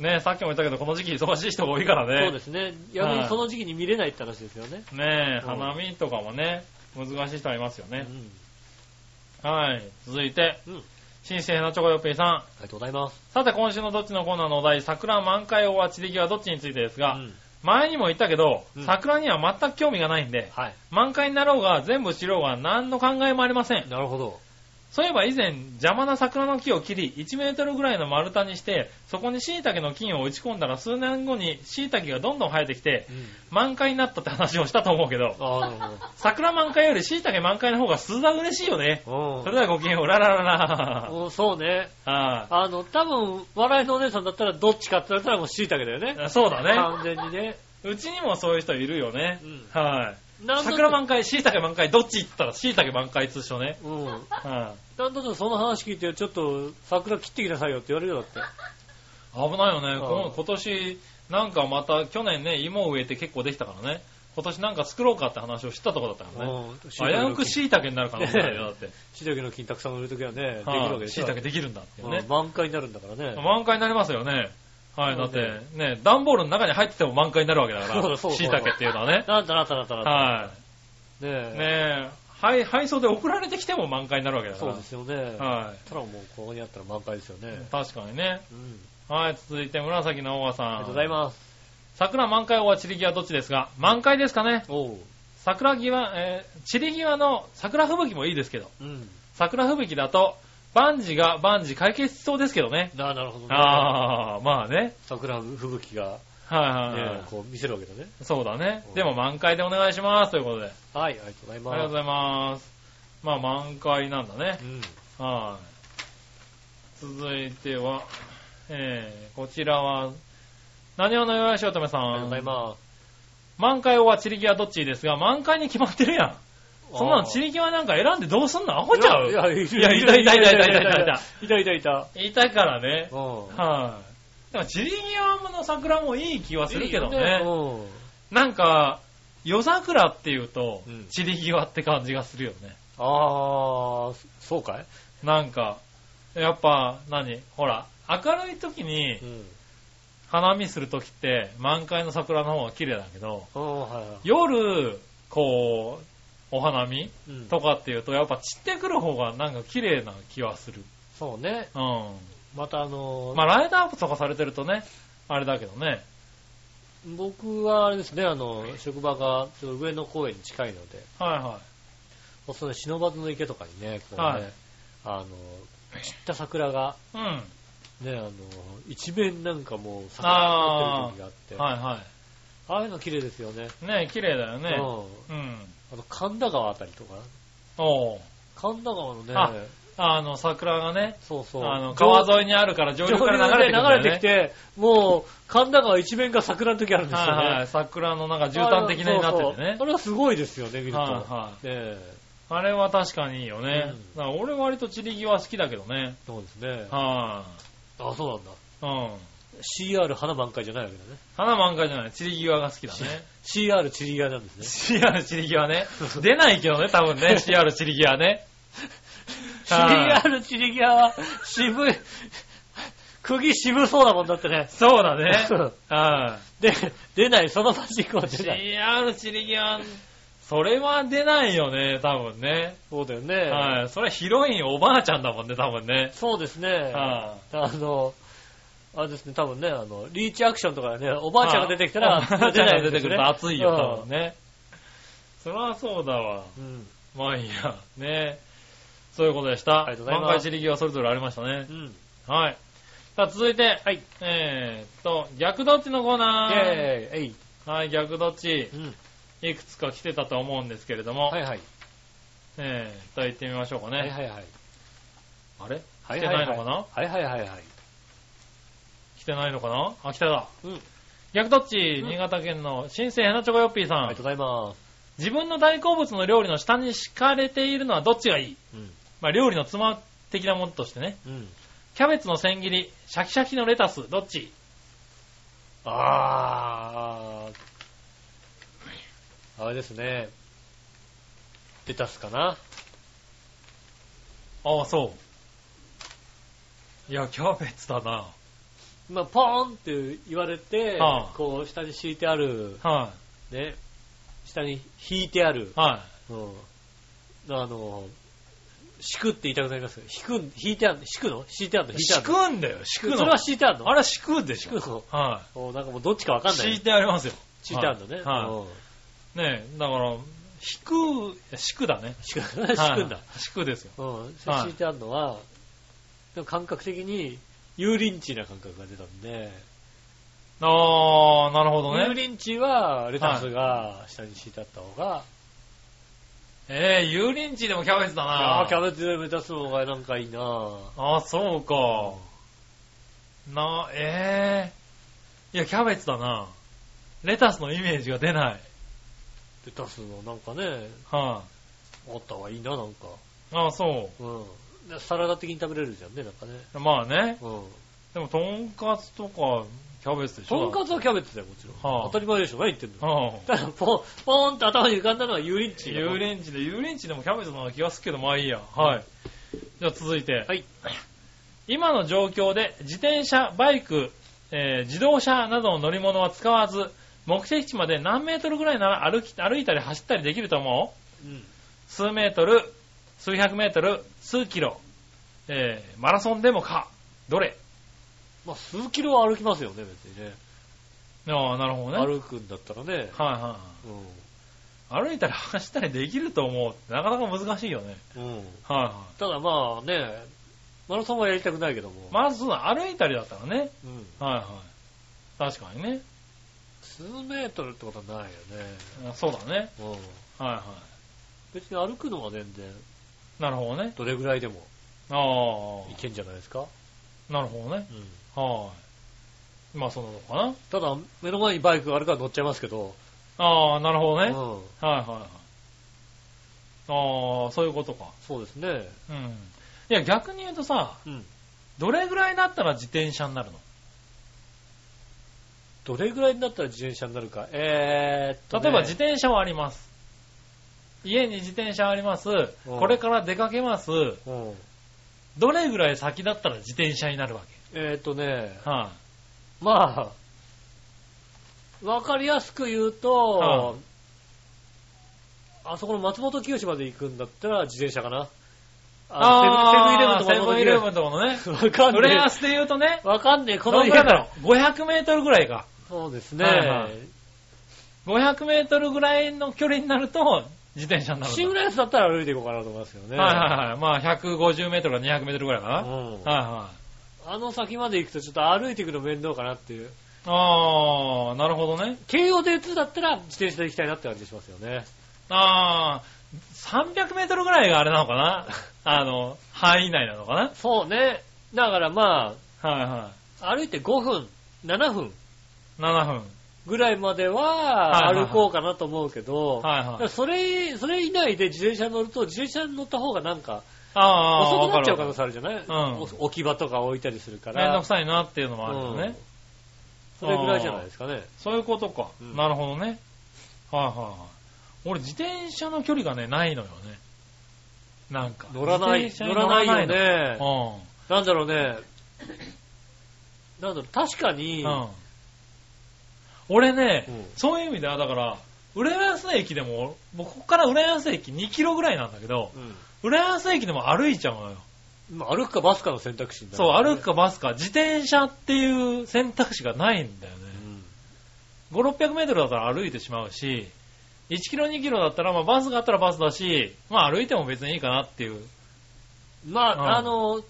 Speaker 3: ねさっきも言ったけど、この時期忙しい人が多いからね。
Speaker 2: そうですね。逆にその時期に見れないって話ですよね。
Speaker 3: ねえ、
Speaker 2: うん
Speaker 3: 花見とかもね、難しい人はいますよ
Speaker 2: う
Speaker 3: ね。
Speaker 2: ん。
Speaker 3: はい。続いて、
Speaker 2: うん。あ
Speaker 3: 新鮮なチョコヨッピーさん。
Speaker 2: りがとうございます。
Speaker 3: さて、今週のどっちのコーナーのお題、桜満開をは散り際どっちについてです
Speaker 2: う
Speaker 3: が、
Speaker 2: ん。
Speaker 3: 前にも言ったけど
Speaker 2: う、ん
Speaker 3: 桜には全く興味がないんで、
Speaker 2: はい。
Speaker 3: 満開になろうが全部知ろうが何の考えもありません。
Speaker 2: なるほど。
Speaker 3: そういえば以前、邪魔な桜の木を切り、1メートルぐらいの丸太にして、そこに椎茸の菌を打ち込んだら数年後に椎茸がどんどん生えてきて
Speaker 2: う、ん。
Speaker 3: 満開になったって話をしたと思うけど、
Speaker 2: ああ、なる
Speaker 3: 桜満開より椎茸満開の方が数段嬉しいよね。
Speaker 2: ほ
Speaker 3: [laughs]
Speaker 2: ど。
Speaker 3: それではごきげんよう、ララララ。
Speaker 2: うん。うんそうね。
Speaker 3: あ
Speaker 2: あの、多分、笑いのお姉さんだったらどっちかって言われたらもう椎茸だよね。
Speaker 3: あそうだね。
Speaker 2: 完全にね。
Speaker 3: うちにもそういう人いるよね
Speaker 2: う。ん。
Speaker 3: はい。
Speaker 2: なんと
Speaker 3: 桜満開、椎茸満開、どっちって言ったら椎茸満開通称ね。
Speaker 2: うん。
Speaker 3: うん。
Speaker 2: なんとなくその話聞いて、ちょっと桜切ってきなさいよって言われるよだって。
Speaker 3: 危ないよね。
Speaker 2: ん
Speaker 3: この今年、なんかまた、去年ね、芋を植えて結構できたからね。今年なんか作ろうかって話をしたとこだったからね。
Speaker 2: うん。
Speaker 3: 危うく椎茸になる可能性あるよ、だって。
Speaker 2: しいたけの金たくさん売るときはね、できるわ
Speaker 3: は
Speaker 2: け
Speaker 3: い
Speaker 2: でし
Speaker 3: 椎
Speaker 2: ょ。
Speaker 3: 茸できるんだっていうね
Speaker 2: うん。満開になるんだからね。
Speaker 3: 満開になりますよね。はい、
Speaker 2: そ
Speaker 3: だっ
Speaker 2: うね
Speaker 3: て、ね、段ボールの中に入ってても満開になるわけだか
Speaker 2: そう
Speaker 3: ら、
Speaker 2: だそうだ
Speaker 3: 椎茸っていうのはね。
Speaker 2: なんだなったなったなった。
Speaker 3: は
Speaker 2: ねえ。
Speaker 3: い。ねえ、はい、配送で送られてきても満開になるわけだか
Speaker 2: そう
Speaker 3: ら
Speaker 2: で。すよね。そ
Speaker 3: は
Speaker 2: したらもうここにあったら満開ですよ
Speaker 3: い
Speaker 2: ね。。
Speaker 3: 確かにね。
Speaker 2: うん。
Speaker 3: はい、続いて紫の大川さん。
Speaker 2: ありがとうございます。
Speaker 3: 桜満開は散り際どっちですが、満開ですかね。
Speaker 2: おう。
Speaker 3: 桜際、えー、散り際の桜吹雪もいいですけど、
Speaker 2: うん。
Speaker 3: 桜吹雪だと、万事が万事解決しそうですけどね。
Speaker 2: ななるほどね。
Speaker 3: ああ、まあね。
Speaker 2: 桜吹雪が、
Speaker 3: はいはい、はい
Speaker 2: ね、こう見せるわけだね。
Speaker 3: そうだね
Speaker 2: う。ん
Speaker 3: でも満開でお願いします。ということで。
Speaker 2: はい、ありがとうござい
Speaker 3: ありがとう
Speaker 2: ます。
Speaker 3: ございます。まあ満開なんだね
Speaker 2: う。ん。
Speaker 3: はい。続いては、えー、こちらは、何をのよしおとめさ
Speaker 2: ありがとうござい
Speaker 3: ん。
Speaker 2: ます。
Speaker 3: 満開は散り際どっちですが、満開に決まってるやん。そんなの散
Speaker 2: り
Speaker 3: り際なんか選んでどうすんのアホちゃう
Speaker 2: い
Speaker 3: い
Speaker 2: や、いや、
Speaker 3: いやいたいたいたいたいたいたいた。
Speaker 2: いたいたいた。
Speaker 3: いたからね。
Speaker 2: うん。
Speaker 3: はい。でも散り際の桜もいい気はするけどね。
Speaker 2: うん。
Speaker 3: なんか、夜桜っていうと
Speaker 2: うん、
Speaker 3: 散り際って感じがするよね。
Speaker 2: あー、そうかい
Speaker 3: なんか、やっぱ、何ほら、明るい時に
Speaker 2: うん。
Speaker 3: 花見する時って、満開の桜の方が綺麗だけど、
Speaker 2: うん、はいはい。
Speaker 3: 夜、こう、お花見
Speaker 2: うん。
Speaker 3: とかっていうと、やっぱ散ってくる方がなんか綺麗な気はする。
Speaker 2: そうね。
Speaker 3: うん。
Speaker 2: またあのー
Speaker 3: まあ、ライトアップとかされてるとね、あれだけどね。
Speaker 2: 僕はあれですね、あの、職場がちょっと上野公園に近いので、
Speaker 3: はいは
Speaker 2: その忍ばずの池とかにね、こうね、
Speaker 3: はい
Speaker 2: あの、散った桜が、
Speaker 3: い。うん。は
Speaker 2: ね、あの、一面なんかもう桜が出てる時
Speaker 3: い
Speaker 2: があって、
Speaker 3: は
Speaker 2: ああいうの綺麗ですよね。
Speaker 3: い。ね綺麗だよ
Speaker 2: う
Speaker 3: ね。
Speaker 2: ん
Speaker 3: うん。
Speaker 2: あの、神田川あたりとか、
Speaker 3: おう
Speaker 2: 神田川のね、
Speaker 3: ああの、桜がね、
Speaker 2: そうそう。
Speaker 3: あの、川
Speaker 2: い
Speaker 3: 沿いにあるから上
Speaker 2: 上
Speaker 3: 流
Speaker 2: 流
Speaker 3: から流れてくるんだよ
Speaker 2: 流
Speaker 3: ね。
Speaker 2: れてきて、もう、神田川一面が桜の時あるんですよね。
Speaker 3: はいはい。桜のなんか絨毯的なになってて
Speaker 2: そうそう
Speaker 3: ね
Speaker 2: そ。れはすごいですよね、見ると。
Speaker 3: はいはい
Speaker 2: ねえ
Speaker 3: あれは確かにいいよね。だから俺割と散り際好きだけどね。
Speaker 2: そうですね。
Speaker 3: は
Speaker 2: あ、そうなんだ。
Speaker 3: い。うん。
Speaker 2: CR 花満開じゃないわけだね。
Speaker 3: 花満開じゃない。散り際が好き
Speaker 2: [laughs]
Speaker 3: だね。
Speaker 2: CR チリギアなんですね。
Speaker 3: CR 散り際ね。出ないけどね、多分ね。CR 散り
Speaker 2: [laughs]
Speaker 3: 際ね。はい
Speaker 2: CR チリギアは渋い、釘渋そうだもんだってね。
Speaker 3: そうだね。は。
Speaker 2: [laughs] で、出ない、そのパチンコはい出ない。
Speaker 3: CR 散り際、それは出ないよね、多分ね。
Speaker 2: そうだよね。
Speaker 3: はい。それヒロインおばあちゃんだもんね、多分ね。
Speaker 2: そうですね。
Speaker 3: は
Speaker 2: あの、あれですね、多分ね、あの、リーチアクションとかでね、おばあちゃんが出てきたら、
Speaker 3: おばあちゃんが出てくる
Speaker 2: 出
Speaker 3: と熱
Speaker 2: ないですね
Speaker 3: よ、多分ね。そりゃそうだわ。
Speaker 2: うんうん。
Speaker 3: まあいいや、ねそういうことでした。
Speaker 2: ありがとうございます
Speaker 3: 満開散り際それぞれありましたね
Speaker 2: う。ん。
Speaker 3: はい。さあ、続いて、
Speaker 2: はい。
Speaker 3: えーっと、逆どっちのコーナー。
Speaker 2: イェーイ。えい。
Speaker 3: はい、逆どっち
Speaker 2: う、ん。
Speaker 3: いくつか来てたと思うんですけれども、
Speaker 2: はいはい。
Speaker 3: えーっと、行ってみましょうかね。
Speaker 2: はいはいはい。
Speaker 3: あれ
Speaker 2: はい
Speaker 3: 来てないのかな
Speaker 2: はいはいはいはい。
Speaker 3: 来てないのかなあ、来ただ。
Speaker 2: うん。
Speaker 3: 逆どっち、
Speaker 2: ん
Speaker 3: 新潟県の新生ヘナチョコヨッピーさ
Speaker 2: あ
Speaker 3: ん
Speaker 2: りが、とうございます。
Speaker 3: 自分の大好物の料理の下に敷かれているのはどっちがいい
Speaker 2: うん。
Speaker 3: まあ、料理のつま的なものとしてね。
Speaker 2: うん。
Speaker 3: キャベツの千切り、シャキシャキのレタス、どっち
Speaker 2: あー。あれですね。レタスかな。
Speaker 3: ああ、そう。いや、キャベツだな。はい、
Speaker 2: まあ、ポーンって言われて、
Speaker 3: はあ
Speaker 2: こう、下に敷いてある、ね、下に引いてある、
Speaker 3: はい、
Speaker 2: うんあの、敷くって言いたくなりますけど、敷く、引いてあるの敷くの敷いてあるの引いてあ
Speaker 3: 敷
Speaker 2: るの
Speaker 3: くんだよ、敷く
Speaker 2: そ
Speaker 3: の
Speaker 2: れは。敷いてあるの
Speaker 3: あれ敷くでし
Speaker 2: 敷
Speaker 3: ょ。
Speaker 2: くの
Speaker 3: は
Speaker 2: おなんかもうどっちかわ
Speaker 3: い、
Speaker 2: かんない。
Speaker 3: 敷いてありますよ。
Speaker 2: 敷いてあるのね。
Speaker 3: はい
Speaker 2: うん
Speaker 3: ねえ、だから、敷く、いや敷くだね。
Speaker 2: 敷く敷くんだ
Speaker 3: は。い敷くですよ。
Speaker 2: うん、それ
Speaker 3: はい
Speaker 2: 敷いてあるのは、でも感覚的に、油淋鶏な感覚が出たんで、
Speaker 3: ああ、なるほど
Speaker 2: 油
Speaker 3: ね。
Speaker 2: 淋鶏はレタスが下に敷いてあった方が、
Speaker 3: えー、油淋鶏でもキャベツだな。
Speaker 2: ああー、キャベツでレタスの方がなんかいいなぁ。
Speaker 3: ああ、そうか。な、ええいや、キャベツだな。レタスのイメージが出ない。はい、
Speaker 2: レタスのなんかね、あった方がいいな、なんか。
Speaker 3: ああ、そ
Speaker 2: うん。でサラダ的に食べれるじゃんね、なんかね。
Speaker 3: う。まあね。
Speaker 2: うん。
Speaker 3: でも、とんかつとか、キャベツでし
Speaker 2: と
Speaker 3: ょ
Speaker 2: んかつはキャベツだよ、もちろん。
Speaker 3: はあ
Speaker 2: 当たり前でしょ、何言ってんの。
Speaker 3: うん。
Speaker 2: ただ、ポン、ポーンって頭に浮かんだのは油淋鶏だ。
Speaker 3: 油
Speaker 2: ン
Speaker 3: 淋鶏で、油淋鶏でもキャベツのような気がするけど、まあいいや。はい。じゃあ続いて。
Speaker 2: はい。
Speaker 3: 今の状況で、自転車、バイク、えー自動車などの乗り物は使わず、目的地まで何メートルぐらいなら歩き、歩いたり走ったりできると思う
Speaker 2: うん。
Speaker 3: 数メートル、数百メートル、数キロ、えー、マラソンでもか、どれ
Speaker 2: まあ、数キロは歩きますよね、別にね。
Speaker 3: ああ、なるほどね。はい、
Speaker 2: 歩くんだったらね。
Speaker 3: ははい、歩いたり走ったりできると思うってなかなか難しいよね。
Speaker 2: うん。うん。
Speaker 3: はい、はい、
Speaker 2: ただまあね、マラソンはやりたくないけども。
Speaker 3: まず、歩いたりだったらね。
Speaker 2: うん。
Speaker 3: はい、はい、確かにね。
Speaker 2: 数メートルってことはないよね。
Speaker 3: あそうだね。
Speaker 2: うん。
Speaker 3: はい、は
Speaker 2: 別に歩くのは全然、
Speaker 3: い。なるほどね。
Speaker 2: どれぐらいでも
Speaker 3: あ
Speaker 2: いけんじゃないですか。
Speaker 3: あ、なるほどね。
Speaker 2: うん。
Speaker 3: はい。まあ、そんなのかな。
Speaker 2: ただ、目の前にバイクがあるから乗っちゃいますけど。
Speaker 3: ああ、なるほど
Speaker 2: う
Speaker 3: ね。
Speaker 2: ん
Speaker 3: はい、。はい、はい。ああ、そういうことか。
Speaker 2: そうですね。
Speaker 3: うん。いや、逆に言うとさ、
Speaker 2: うん。
Speaker 3: どれぐらいだったら自転車になるの
Speaker 2: どれぐらいになったら自転車になるか。えーっとね、
Speaker 3: 例えば自転車はあります。家に自転車あります。これから出かけます。
Speaker 2: うん。
Speaker 3: どれぐらい先だったら自転車になるわ
Speaker 2: えーっとね、
Speaker 3: けは
Speaker 2: まあ、わかりやすく言うと、
Speaker 3: は
Speaker 2: あそこの松本清まで行くんだったら自転車かな。
Speaker 3: あー、セブンイレブ
Speaker 2: ン
Speaker 3: ンとかのね。 [laughs]
Speaker 2: とかわかん
Speaker 3: 浦
Speaker 2: ね
Speaker 3: 安で言うとね
Speaker 2: え。、わかんねえ、こ
Speaker 3: ど
Speaker 2: の
Speaker 3: のぐ
Speaker 2: 家
Speaker 3: らいだ
Speaker 2: だ
Speaker 3: ろ
Speaker 2: ろ。
Speaker 3: う ?500 メートルぐらいか。
Speaker 2: そうですね。
Speaker 3: はいはい500メートルぐらいの距離になると、自転車になるんだ。
Speaker 2: 新浦安だったら歩いていこうかなと思いますけどね。
Speaker 3: はいはいはい。まあ、150メートルか200メートルぐらいかな。はい
Speaker 2: うん
Speaker 3: はい。
Speaker 2: あの先まで行くとちょっと歩いていくの面倒かなっていう。
Speaker 3: ああ、なるほどね。
Speaker 2: 京王電通だったら自転車で行きたいなって感じしますよね。
Speaker 3: ああ、300メートルぐらいがあれなのかな [laughs] あの、範囲内なのかな
Speaker 2: そうね。だからま
Speaker 3: はいは
Speaker 2: あ、歩いて5分、7分
Speaker 3: い。7分。
Speaker 2: ぐらいまで
Speaker 3: は
Speaker 2: はい
Speaker 3: はいはい
Speaker 2: 歩こうかなと思うけど、
Speaker 3: はい
Speaker 2: だ
Speaker 3: は
Speaker 2: か
Speaker 3: い
Speaker 2: ら。それ、それ以内で自転車に乗ると、自転車に乗った方がなんか、
Speaker 3: ああ、
Speaker 2: 遅くなっちゃう可
Speaker 3: わ
Speaker 2: 能
Speaker 3: か
Speaker 2: 性あるじゃない、
Speaker 3: ん
Speaker 2: お置き場とか置いたりするか
Speaker 3: るめんど
Speaker 2: ら
Speaker 3: く。さいなっていうのもあるよね。
Speaker 2: うんそれぐらいじゃないですかね。
Speaker 3: そういうことか、
Speaker 2: うん
Speaker 3: なるほどね。はいはいはい。俺、自転車の距離がね、ないのよね。なんか。
Speaker 2: 乗らない、
Speaker 3: 自
Speaker 2: 乗
Speaker 3: 転車
Speaker 2: ら
Speaker 3: に
Speaker 2: ないよ
Speaker 3: の。
Speaker 2: ね。なんだろうね。なんだろう、確かに、
Speaker 3: うん。うん。俺ね、
Speaker 2: うん
Speaker 3: そういう意味では、だから、浦安駅でも、僕ここから浦安駅2キロぐらいなんだけど、浦安駅でも歩いちゃうのよ。
Speaker 2: うんまあ歩くかバスかの選択肢になる
Speaker 3: そう、
Speaker 2: よね
Speaker 3: 歩くかバスか、自転車っていう選択肢がないんだよね。
Speaker 2: うん
Speaker 3: 5、600メートルだったら歩いてしまうし、1キロ、2キロだったら、まあバスがあったらバスだし、まあ歩いても別にいいかなっていう。
Speaker 2: まあ、
Speaker 3: うん
Speaker 2: あの、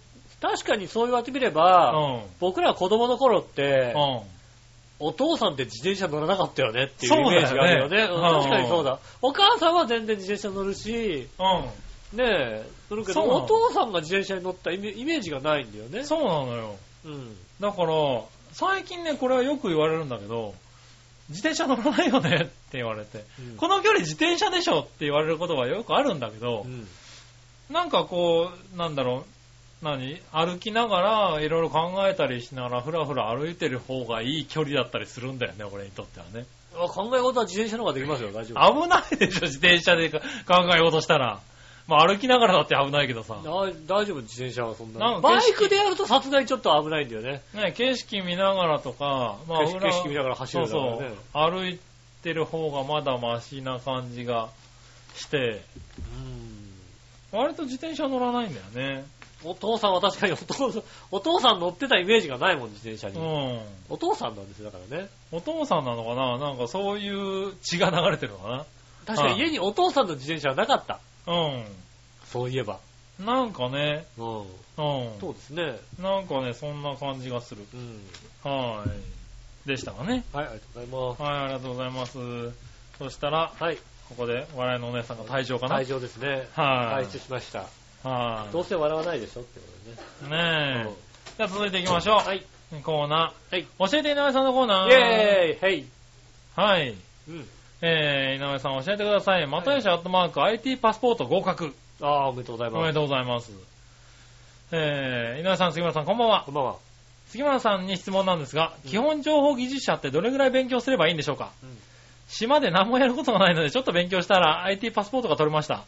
Speaker 2: 確かにそう言われてみれば、
Speaker 3: うん。
Speaker 2: 僕ら子供の頃って、
Speaker 3: うん。
Speaker 2: お父さんって自転車乗らなかったよねっていう
Speaker 3: そう
Speaker 2: イ
Speaker 3: だよね
Speaker 2: メージがあるよね。うん
Speaker 3: うん
Speaker 2: 確かにそうだ。お母さんは全然自転車乗るし、ねえ、乗るけど、
Speaker 3: そうなの
Speaker 2: お父さんが自転車に乗ったイメイメージがないんだよ
Speaker 3: う
Speaker 2: ね
Speaker 3: ん。。そうなのよ。
Speaker 2: うん。
Speaker 3: だから、最近ね、これはよく言われるんだけど、自転車乗らないよねって言われて、
Speaker 2: うん
Speaker 3: この距離自転車でしょって言われることがよくあるんだけど、
Speaker 2: うん
Speaker 3: なんかこう、なんだろう、何歩きながら、いろいろ考えたりしながら、ふらふら歩いてる方がいい距離だったりするんだよね、俺にとってはね。
Speaker 2: あ考え事は自転車の方ができますよ、大丈夫。
Speaker 3: 危ないでしょ、自転車でか考えようとしたら。まあ歩きながらだって危ないけどさ。
Speaker 2: だ大丈夫、自転車はそん
Speaker 3: な
Speaker 2: なん
Speaker 3: か景
Speaker 2: バ
Speaker 3: 色
Speaker 2: イクでやるとさすがにちょっと危ないんだよね。
Speaker 3: ね、景色見ながらとか、まあ
Speaker 2: 景色景色見ながら走るだ
Speaker 3: そ
Speaker 2: ろ
Speaker 3: う
Speaker 2: うね
Speaker 3: そう。歩いてる方がまだマシな感じがして、割と自転車乗らないんだよね。
Speaker 2: うんお父さんは確かにお父さん、お父さん乗ってたイメージがないもん、自転車に。
Speaker 3: うん。
Speaker 2: お父さんなんですよ、だからね。
Speaker 3: お父さんなのかななんかそういう血が流れてるのか
Speaker 2: 確か
Speaker 3: うん
Speaker 2: に家にお父さんの自転車はなかった。
Speaker 3: な
Speaker 2: そういえば。
Speaker 3: うん。なんかね、
Speaker 2: うん。
Speaker 3: う
Speaker 2: そうですね。
Speaker 3: ん。なんかね、そんな感じがする。
Speaker 2: うん。
Speaker 3: はい。でしたかね。
Speaker 2: はい、ありがとうございます。
Speaker 3: はい、ありがとうございます。そしたら、
Speaker 2: はい、
Speaker 3: ここで笑いのお姉さんが退場かな。
Speaker 2: 退場ですね。
Speaker 3: は
Speaker 2: 退
Speaker 3: い。
Speaker 2: 出しました。
Speaker 3: はい
Speaker 2: どうせ笑わないでしょってことでね。
Speaker 3: ね
Speaker 2: う
Speaker 3: え
Speaker 2: ん。
Speaker 3: じゃあ続いていきましょう。
Speaker 2: はい。
Speaker 3: コーナー。
Speaker 2: はい
Speaker 3: 教えて井上さんのコーナー。
Speaker 2: イェーイヘイ
Speaker 3: はい。
Speaker 2: うん。
Speaker 3: えー、井上さん教えてください。またよしアットマーク IT パスポート合格。
Speaker 2: ああ、おめでとうござい
Speaker 3: おめ
Speaker 2: ま。
Speaker 3: ですとうございます。えー、井上さん、杉村さん、こんばんは
Speaker 2: こ。んばんは。
Speaker 3: 杉村さんに質問なんですが、
Speaker 2: うん
Speaker 3: 基本情報技術者ってどれぐらい勉強すればいいんでしょうか、
Speaker 2: うん
Speaker 3: 島で何もやることがないので、ちょっと勉強したら IT パスポートが取れました。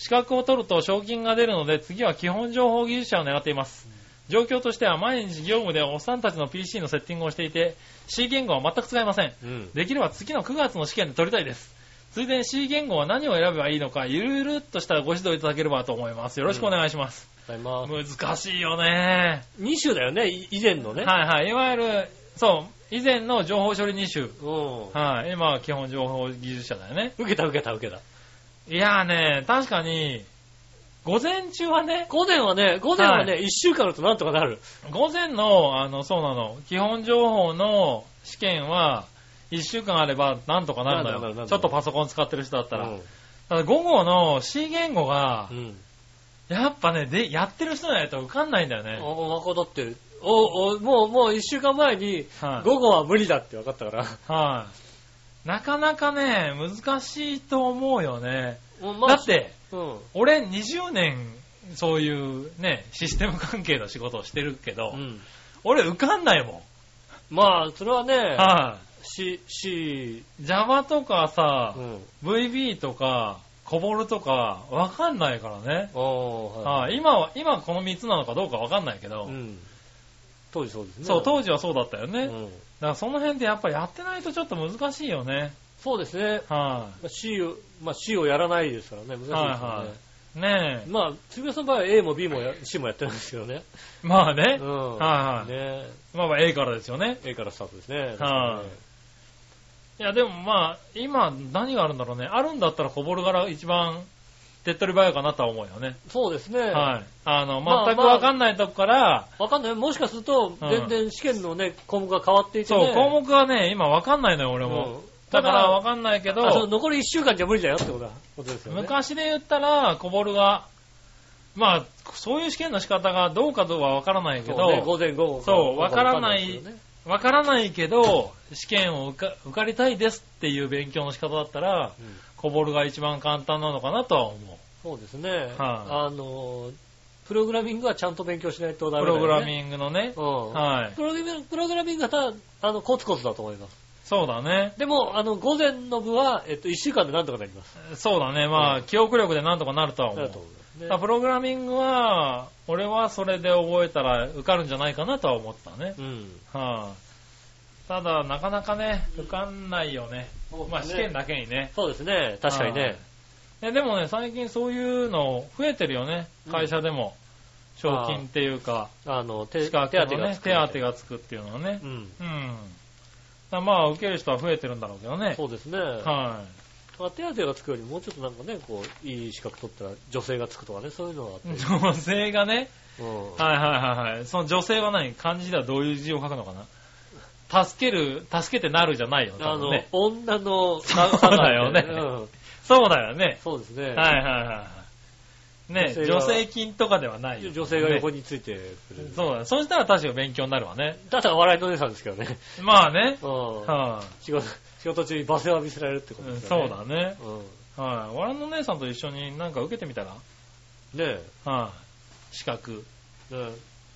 Speaker 3: 資格を取ると賞金が出るので、次は基本情報技術者を狙っています。状況としては毎日業務でおっさんたちの PC のセッティングをしていて、C 言語は全く使いません。
Speaker 2: うん。
Speaker 3: できれば次の9月の試験で取りたいです。ついでに C 言語は何を選べばいいのか、ゆるゆるっとしたご指導いただければと思います。よろしくお願いします。
Speaker 2: ございます。
Speaker 3: 難しいよね。
Speaker 2: 2種だよね、い以前のね。
Speaker 3: はいはい。いわゆる、そう、以前の情報処理2種。
Speaker 2: うん。
Speaker 3: はい。今は基本情報技術者だよね。
Speaker 2: 受けた受けた受けた。
Speaker 3: いやーね、確かに、午前中はね、
Speaker 2: 午前はね、午前はね、1週間だとなんとかなる。
Speaker 3: 午前の、あの、そうなの、基本情報の試験は、1週間あればなんとかなる
Speaker 2: なんとかな
Speaker 3: の
Speaker 2: るな
Speaker 3: よ。
Speaker 2: んと
Speaker 3: ち
Speaker 2: か
Speaker 3: ょ
Speaker 2: な
Speaker 3: っ
Speaker 2: る
Speaker 3: とパソコン使ってる人だったら。
Speaker 2: うん
Speaker 3: ただ午後の C 言語が
Speaker 2: う、ん。
Speaker 3: やっぱね、で、やってる人じゃないと受かんないんだよね。
Speaker 2: お、お、だって、お、お、もう、もう1週間前に、
Speaker 3: はい。
Speaker 2: 午後は無理だって分かったから。
Speaker 3: [laughs] はい。なかなかね、難しいと思うよね。
Speaker 2: もう
Speaker 3: だっ、て、
Speaker 2: うん。
Speaker 3: 俺20年、そういうね、システム関係の仕事をしてるけど、
Speaker 2: うん。
Speaker 3: 俺受かんないもん。
Speaker 2: まあ、それはね、
Speaker 3: は
Speaker 2: し、し、
Speaker 3: い。Java とかさ
Speaker 2: う、ん。
Speaker 3: VB とか、コボルとか、わかんないからね。
Speaker 2: おー、
Speaker 3: はい。今は、今はこの3つなのかどうかわかんないけど、
Speaker 2: うん。当時そうですね。
Speaker 3: そう、当
Speaker 2: 時
Speaker 3: 時はそうだったよね。
Speaker 2: ね。
Speaker 3: だからその辺でやっぱやってないとちょっと難しいよね。
Speaker 2: そうですね。
Speaker 3: は
Speaker 2: まあ C を、まあ C をやらないですからね、難しいですよね。
Speaker 3: はいはい。ねえ。
Speaker 2: まあ、つぶやさんの場合は A も B もや C もやってるんですけどね。
Speaker 3: まあね
Speaker 2: う。ん。
Speaker 3: はいはい
Speaker 2: ね
Speaker 3: まあまあ A からですよね。
Speaker 2: A からスタートですね。
Speaker 3: はいいやでもまあ、今何があるんだろうね。あるんだったらこぼる柄が一番手っ取り早いかなとは思うよね。
Speaker 2: そうですね。 [laughs]
Speaker 3: はい。あの、
Speaker 2: まあ
Speaker 3: 全くわかんないとこから、
Speaker 2: わかんない。もしかすると、
Speaker 3: うん
Speaker 2: 全然試験のね、項目が変わっていて、ね。
Speaker 3: そう、項目はね、今わかんないのよ、俺
Speaker 2: う
Speaker 3: も
Speaker 2: ん。
Speaker 3: だからわ
Speaker 2: か
Speaker 3: かんないけ
Speaker 2: んない。あそう
Speaker 3: ど、
Speaker 2: 残り1週間じゃ無理だよってことだことですよね。
Speaker 3: 昔で言ったら、こぼるが、まあ、そういう試験の仕方がどうかどうはわからないけ
Speaker 2: そうね午
Speaker 3: ど、
Speaker 2: 前午後
Speaker 3: そうわからない
Speaker 2: ですよね
Speaker 3: わからないけど、試験を受か受かりたいですっていう勉強の仕方だったら、
Speaker 2: うん
Speaker 3: こぼるが一番簡単なのかなとは思う。
Speaker 2: そうですね。
Speaker 3: は
Speaker 2: あの、プログラミングはちゃんと勉強しないとダ
Speaker 3: プ
Speaker 2: メだよ
Speaker 3: ロ
Speaker 2: ね。
Speaker 3: グラミングのね。
Speaker 2: うん。
Speaker 3: はい。
Speaker 2: プログラミング、プログラミングがた、あの、コツコツだと思います。
Speaker 3: そうだね。
Speaker 2: でも、あの、午前の部は、えっと、1週間でなんとかなります。
Speaker 3: そうだね。まあ、記憶力でなんとかなるとは思
Speaker 2: だ
Speaker 3: う。
Speaker 2: と思いますね
Speaker 3: だからプログラミングは、俺はそれで覚えたら受かるんじゃないかなとは思ったね。
Speaker 2: うん。
Speaker 3: はい、ただ、なかなかね、受かんないよね。
Speaker 2: そうですね
Speaker 3: まあ、試験だけにね。
Speaker 2: そうですね。確かにね。
Speaker 3: えでもね、最近そういうの増えてるよね。会社でも。賞金っていうか、
Speaker 2: あの、手
Speaker 3: 資格
Speaker 2: 手
Speaker 3: の
Speaker 2: 当が
Speaker 3: ね
Speaker 2: つ、く
Speaker 3: 手当がつくっていうのはね
Speaker 2: う。ん。
Speaker 3: うん。だまあ、受ける人は増えてるんだろうけどね。
Speaker 2: そうですね。
Speaker 3: は
Speaker 2: まあ手当がつくよりもうちょっとなんかね、こう、いい資格取ったら女性がつくとかね、そういうのがあって。
Speaker 3: い。女性がね、
Speaker 2: うん。
Speaker 3: はいはいはいはい。その女性は何漢字ではどういう字を書くのかな助ける、助けてなるじゃないよね。
Speaker 2: あ
Speaker 3: 多
Speaker 2: の
Speaker 3: 分、ね、
Speaker 2: 女の、
Speaker 3: そうだよね
Speaker 2: うん。
Speaker 3: そうだよね。
Speaker 2: そうですね。
Speaker 3: はいはいはいはい。
Speaker 2: 女
Speaker 3: ね、
Speaker 2: 性
Speaker 3: 助
Speaker 2: が
Speaker 3: 成金とかではないよね、
Speaker 2: 女性が横についてくれる
Speaker 3: ね。そうだね。そうしたら確か勉強になるわね。
Speaker 2: だったら笑いのお姉さんですけどね。
Speaker 3: まあね。
Speaker 2: うん。
Speaker 3: は
Speaker 2: 仕事、仕事中に罵声を浴びせられるってこ
Speaker 3: い、
Speaker 2: とです
Speaker 3: そ
Speaker 2: よ
Speaker 3: う
Speaker 2: ね。
Speaker 3: だね。
Speaker 2: そうだ。うん。
Speaker 3: はい、我の姉さんと一緒になんか受けてみたらはい、
Speaker 2: ね
Speaker 3: 資格。
Speaker 2: え、ねえ。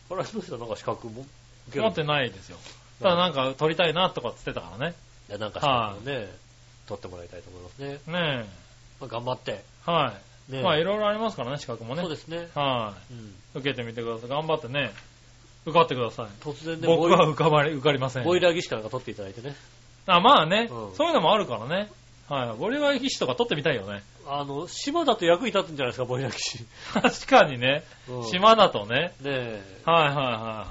Speaker 2: これはどうしたなんか資格も受け
Speaker 3: 持ってないですよ。ただなんか取りたいなとかって言ってたからね。
Speaker 2: いや、なんか資格をね、取ってもらいたいと思いますね。
Speaker 3: ね
Speaker 2: まあ、頑張って。
Speaker 3: え。はい、
Speaker 2: ねえ
Speaker 3: まあいろいろありますからね、資格もね。
Speaker 2: そう
Speaker 3: はい、
Speaker 2: ですね。うん。受
Speaker 3: 受けてみてください。頑張ってね。受かってください。
Speaker 2: 突然ね、ボ
Speaker 3: 僕
Speaker 2: イ
Speaker 3: は浮かばれ、受かりません。
Speaker 2: ボイラー技師かなんか取っていただいてね。
Speaker 3: あ、まあね、
Speaker 2: うん
Speaker 3: そういうのもあるからね。はい。ボイラー技師とか取ってみたいよね。
Speaker 2: あの、島だと役に立つんじゃないですか、ボイラー技師。
Speaker 3: 確かにね。
Speaker 2: うん
Speaker 3: 島だとね。
Speaker 2: ねえ。
Speaker 3: はいはいは
Speaker 2: ね
Speaker 3: いは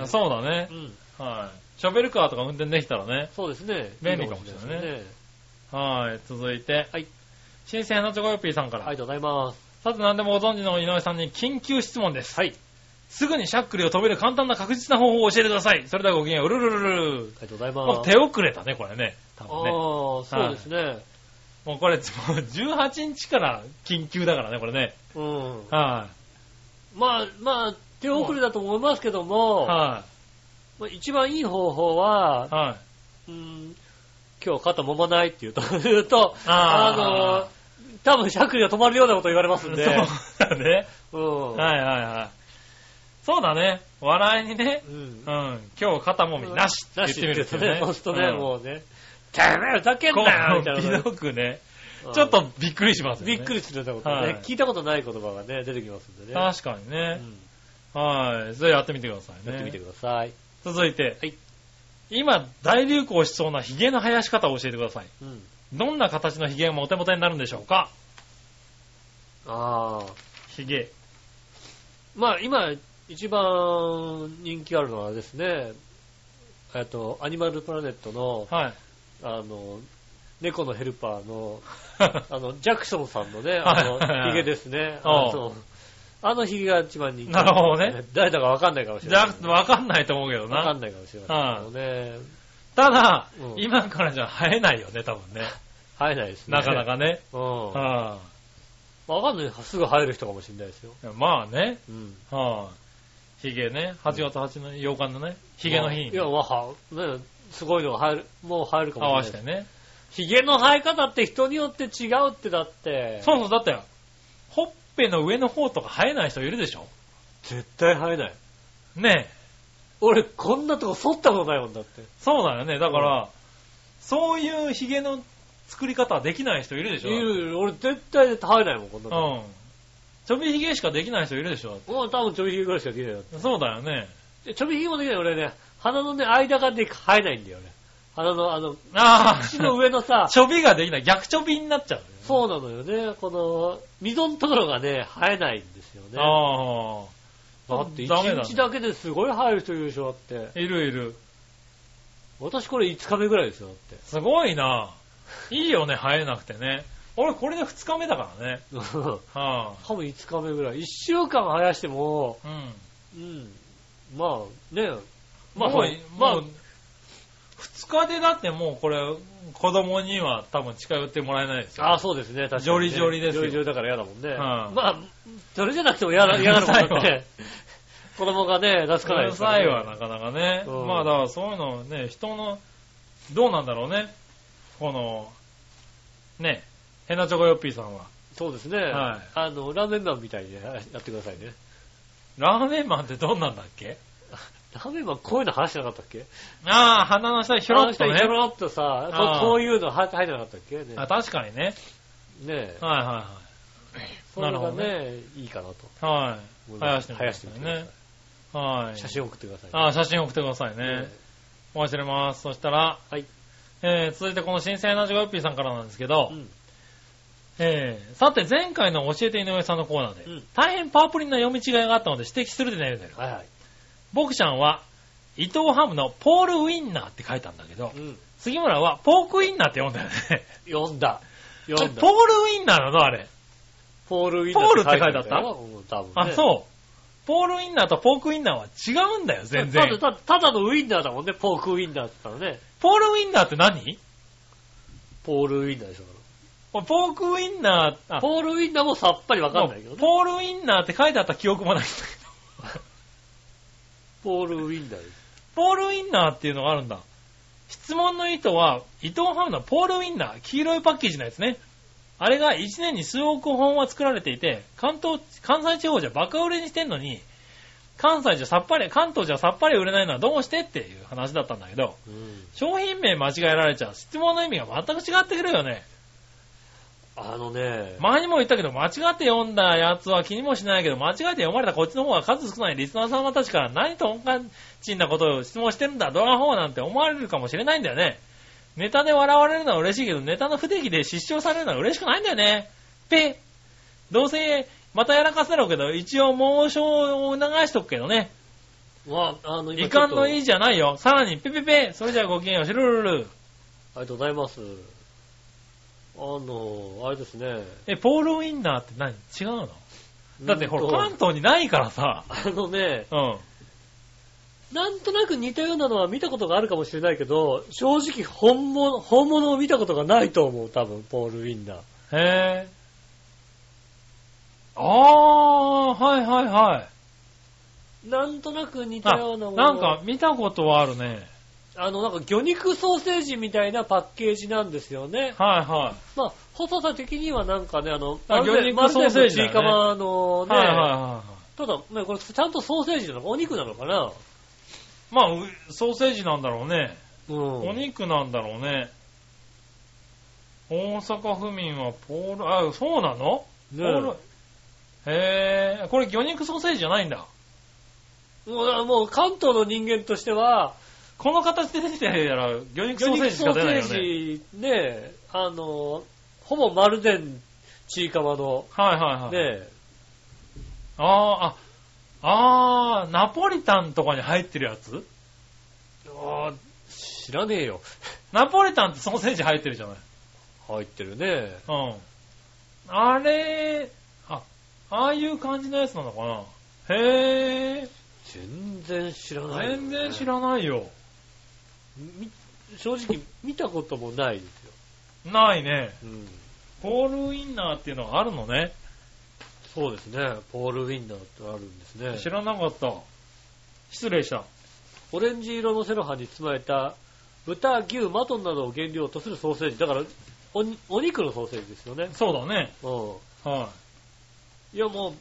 Speaker 2: え
Speaker 3: い。そうだね
Speaker 2: う。ん。
Speaker 3: はい。ショベルカーとか運転できたらね。
Speaker 2: そうですね。
Speaker 3: 便利かもしれないね
Speaker 2: いいですね。
Speaker 3: はい。続いて。
Speaker 2: はい。
Speaker 3: 新鮮なチョコヨッピーさんから。
Speaker 2: ありがとうございます。
Speaker 3: さて何でもご存知の井上さんに緊急質問です。
Speaker 2: はい。
Speaker 3: すぐにシャックリを飛べる簡単な確実な方法を教えてください。それではごきげんよう。うるるるるる。
Speaker 2: ありがとうござい
Speaker 3: もう
Speaker 2: ます。
Speaker 3: 手遅れだね、これね。多分
Speaker 2: ああ、
Speaker 3: ね。
Speaker 2: そうですね。
Speaker 3: もうこれ、もう18日から緊急だからね、これね。
Speaker 2: うん。
Speaker 3: は
Speaker 2: まあ、まあ、手遅れだと思いますけど
Speaker 3: い。
Speaker 2: も、
Speaker 3: は
Speaker 2: まあ一番いい方法
Speaker 3: い。
Speaker 2: は、
Speaker 3: はい。
Speaker 2: うん今日肩揉まないって言うと、言うと、あ
Speaker 3: あ
Speaker 2: の、多分しゃくりが止まるようなこと言われます
Speaker 3: そ
Speaker 2: ん
Speaker 3: う
Speaker 2: で、
Speaker 3: だね。
Speaker 2: うん
Speaker 3: はいはいはい。そうだね。笑いにね。
Speaker 2: うん
Speaker 3: う。ん。今日肩もみなしって言
Speaker 2: なし
Speaker 3: っ
Speaker 2: てって
Speaker 3: み
Speaker 2: 言
Speaker 3: る
Speaker 2: うとね、ほんとね、
Speaker 3: う
Speaker 2: もうね、てめえふざけん
Speaker 3: ん。こ
Speaker 2: なよみた
Speaker 3: う、
Speaker 2: い
Speaker 3: ひ
Speaker 2: なこ
Speaker 3: どくね。
Speaker 2: と。
Speaker 3: ちょっとびっくりします
Speaker 2: うん、
Speaker 3: よ
Speaker 2: び
Speaker 3: ね。
Speaker 2: っくりするようなこと
Speaker 3: は
Speaker 2: ね
Speaker 3: い。
Speaker 2: 聞いたことない言葉がね、出てきますんでね。
Speaker 3: 確かに
Speaker 2: う
Speaker 3: ね。
Speaker 2: ん
Speaker 3: はい。それやってみてくださいね。
Speaker 2: やってみてください。
Speaker 3: 続いて。
Speaker 2: はい
Speaker 3: 今、大流行しそうなヒゲの生やし方を教えてください。
Speaker 2: うん。
Speaker 3: どんな形のヒゲがモテモテになるんでしょうか
Speaker 2: ああ。
Speaker 3: ヒゲ。
Speaker 2: まあ今、一番人気あるのはですね、えっと、アニマルプラネットの、
Speaker 3: はい。
Speaker 2: あの、猫のヘルパーの、
Speaker 3: あ
Speaker 2: あの、ジャクソンさんのね、あ
Speaker 3: はいはいは
Speaker 2: の、
Speaker 3: い
Speaker 2: ヒゲですね。
Speaker 3: おう
Speaker 2: あの、あのヒゲが一番人気。
Speaker 3: なるほどね。
Speaker 2: 誰だかわかんないかもし
Speaker 3: じ
Speaker 2: れない。
Speaker 3: ゃあ、わかんないと思うけど
Speaker 2: わか
Speaker 3: な。
Speaker 2: んないかもしれないけどね。
Speaker 3: ただ、
Speaker 2: うん
Speaker 3: 今からじゃ生えないよね、多分ね。
Speaker 2: 生えないですね。
Speaker 3: なかな。かね。
Speaker 2: うん。
Speaker 3: は
Speaker 2: わかんない。すぐ生える人かもしれないですよ。
Speaker 3: いまあね。
Speaker 2: うん。
Speaker 3: はいヒゲね。8月8の8日のね。ヒゲの日に
Speaker 2: いや、わは、ね、すごいのが生える、もう生えるかも
Speaker 3: 合わ
Speaker 2: し
Speaker 3: せ
Speaker 2: れな
Speaker 3: て
Speaker 2: い。
Speaker 3: ね。
Speaker 2: ヒゲの生え方って人によって違うってだって。
Speaker 3: そうそう、だって、ほっぺの上の方とか生えない人いるでしょ
Speaker 2: 絶対生えない。
Speaker 3: ねえ。
Speaker 2: 俺、こんなとこ剃ったことないもんだって。
Speaker 3: そうだよね。だから、そういうヒゲの作り方はできない人いるでしょ
Speaker 2: いるいる俺、絶対生えないもん、こんなとこ。
Speaker 3: うん。ちょびひげしかできない人いるでしょ
Speaker 2: もう多分ちょびひげぐらいしかできないよ。
Speaker 3: そうだよね。
Speaker 2: でちょびひげもできない。俺ね、鼻のね、間がで生えないんだよね。鼻の、あの、
Speaker 3: あ
Speaker 2: 口の
Speaker 3: あ、
Speaker 2: 上のさ、
Speaker 3: [laughs] ちょびができない。逆ちょびになっちゃう、ね。
Speaker 2: そうなのよね。この、溝のところがね、生えないんですよね。
Speaker 3: あ
Speaker 2: だって
Speaker 3: ダメだね
Speaker 2: 1日だけですごい生える人いるでしょ、だって。
Speaker 3: あ、いるいる。
Speaker 2: 私これ5日目ぐらいですよ、だって。
Speaker 3: すごいな。いいよね、生えなくてね。俺、これで2日目だからね。は
Speaker 2: [laughs] 多分5日目ぐらい。1週間生やしても、
Speaker 3: あ、うん。
Speaker 2: うん。まあ、ね、ま
Speaker 3: ま
Speaker 2: あま
Speaker 3: あ、ま
Speaker 2: あ
Speaker 3: あ、2日でだってもうこれ、子供には多分近寄ってもらえないですよ。
Speaker 2: ああ、そうですね、確かに、ね。
Speaker 3: ジョリジョリです
Speaker 2: ジ
Speaker 3: よ
Speaker 2: ョリジョリだから嫌だもんね。
Speaker 3: ん
Speaker 2: まあ、それじゃなくても嫌
Speaker 3: [laughs]
Speaker 2: だ、嫌なのかもね。子供がね、出す
Speaker 3: う
Speaker 2: かない
Speaker 3: る
Speaker 2: ですから
Speaker 3: さ
Speaker 2: ね
Speaker 3: いわ、なかなかね。
Speaker 2: うん
Speaker 3: まあ、だからそういうのね、人の、どうなんだろうね。この、ね、ヘナチョコヨッピーさんは。
Speaker 2: そうですね。
Speaker 3: はい
Speaker 2: あの、ラーメンマンみたいにねやってくださいね。
Speaker 3: ラーメンマンってどんなんだっけ
Speaker 2: ラーメンマンこういうの話してなかったっけ
Speaker 3: ああ、鼻の下にひょろっと
Speaker 2: あの人ひょ
Speaker 3: ね。
Speaker 2: ろっとさ、
Speaker 3: あー
Speaker 2: こうこういうの入ってなかったっけね。
Speaker 3: あ確かにね。
Speaker 2: ねえ。
Speaker 3: はいはいはい。
Speaker 2: そういうのが
Speaker 3: な
Speaker 2: ね、いいかなと
Speaker 3: は
Speaker 2: 思
Speaker 3: い。
Speaker 2: い
Speaker 3: 生や
Speaker 2: ま
Speaker 3: し
Speaker 2: す。
Speaker 3: てみ
Speaker 2: 生やしてみてください。
Speaker 3: ください。はい。
Speaker 2: 写。真送ってください。
Speaker 3: ああ、写真送ってくださいね
Speaker 2: ね。
Speaker 3: お忘れます。そしたら、
Speaker 2: はい。
Speaker 3: えー、続いてこの新鮮なジョヨッピーさんからなんですけど、
Speaker 2: うん
Speaker 3: えー、さて前回の教えて井上さんのコーナーで、
Speaker 2: うん
Speaker 3: 大変パープリンな読み違いがあったので指摘するでねるねる。
Speaker 2: はいはい。
Speaker 3: 僕ちゃんは、伊藤ハムのポールウィンナーって書いたんだけど、
Speaker 2: うん。
Speaker 3: 杉村はポークウィンナーって読んだよね。
Speaker 2: 読んだ。
Speaker 3: [laughs] ポー
Speaker 2: 読ん
Speaker 3: ル
Speaker 2: だ。
Speaker 3: ウィンナーなのあれ。
Speaker 2: ポールウィン
Speaker 3: ポールって書いてあった
Speaker 2: た多分ね。
Speaker 3: あ、そう。ポールウィンナーとポークウィンナーは違うんだよ、全
Speaker 2: ただ
Speaker 3: 然。
Speaker 2: ただただのウィンナーだもんね、ポークウィンナーって言ったらね。
Speaker 3: ポールウィンナーって何
Speaker 2: ポールウィンナーでしょ。
Speaker 3: ポークウィンナー、あ、
Speaker 2: ポールウィンナーもさっぱりわかんないけどね。
Speaker 3: ポールウィンナーって書いてあった記憶もないんだけど。 [laughs]
Speaker 2: ポールウィンナーです。
Speaker 3: ポールウィンナーっていうのがあるんだ。質問の意図は、伊藤ハムのポールウィンナー、黄色いパッケージのやつね。あれが1年に数億本は作られていて、関東、関西地方じゃバカ売れにしてんのに、関西じゃさっぱり、関東じゃさっぱり売れないのはどうしてっていう話だったんだけど、商品名間違えられちゃう。質問の意味が全く違ってくるよね。
Speaker 2: あのね、
Speaker 3: 前にも言ったけど、間違って読んだやつは気にもしないけど、間違って読まれたこっちの方が数少ないリスナー様たちから何とんかちんなことを質問してるんだ、ドラフォーなんて思われるかもしれないんだよね。ネタで笑われるのは嬉しいけど、ネタの不出来で失笑されるのは嬉しくないんだよね。ぺどうせ、またやらかすだろうけど、一応猛省を促しとくけどね。
Speaker 2: まあ、あの、
Speaker 3: 遺
Speaker 2: 今ちょっ
Speaker 3: 憾
Speaker 2: と
Speaker 3: のいいじゃないよ。さらに、ぺぺぺそれじゃあごきげんよう、しゅるるるる。
Speaker 2: ありがとうございます。あの、あれですね。
Speaker 3: え、ポールウィンナーって何違うのだってほら、
Speaker 2: うん
Speaker 3: 関
Speaker 2: と
Speaker 3: 東にないからさ。
Speaker 2: あのね、
Speaker 3: うん。
Speaker 2: なんとなく似たようなのは見たことがあるかもしれないけど、正直本物、本物を見たことがないと思う、多分、ポールウィンナー。
Speaker 3: へえ。ああ、はいはいはい。
Speaker 2: なんとなく似たような
Speaker 3: あ
Speaker 2: もの。
Speaker 3: なんか見たことはあるね。
Speaker 2: あの、なんか魚肉ソーセージみたいなパッケージなんですよね。
Speaker 3: はいは
Speaker 2: まあ、細さ的にはなんかね、あの、
Speaker 3: あ
Speaker 2: まるで
Speaker 3: 魚肉ソーセージだ
Speaker 2: まるでチー
Speaker 3: ね
Speaker 2: カマの
Speaker 3: い。
Speaker 2: ね、
Speaker 3: はいはいは
Speaker 2: ただ、ね、これちゃんとソーセージなのか、お肉なのかな。
Speaker 3: い。まあう、ソーセージなんだろうね。
Speaker 2: うん。
Speaker 3: お肉なんだろうね。大阪府民はポール、あ、そうなのポール
Speaker 2: ね、
Speaker 3: へえ、これ魚肉ソーセージじゃないんだ。
Speaker 2: もうだからもう関東の人間としては、
Speaker 3: この形で出てきたら魚肉
Speaker 2: 魚
Speaker 3: ソーセー
Speaker 2: 肉
Speaker 3: ジし
Speaker 2: ソ
Speaker 3: か
Speaker 2: ーセ
Speaker 3: 出ないよね。
Speaker 2: ージね、あの、ほぼ丸でんチーカマの、
Speaker 3: はいはいはい。
Speaker 2: ね、
Speaker 3: ああ、ああー、ナポリタンとかに入ってるやつ
Speaker 2: あー知らねえよ。
Speaker 3: ナポリタンってソーセージ入ってるじゃない。
Speaker 2: 入ってるね。
Speaker 3: うん。あれ、あ、ああいう感じのやつなのかな。へえ、
Speaker 2: 全然知らないよね、
Speaker 3: 全然知らないよ。
Speaker 2: み正直見たこともないですよ。
Speaker 3: ないね。
Speaker 2: うん。
Speaker 3: ポールウィンナーっていうのがあるのね。
Speaker 2: そうですね。ポールウィンナーってあるんですね。
Speaker 3: 知らなかった。失礼した。
Speaker 2: オレンジ色のセロハンに包まれた豚、牛、マトンなどを原料とするソーセージ。だから、おにお肉のソーセージですよね。
Speaker 3: そうだね。
Speaker 2: うん。
Speaker 3: はい
Speaker 2: やもう、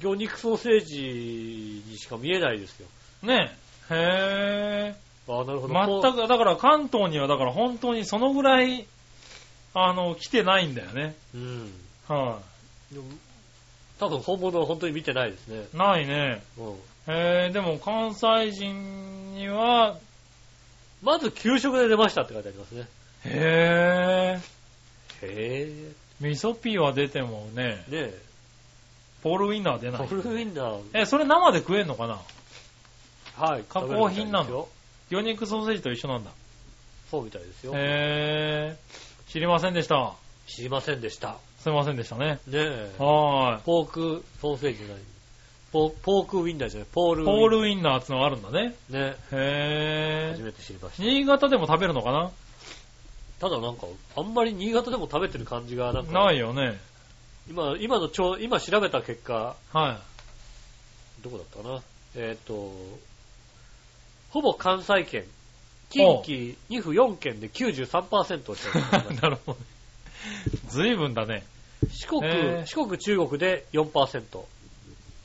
Speaker 2: 魚肉ソーセージにしか見えないですよ。
Speaker 3: い。ねえ。へえ。
Speaker 2: ああ、なるほど。
Speaker 3: 全く、だから関東にはだから本当にそのぐらい、あの、来てないんだよね。
Speaker 2: く。うん。
Speaker 3: は
Speaker 2: でも多分本物は本当に見てないですね。
Speaker 3: い。ないね。
Speaker 2: うん。
Speaker 3: えー、でも関西人には、
Speaker 2: まず給食で出ましたって書いてありますね。
Speaker 3: へぇ
Speaker 2: へ
Speaker 3: ー。味噌ピーは出てもね、
Speaker 2: え。ねえ。
Speaker 3: ポールウィンナーは出な
Speaker 2: ホ
Speaker 3: い。
Speaker 2: ルウィンナー、
Speaker 3: え、それ生で食えんのかな
Speaker 2: はい。
Speaker 3: 加工品
Speaker 2: 食べるみた
Speaker 3: なの
Speaker 2: いですよ
Speaker 3: 魚肉ソーセージと一緒なんだ。
Speaker 2: そうみたいですよ。
Speaker 3: へぇー。知りませんでした。
Speaker 2: 知りませんでした。
Speaker 3: すいませんでしたね。
Speaker 2: ねえ。
Speaker 3: はーい。
Speaker 2: ポーク、ソーセージじゃない。ポポークウィンナーじゃない。ポールウィン
Speaker 3: ポールウィンナーってのがあるんだね。
Speaker 2: ね。
Speaker 3: へ
Speaker 2: 初
Speaker 3: ぇー。
Speaker 2: めて知りました。
Speaker 3: 新潟でも食べるのかな
Speaker 2: ただなんか、あんまり新潟でも食べてる感じがなんか、
Speaker 3: ないよね。
Speaker 2: 今、今のちょう、今調べた結果、 [laughs]
Speaker 3: は
Speaker 2: どこだったかな。えーっ、と、ほぼ関西圏、近畿2府4県で93%を占めていま
Speaker 3: い。
Speaker 2: す
Speaker 3: なるほど。ずいぶんだね。 [laughs]
Speaker 2: 四国、
Speaker 3: へー
Speaker 2: 四国、中国で4%、
Speaker 3: あ
Speaker 2: え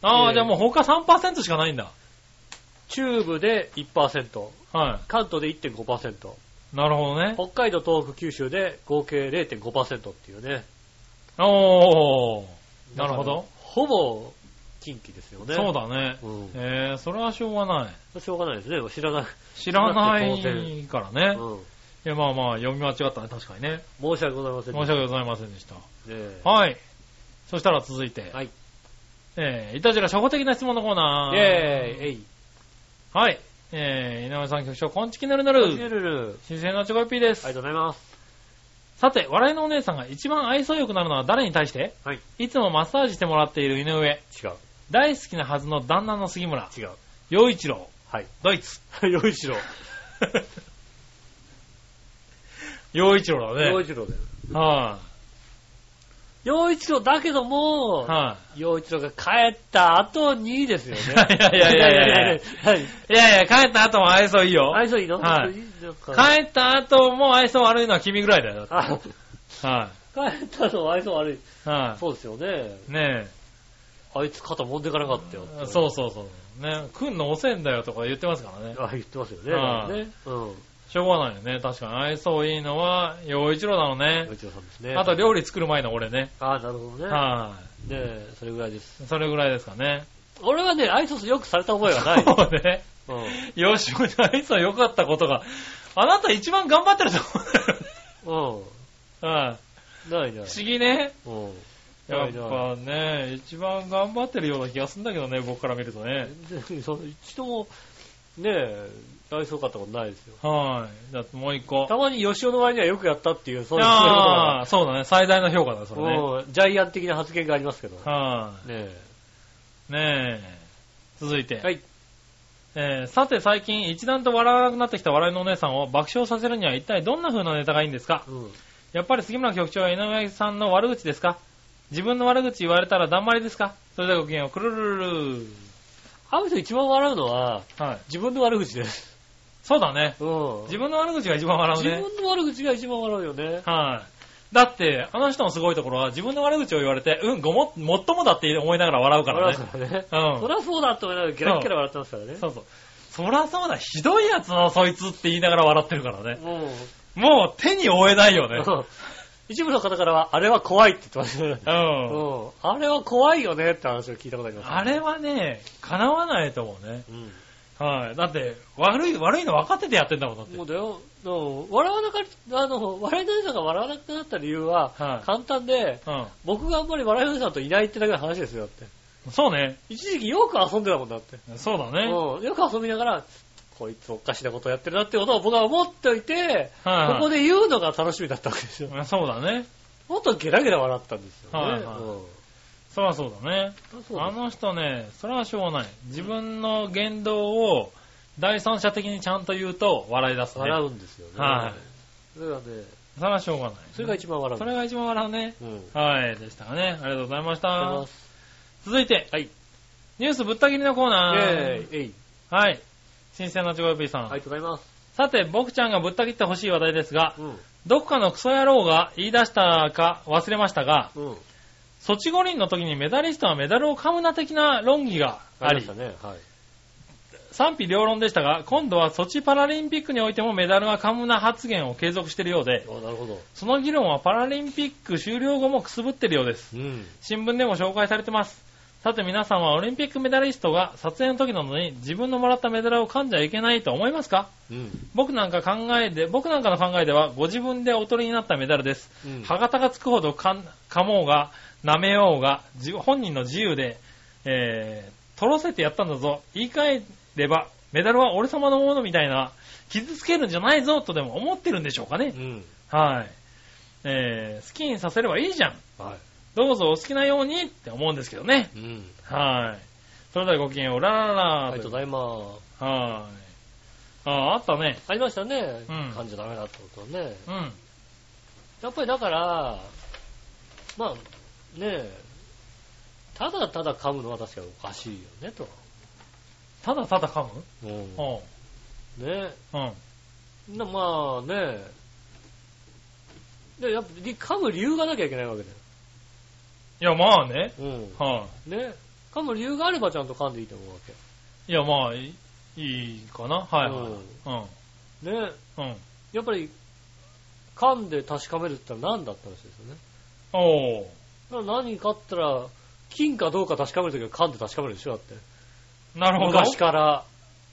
Speaker 3: あ、
Speaker 2: ー
Speaker 3: じゃあもう他3%しかないんだ。
Speaker 2: 中部で1%、
Speaker 3: は
Speaker 2: 関東で1.5%、
Speaker 3: い。なるほどね。
Speaker 2: 北海道、東北、九州で合計0.5%っていうね。
Speaker 3: おー。な
Speaker 2: だ
Speaker 3: るほ
Speaker 2: から
Speaker 3: ど。
Speaker 2: ほぼ近畿ですよね。
Speaker 3: そう。だね。
Speaker 2: うん。
Speaker 3: えー、それはしょうがない。
Speaker 2: しょうがないですね。知
Speaker 3: [laughs]
Speaker 2: らない。
Speaker 3: 知らないからね。
Speaker 2: うん。
Speaker 3: いや、まあまあ、読み間違ったね、確かにね。
Speaker 2: 申し訳ございません
Speaker 3: 申
Speaker 2: で
Speaker 3: し
Speaker 2: した。
Speaker 3: 訳ございませんでした。
Speaker 2: ねえ
Speaker 3: はい。そしたら続いて、
Speaker 2: はい。
Speaker 3: えー、いたじら初歩的な質問のコーナー。
Speaker 2: イェーイえい。
Speaker 3: はい。えー、井上さん局長、こんちきなるなる。
Speaker 2: ルルル
Speaker 3: 新鮮なチョコヨッピーです。
Speaker 2: ありがとうございます。
Speaker 3: さて、笑いのお姉さんが一番愛想よくなるのは誰に対して
Speaker 2: はい。
Speaker 3: いつもマッサージしてもらっている井上。
Speaker 2: 違う。
Speaker 3: 大好きなはずの旦那の杉村。
Speaker 2: 違う。
Speaker 3: 洋一郎。
Speaker 2: はい。
Speaker 3: ドイツ。
Speaker 2: 洋一
Speaker 3: [laughs]
Speaker 2: 郎。
Speaker 3: 洋一郎だね。
Speaker 2: 洋
Speaker 3: はい、
Speaker 2: 一郎だよ。洋一郎だけども、
Speaker 3: はい、
Speaker 2: 洋一郎が帰った後にですよね。
Speaker 3: [laughs] いやいやいやいやいや
Speaker 2: はい。
Speaker 3: いやいや、帰った後も愛想いいよ。
Speaker 2: 愛想いいの
Speaker 3: はい
Speaker 2: なんか
Speaker 3: 帰った後も愛想悪いのは君ぐらいだよ。はい、
Speaker 2: あ帰ったの愛想悪い。
Speaker 3: は
Speaker 2: そうですよね。
Speaker 3: い、ね
Speaker 2: あいつ肩揉んでかなかったよ
Speaker 3: え。そうそうそう。ね、来んの遅えんだよとか言ってますからね。
Speaker 2: あ、言ってますよね。
Speaker 3: ああ
Speaker 2: ねうん。
Speaker 3: しょうがないよね。確かに愛想いいのは洋一郎なのね
Speaker 2: 洋。一郎さんですね。
Speaker 3: あと、料理作る前の俺ね。
Speaker 2: ああ、なるほどね。
Speaker 3: は
Speaker 2: ねえそれぐらいです。
Speaker 3: い、それぐらいですかね。
Speaker 2: 俺はね、挨拶よくされた覚えはない。
Speaker 3: そうね。
Speaker 2: うん。
Speaker 3: 吉本愛想良かったことが、あなた一番頑張ってると思うよね。
Speaker 2: う
Speaker 3: はい、
Speaker 2: ん。ないない。
Speaker 3: 不思議ね。
Speaker 2: うん。
Speaker 3: や
Speaker 2: な
Speaker 3: っ
Speaker 2: いない。
Speaker 3: ぱね、一番頑張ってるような気がするんだけどね、僕から見るとね。
Speaker 2: 全然その一度も、ねえ、愛想良かったことないですよ。
Speaker 3: はい。じゃあもう一個。
Speaker 2: たまに吉尾の前にはよくやったっていう、そういうそういうこと
Speaker 3: ああ、そうだね。最大の評価だ、それね。はい、
Speaker 2: が、うんジャイアン的な発言がありますけど。ねえ。
Speaker 3: ねえ。続いて。
Speaker 2: はい。
Speaker 3: えーさて最近一段と笑わなくなってきた笑いのお姉さんを爆笑させるには一体どんな風なネタがいいんですか
Speaker 2: うん。
Speaker 3: やっぱり杉村局長は井上さんの悪口ですか自分の悪口言われたらだんまりですかそれではごきげんよう、くるるるる
Speaker 2: あの人一番笑うのは、
Speaker 3: はい。
Speaker 2: 自分の悪口です。
Speaker 3: そうだね。
Speaker 2: うん。
Speaker 3: 自分の悪口が一番笑う
Speaker 2: 自
Speaker 3: ね。
Speaker 2: 分の悪口が一番笑うよね。
Speaker 3: はい。だって、あの人のすごいところは自分の悪口を言われて、うん、ごも、もっともだって思いながら笑うから
Speaker 2: 笑
Speaker 3: ね
Speaker 2: う。からね。
Speaker 3: うん
Speaker 2: そりゃそうだって思いながらキラッキラ笑ってますからね。
Speaker 3: そうそう。そらそうだ、ひどいやつだな、そいつって言いながら笑ってるからね。
Speaker 2: もう、
Speaker 3: もう手に負えないよね。
Speaker 2: うん一部の方からは、あれは怖いって言ってましたね。
Speaker 3: うん。
Speaker 2: うん。あれは怖いよねって話を聞いたことあります。
Speaker 3: あれはね、叶わないと思うね。
Speaker 2: うん。
Speaker 3: はい。だって、悪い、悪いの分かっててやってんだもん、だって
Speaker 2: も。うだよ、うん笑わなかった、あの、笑いのお姉さんが笑わなくなった理由は、
Speaker 3: はい
Speaker 2: 簡単で、
Speaker 3: う
Speaker 2: 僕があんまり笑いのお姉さんといないってだけの話ですよ、だって。
Speaker 3: ん。そうね。
Speaker 2: 一時期よく遊んでたもんだって。
Speaker 3: そうだね。はい
Speaker 2: うん。よく遊びながら、こいつおかしなことやってるなってことを僕は思っておいて、
Speaker 3: はい、
Speaker 2: ここで言うのが楽しみだったわけですよ。
Speaker 3: うんそうだね。
Speaker 2: もっとゲラゲラ笑ったんですよね。
Speaker 3: はいはいそらそうだね。
Speaker 2: うんそう
Speaker 3: あの人ね、それはしょうがない。自分の言動を第三者的にちゃんと言うと笑い出すね。
Speaker 2: 笑うんですよね。
Speaker 3: はい
Speaker 2: それがね、
Speaker 3: それはしょうがない。
Speaker 2: それが一番笑う。
Speaker 3: それが一番笑うね。
Speaker 2: うん。ありが
Speaker 3: はい。でしたかね。ありがとうございまし
Speaker 2: とうござい
Speaker 3: た
Speaker 2: ま。す。
Speaker 3: 続いて。
Speaker 2: はい。
Speaker 3: ニュースぶった切りのコーナー。
Speaker 2: イェーイえい。
Speaker 3: はい。新鮮なチョコヨッピーさ
Speaker 2: あ
Speaker 3: ん。
Speaker 2: りがとうございます。
Speaker 3: さて、僕ちゃんがぶった切ってほしい話題ですが、
Speaker 2: うん。
Speaker 3: どっかのクソ野郎が言い出したか忘れましたが、
Speaker 2: うん。
Speaker 3: ソチ五輪の時にメダリストはメダルを噛むな的な論議があ
Speaker 2: ありま
Speaker 3: り
Speaker 2: した、ね。はい。
Speaker 3: 賛否両論でしたが、今度はソチパラリンピックにおいてもメダルは噛むな発言を継続しているようで、
Speaker 2: あなるほど。
Speaker 3: その議論はパラリンピック終了後もくすぶっているようです。
Speaker 2: うん。
Speaker 3: 新聞でも紹介されてます。さて皆さんはオリンピックメダリストが撮影の時などに自分のもらったメダルを噛んじゃいけないと思いますか
Speaker 2: うん。
Speaker 3: 僕なんか考えで、僕なんかの考えではご自分でお取りになったメダルです。
Speaker 2: うん。
Speaker 3: 歯型がつくほど噛ん噛もうが、舐めようが、自本人の自由で、えー、取らせてやったんだぞ。言い換えれば、メダルは俺様のものみたいな、傷つけるんじゃないぞとでも思ってるんでしょうかね
Speaker 2: う。ん。
Speaker 3: はい。えー、好きにさせればいいじゃん。
Speaker 2: は
Speaker 3: どうぞお好きなようにって思うんですけどね。
Speaker 2: い。うん。
Speaker 3: はい。それではごきげんよう。ラララ
Speaker 2: あ
Speaker 3: ラ
Speaker 2: りがとうございます。
Speaker 3: はい。ああ、あったね。
Speaker 2: ありましたね。
Speaker 3: うん
Speaker 2: 噛んじゃダメだってことね。
Speaker 3: うん。
Speaker 2: やっぱりだから、まあ、ねえ、ただただ噛むのは確かにおかしいよね、と。
Speaker 3: ただただ噛む
Speaker 2: うん。ね
Speaker 3: おう
Speaker 2: え。
Speaker 3: うん。
Speaker 2: なまあねえ。で、やっぱり噛む理由がなきゃいけないわけだよ。
Speaker 3: いや、まあね。
Speaker 2: うん。
Speaker 3: はい。
Speaker 2: ね噛む理由があればちゃんと噛んでいいと思うわけ。
Speaker 3: いや、まあ、いいいかな。はいは
Speaker 2: う
Speaker 3: い。
Speaker 2: ん。ねえ。
Speaker 3: うん。うん。
Speaker 2: やっぱり、噛んで確かめるって言ったら何だったらしいですよね。
Speaker 3: おー。
Speaker 2: だから何かって言ったら、金かどうか確かめるときは噛んで確かめるでしょ、だって。
Speaker 3: なるほど。はい
Speaker 2: 昔から、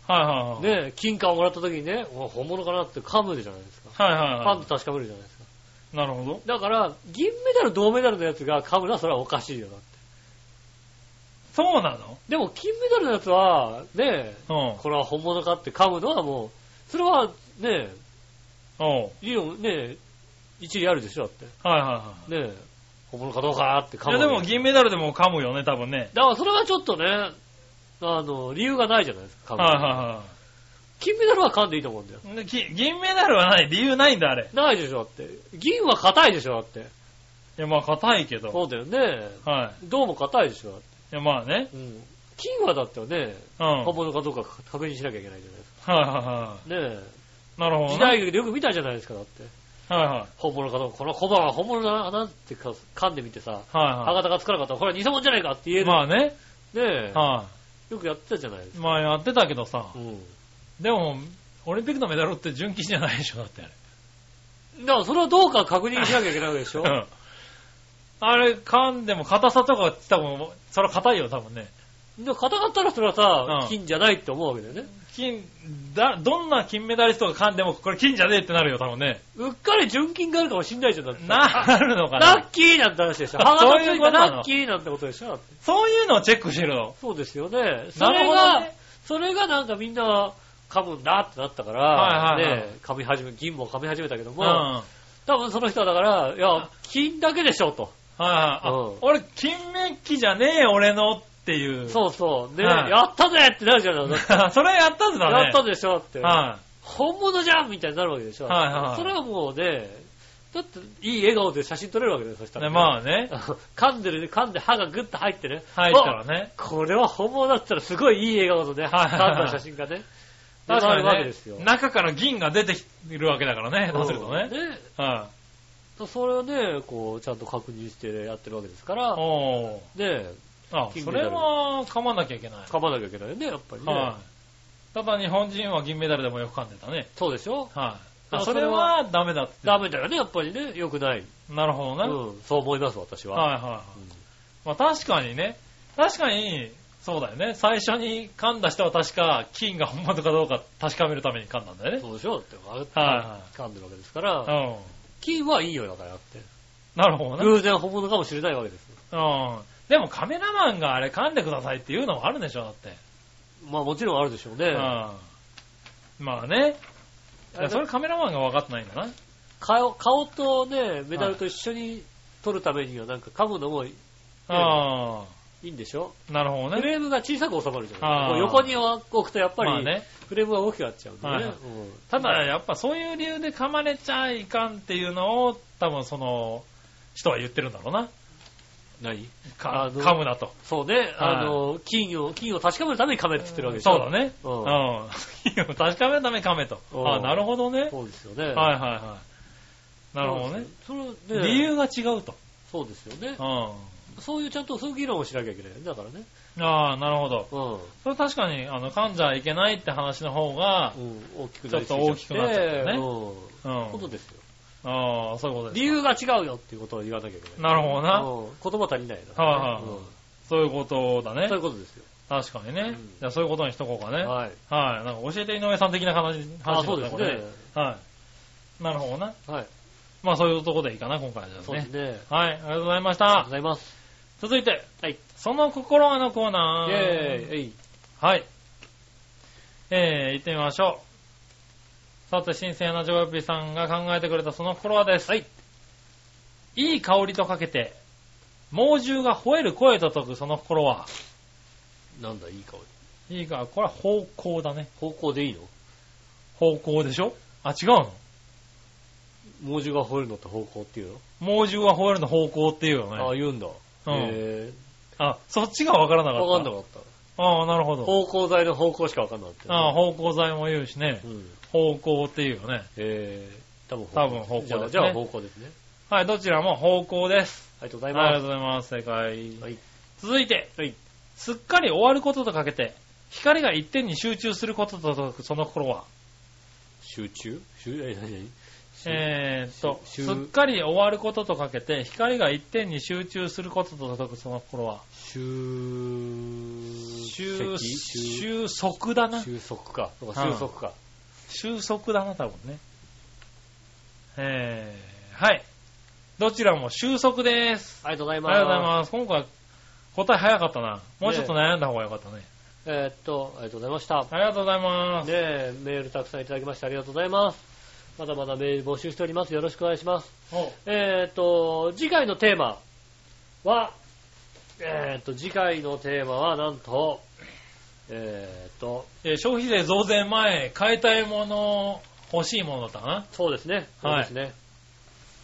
Speaker 3: はいはい。
Speaker 2: ね、金貨をもらった時にね、お本物かなって噛むじゃないですか。
Speaker 3: はいはい
Speaker 2: 噛ん
Speaker 3: は
Speaker 2: で確かめるじゃないですか。
Speaker 3: い。なるほど。
Speaker 2: だから、銀メダル、銅メダルのやつが噛むのはそれはおかしいよなって。
Speaker 3: そうなの
Speaker 2: でも、金メダルのやつは、ね、
Speaker 3: うん。
Speaker 2: これは本物かって噛むのはもう、それは、ね、
Speaker 3: おう
Speaker 2: 理論、ね、一理あるでしょ、だって。
Speaker 3: はいは
Speaker 2: ね、本物かどうかって
Speaker 3: いは
Speaker 2: 噛
Speaker 3: い。い
Speaker 2: む。
Speaker 3: や、でも銀メダルでも噛むよね、多分ね。
Speaker 2: だからそれはちょっとね、あの、理由がないじゃないですか、噛む。
Speaker 3: はいは
Speaker 2: 金メダルは噛んでいいと思うんだよ。
Speaker 3: いはい。でき銀メダルはない。理由ないんだ、あれ。
Speaker 2: ないでしょ、だって。銀は硬いでしょ、だって。
Speaker 3: いや、まあ、硬いけど。
Speaker 2: そうだよね。
Speaker 3: は
Speaker 2: 銅も硬いでしょ、だって
Speaker 3: い。いや、まあね。
Speaker 2: うん金はだってね、
Speaker 3: うん。はい
Speaker 2: 本物かどうか確認しなきゃいけないじゃないです
Speaker 3: はいは
Speaker 2: か。ね
Speaker 3: い。なる
Speaker 2: え。
Speaker 3: ほ
Speaker 2: 時
Speaker 3: どね。は
Speaker 2: 代
Speaker 3: い
Speaker 2: 劇でよく見たじゃないですか、だって。
Speaker 3: はい。
Speaker 2: 本物かどうか。この小判は本物だなってか噛んでみてさ、歯
Speaker 3: は
Speaker 2: 型がつかなかったらこれは偽物じゃないかって
Speaker 3: い
Speaker 2: 言え
Speaker 3: はい。
Speaker 2: る。
Speaker 3: まあね。
Speaker 2: ね
Speaker 3: は
Speaker 2: え。よくやってたじゃないです
Speaker 3: い。
Speaker 2: か。
Speaker 3: まあ、やってたけどさ。
Speaker 2: うん。
Speaker 3: でも、オリンピックのメダルって純金じゃないでしょ、だってあれ。
Speaker 2: だからそれはどうか確認しなきゃいけないわけでしょ
Speaker 3: うんあれ、噛んでも硬さとか多分、それは硬いよ、多分ね。
Speaker 2: [laughs] でも硬かったらそれはさ
Speaker 3: う、ん
Speaker 2: 金じゃないって思うわけだよね。
Speaker 3: 金、だ、どんな金メダリストが噛んでも、これ金じゃねえってなるよ、多
Speaker 2: [laughs]
Speaker 3: 分ね。
Speaker 2: うっかり純金があるかもしんないじゃん、だって。
Speaker 3: なるのか
Speaker 2: ラ
Speaker 3: な
Speaker 2: ッ。キーなんて話でしょ。
Speaker 3: あ
Speaker 2: 歯
Speaker 3: そう
Speaker 2: 型つ
Speaker 3: いう
Speaker 2: い
Speaker 3: こと
Speaker 2: た
Speaker 3: なの
Speaker 2: ラッキーなんてことでしょ。だって
Speaker 3: そういうのをチェックしてるの。
Speaker 2: そうですよね。そ
Speaker 3: なる
Speaker 2: れ
Speaker 3: ほど
Speaker 2: が、
Speaker 3: ね
Speaker 2: それがなんかみんな噛むんだってなったから、
Speaker 3: はいはいはい
Speaker 2: ね、噛み始め、銀も噛み始めたけど
Speaker 3: う
Speaker 2: も、
Speaker 3: ん。はい
Speaker 2: 多分その人はだから、いや、金だけでしょと。
Speaker 3: はい。あ
Speaker 2: うん、
Speaker 3: 俺、金メッキじゃねえ、俺のっていう。う。
Speaker 2: そうそう。ね、
Speaker 3: はい
Speaker 2: やったぜってなるじゃないですか。
Speaker 3: [laughs] それやったんだね。
Speaker 2: やったでしょって。
Speaker 3: は
Speaker 2: 本物じゃんみたいになるわけでしょ。
Speaker 3: はいはいはい
Speaker 2: それはもうね、だっていい笑顔で写真撮れるわけだよ、そした
Speaker 3: い。
Speaker 2: ら、
Speaker 3: ね、まあね。
Speaker 2: [laughs] 噛んでるね、噛んで歯がグッと入ってね。
Speaker 3: 入ったらね。
Speaker 2: あこれは本物だったらすごいいい笑顔のね、
Speaker 3: はいはいはい
Speaker 2: 噛んだ写真がね。
Speaker 3: 確
Speaker 2: な
Speaker 3: か
Speaker 2: るわけ
Speaker 3: に
Speaker 2: ですよ
Speaker 3: ね。。中から銀が出てきてるわけだからね。そうするとね。
Speaker 2: ね
Speaker 3: は
Speaker 2: それをね、こう、ちゃんと確認してやってるわけですか
Speaker 3: い。
Speaker 2: ら、ね
Speaker 3: おー。
Speaker 2: え、
Speaker 3: あ、
Speaker 2: 金
Speaker 3: そ
Speaker 2: メダ
Speaker 3: れ
Speaker 2: ル
Speaker 3: は噛まなきゃいけない。
Speaker 2: 噛まなきゃいけないよね、やっぱりね。
Speaker 3: はい。ただ日本人は銀メダルでもよく噛んでたね。
Speaker 2: そうでしょ
Speaker 3: はい。
Speaker 2: あ
Speaker 3: あそれはダメだって。
Speaker 2: ダメだよね、やっぱりね。良くない。
Speaker 3: なるほ
Speaker 2: う
Speaker 3: どね。
Speaker 2: ん、そう思います、私は。
Speaker 3: はいはいはい。まあ確かにね。確かに、そうだよね。最初に噛んだ人は確か金が本物かどうか確かめるために噛んだんだよね。
Speaker 2: そうでしょって、あれ
Speaker 3: は
Speaker 2: 噛んでるわけですから、
Speaker 3: うん。
Speaker 2: 金はいいよ、だからって。
Speaker 3: なるほどね。
Speaker 2: 偶然本物かもしれないわけですよ。
Speaker 3: うん。でもカメラマンがあれ噛んでくださいっていうのもあるんでしょ、だって。
Speaker 2: まあもちろんあるでしょうね。
Speaker 3: うん。まあね。いやそれカメラマンが分かってないんだな。
Speaker 2: 顔顔とね、メダルと一緒に取るためには、なんか噛むのもい
Speaker 3: あ
Speaker 2: いんでしょ
Speaker 3: あ。なるほど
Speaker 2: フ
Speaker 3: ね。
Speaker 2: レームが小さく収まるじゃ
Speaker 3: あー
Speaker 2: ないですか。横に置くとやっぱ
Speaker 3: まあ
Speaker 2: り、
Speaker 3: ね。
Speaker 2: フレームが大きくなっちゃうんでね。
Speaker 3: はいはい
Speaker 2: うん
Speaker 3: ただ、やっぱそういう理由で噛まれちゃいかんっていうのを、多分その、人は言ってるんだろうな。
Speaker 2: 何
Speaker 3: か
Speaker 2: あの
Speaker 3: 噛むなと。
Speaker 2: そうね、あの、金を、金を確かめるために亀って言ってるわけでしょ。
Speaker 3: そうだね。
Speaker 2: う
Speaker 3: うんん。 [laughs] 確かめるために噛めと。
Speaker 2: うん
Speaker 3: あなるほどね。
Speaker 2: そうですよね。
Speaker 3: はいはいはい。なるほどね。
Speaker 2: そうですよ。それね
Speaker 3: 理由が違うと。
Speaker 2: そうですよね
Speaker 3: う。ん。
Speaker 2: そういうちゃんとそういう議論をしなきゃいけないよね。だからね。
Speaker 3: ああ、なるほど。
Speaker 2: うん。
Speaker 3: それ確かに、あの、噛んじゃいけないって話の方が、
Speaker 2: うん、大きく
Speaker 3: ち
Speaker 2: な
Speaker 3: ょ
Speaker 2: り
Speaker 3: っ
Speaker 2: す
Speaker 3: と
Speaker 2: ぎ
Speaker 3: 大きくなっちゃったよね
Speaker 2: う
Speaker 3: うん。
Speaker 2: ん。
Speaker 3: あ
Speaker 2: ことですよ。
Speaker 3: あー、そういうことです。
Speaker 2: 理由が違うよっていうことを言わなきゃいけない。
Speaker 3: なるほどな。
Speaker 2: うん言葉足りないな。
Speaker 3: はいはいはい
Speaker 2: うん
Speaker 3: そういうことだね
Speaker 2: そうい。うことですよ。
Speaker 3: 確かに
Speaker 2: う
Speaker 3: ね
Speaker 2: ん。
Speaker 3: じゃあそういうことにしとこうかね。はい。
Speaker 2: はい。
Speaker 3: なんか教えて井上さん的な話、
Speaker 2: あ、
Speaker 3: 話
Speaker 2: そうで
Speaker 3: だっ
Speaker 2: す
Speaker 3: た
Speaker 2: ね。
Speaker 3: これはい。なるほどな。
Speaker 2: はい。
Speaker 3: まあそういうとこでいいかな、今回はじゃ
Speaker 2: そ
Speaker 3: あ
Speaker 2: うです
Speaker 3: ね。
Speaker 2: ね。
Speaker 3: はい、ありがとうございまし
Speaker 2: ありがとう
Speaker 3: た
Speaker 2: ご。ざいます。
Speaker 3: 続いて、はい。その心はのコー
Speaker 2: イ
Speaker 3: ナ
Speaker 2: ェ
Speaker 3: ー。
Speaker 2: ーイ。えい。
Speaker 3: はい。えー、行ってみましょう。さて、新鮮なジョーピーさんが考えてくれたその心はです。はい。いい香りとかけて、猛獣が吠える声と解くその心は。
Speaker 2: なんだ、いい香り。
Speaker 3: いいか、これは方向だね。
Speaker 2: 方向でいいの
Speaker 3: 方向でしょあ、違うの
Speaker 2: 猛獣が吠えるのって方向っていうの
Speaker 3: 猛獣は吠えるの方向っていうよ
Speaker 2: ああ、
Speaker 3: ね。
Speaker 2: 言うんだ。
Speaker 3: うん
Speaker 2: へ
Speaker 3: あ、そっちがわからな
Speaker 2: え。
Speaker 3: かった。
Speaker 2: わかんなかった。
Speaker 3: ああ、なるほど。
Speaker 2: 方向剤の方向しかわかんなかった。
Speaker 3: ああ、方向剤も言うしね
Speaker 2: う。ん。
Speaker 3: 方向っていうよね。
Speaker 2: えー、多分
Speaker 3: 多分方向
Speaker 2: じゃ
Speaker 3: で
Speaker 2: あ、
Speaker 3: すね
Speaker 2: じゃあ方向ですね。
Speaker 3: はい、どちらも方向です。
Speaker 2: ありがとうござ
Speaker 3: あ
Speaker 2: い
Speaker 3: りが
Speaker 2: ま
Speaker 3: とうございます。正解
Speaker 2: す。。はい。
Speaker 3: 続いて、
Speaker 2: はい
Speaker 3: すっかり終わることとかけて、光が一点に集中することと解くその心は、
Speaker 2: 集中集え、何何集
Speaker 3: えーっと、
Speaker 2: 集
Speaker 3: すっかり終わることとかけて、光が一点に集中することと解くその心は、
Speaker 2: 集積
Speaker 3: 収
Speaker 2: 集
Speaker 3: 収束だな。
Speaker 2: 収束か。そう
Speaker 3: う
Speaker 2: か
Speaker 3: ん
Speaker 2: 収束か。
Speaker 3: 収束だな、多分ね。えー、はい。どちらも収束です。
Speaker 2: ありがとうござい
Speaker 3: あり
Speaker 2: ます。
Speaker 3: がとうございます。今回、答え早かったな。もうちょっと悩んだ方がよかったね。
Speaker 2: えーっと、ありがとうございました。
Speaker 3: ありがとうございます。
Speaker 2: ねえ、メールたくさんいただきましてありがとうございます。まだまだメール募集しております。よろしくお願いします。
Speaker 3: お
Speaker 2: えーっと、次回のテーマは、えーっと、次回のテーマはなんと、えーっと、
Speaker 3: えー消費税増税前、買いたいもの、欲しいものだったかな
Speaker 2: そうですね。そう
Speaker 3: はい
Speaker 2: ですね。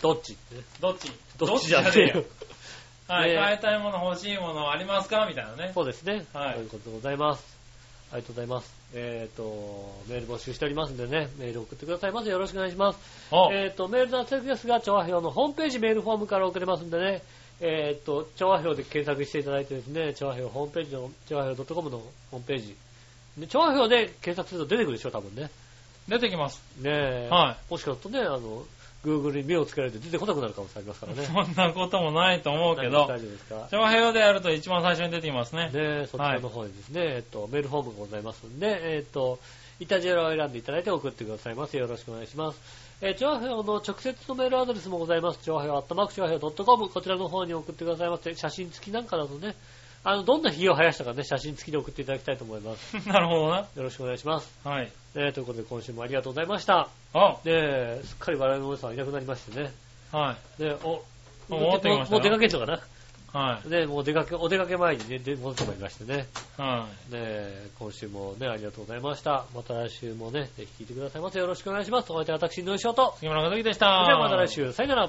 Speaker 2: どっちってね
Speaker 3: どっち
Speaker 2: どっちじゃねえ
Speaker 3: ど
Speaker 2: よ
Speaker 3: っち。じゃねえ
Speaker 2: ね
Speaker 3: よはい、買いたいもの、欲しいものありますかみたいなね。
Speaker 2: そうですね。
Speaker 3: はい
Speaker 2: ということでございます。ありがとうございます。えっ、と、メール募集しておりますんでね、メール送ってくださいませ。よろしくお願いします。
Speaker 3: お
Speaker 2: えっ、と、メールの宛先ですが、調和表のホームページメールフォームから送れますんでね、えっ、と、調和表で検索していただいてですね、調和表ホームページの、調和表 .com のホームページ。で調和表で検索すると出てくるでしょ、多分ね。
Speaker 3: 出てきます。
Speaker 2: ねえ。
Speaker 3: は
Speaker 2: もしかするとね、あの、Google に目をつけられて出てこなくなる可能性ありますからね。
Speaker 3: そんなこともないと思うけど
Speaker 2: 大、丈夫ですか
Speaker 3: 長平でやると一番最初に出てきますね。
Speaker 2: ね、そちらの方にですね、えっと、メールフォームがございますんで、えっと、イタジェラを選んでいただいて送ってくださいませ。よろしくお願いします。えー、長平の直接のメールアドレスもございます。長平アットマーク長平 .com こちらの方に送ってくださいませ。写真付きなんかだとね、あの、どんな日を生やしたかね、写真付きで送っていただきたいと思います。
Speaker 3: [laughs] なるほどな。
Speaker 2: よろしくお願いします。
Speaker 3: はい。
Speaker 2: ね、ということで今週もありがとうございました。
Speaker 3: あ、
Speaker 2: ね、すっかり笑いのおじさんいなくなりましてね。
Speaker 3: はい。
Speaker 2: ね、お、
Speaker 3: もう戻ってきました
Speaker 2: も
Speaker 3: よ
Speaker 2: う出かけんのかな
Speaker 3: は
Speaker 2: ね、もう出かけ、お出かけ前にね、で戻ってまいりましてね。
Speaker 3: い。は
Speaker 2: ねえ、今週もね、ありがとうございました。また来週もね、ぜひ聞いてくださいませ。よろしくお願いします。お相手は私、井上翔と。
Speaker 3: い。杉村和樹でし
Speaker 2: そ
Speaker 3: た。
Speaker 2: れではまた来週。さよなら。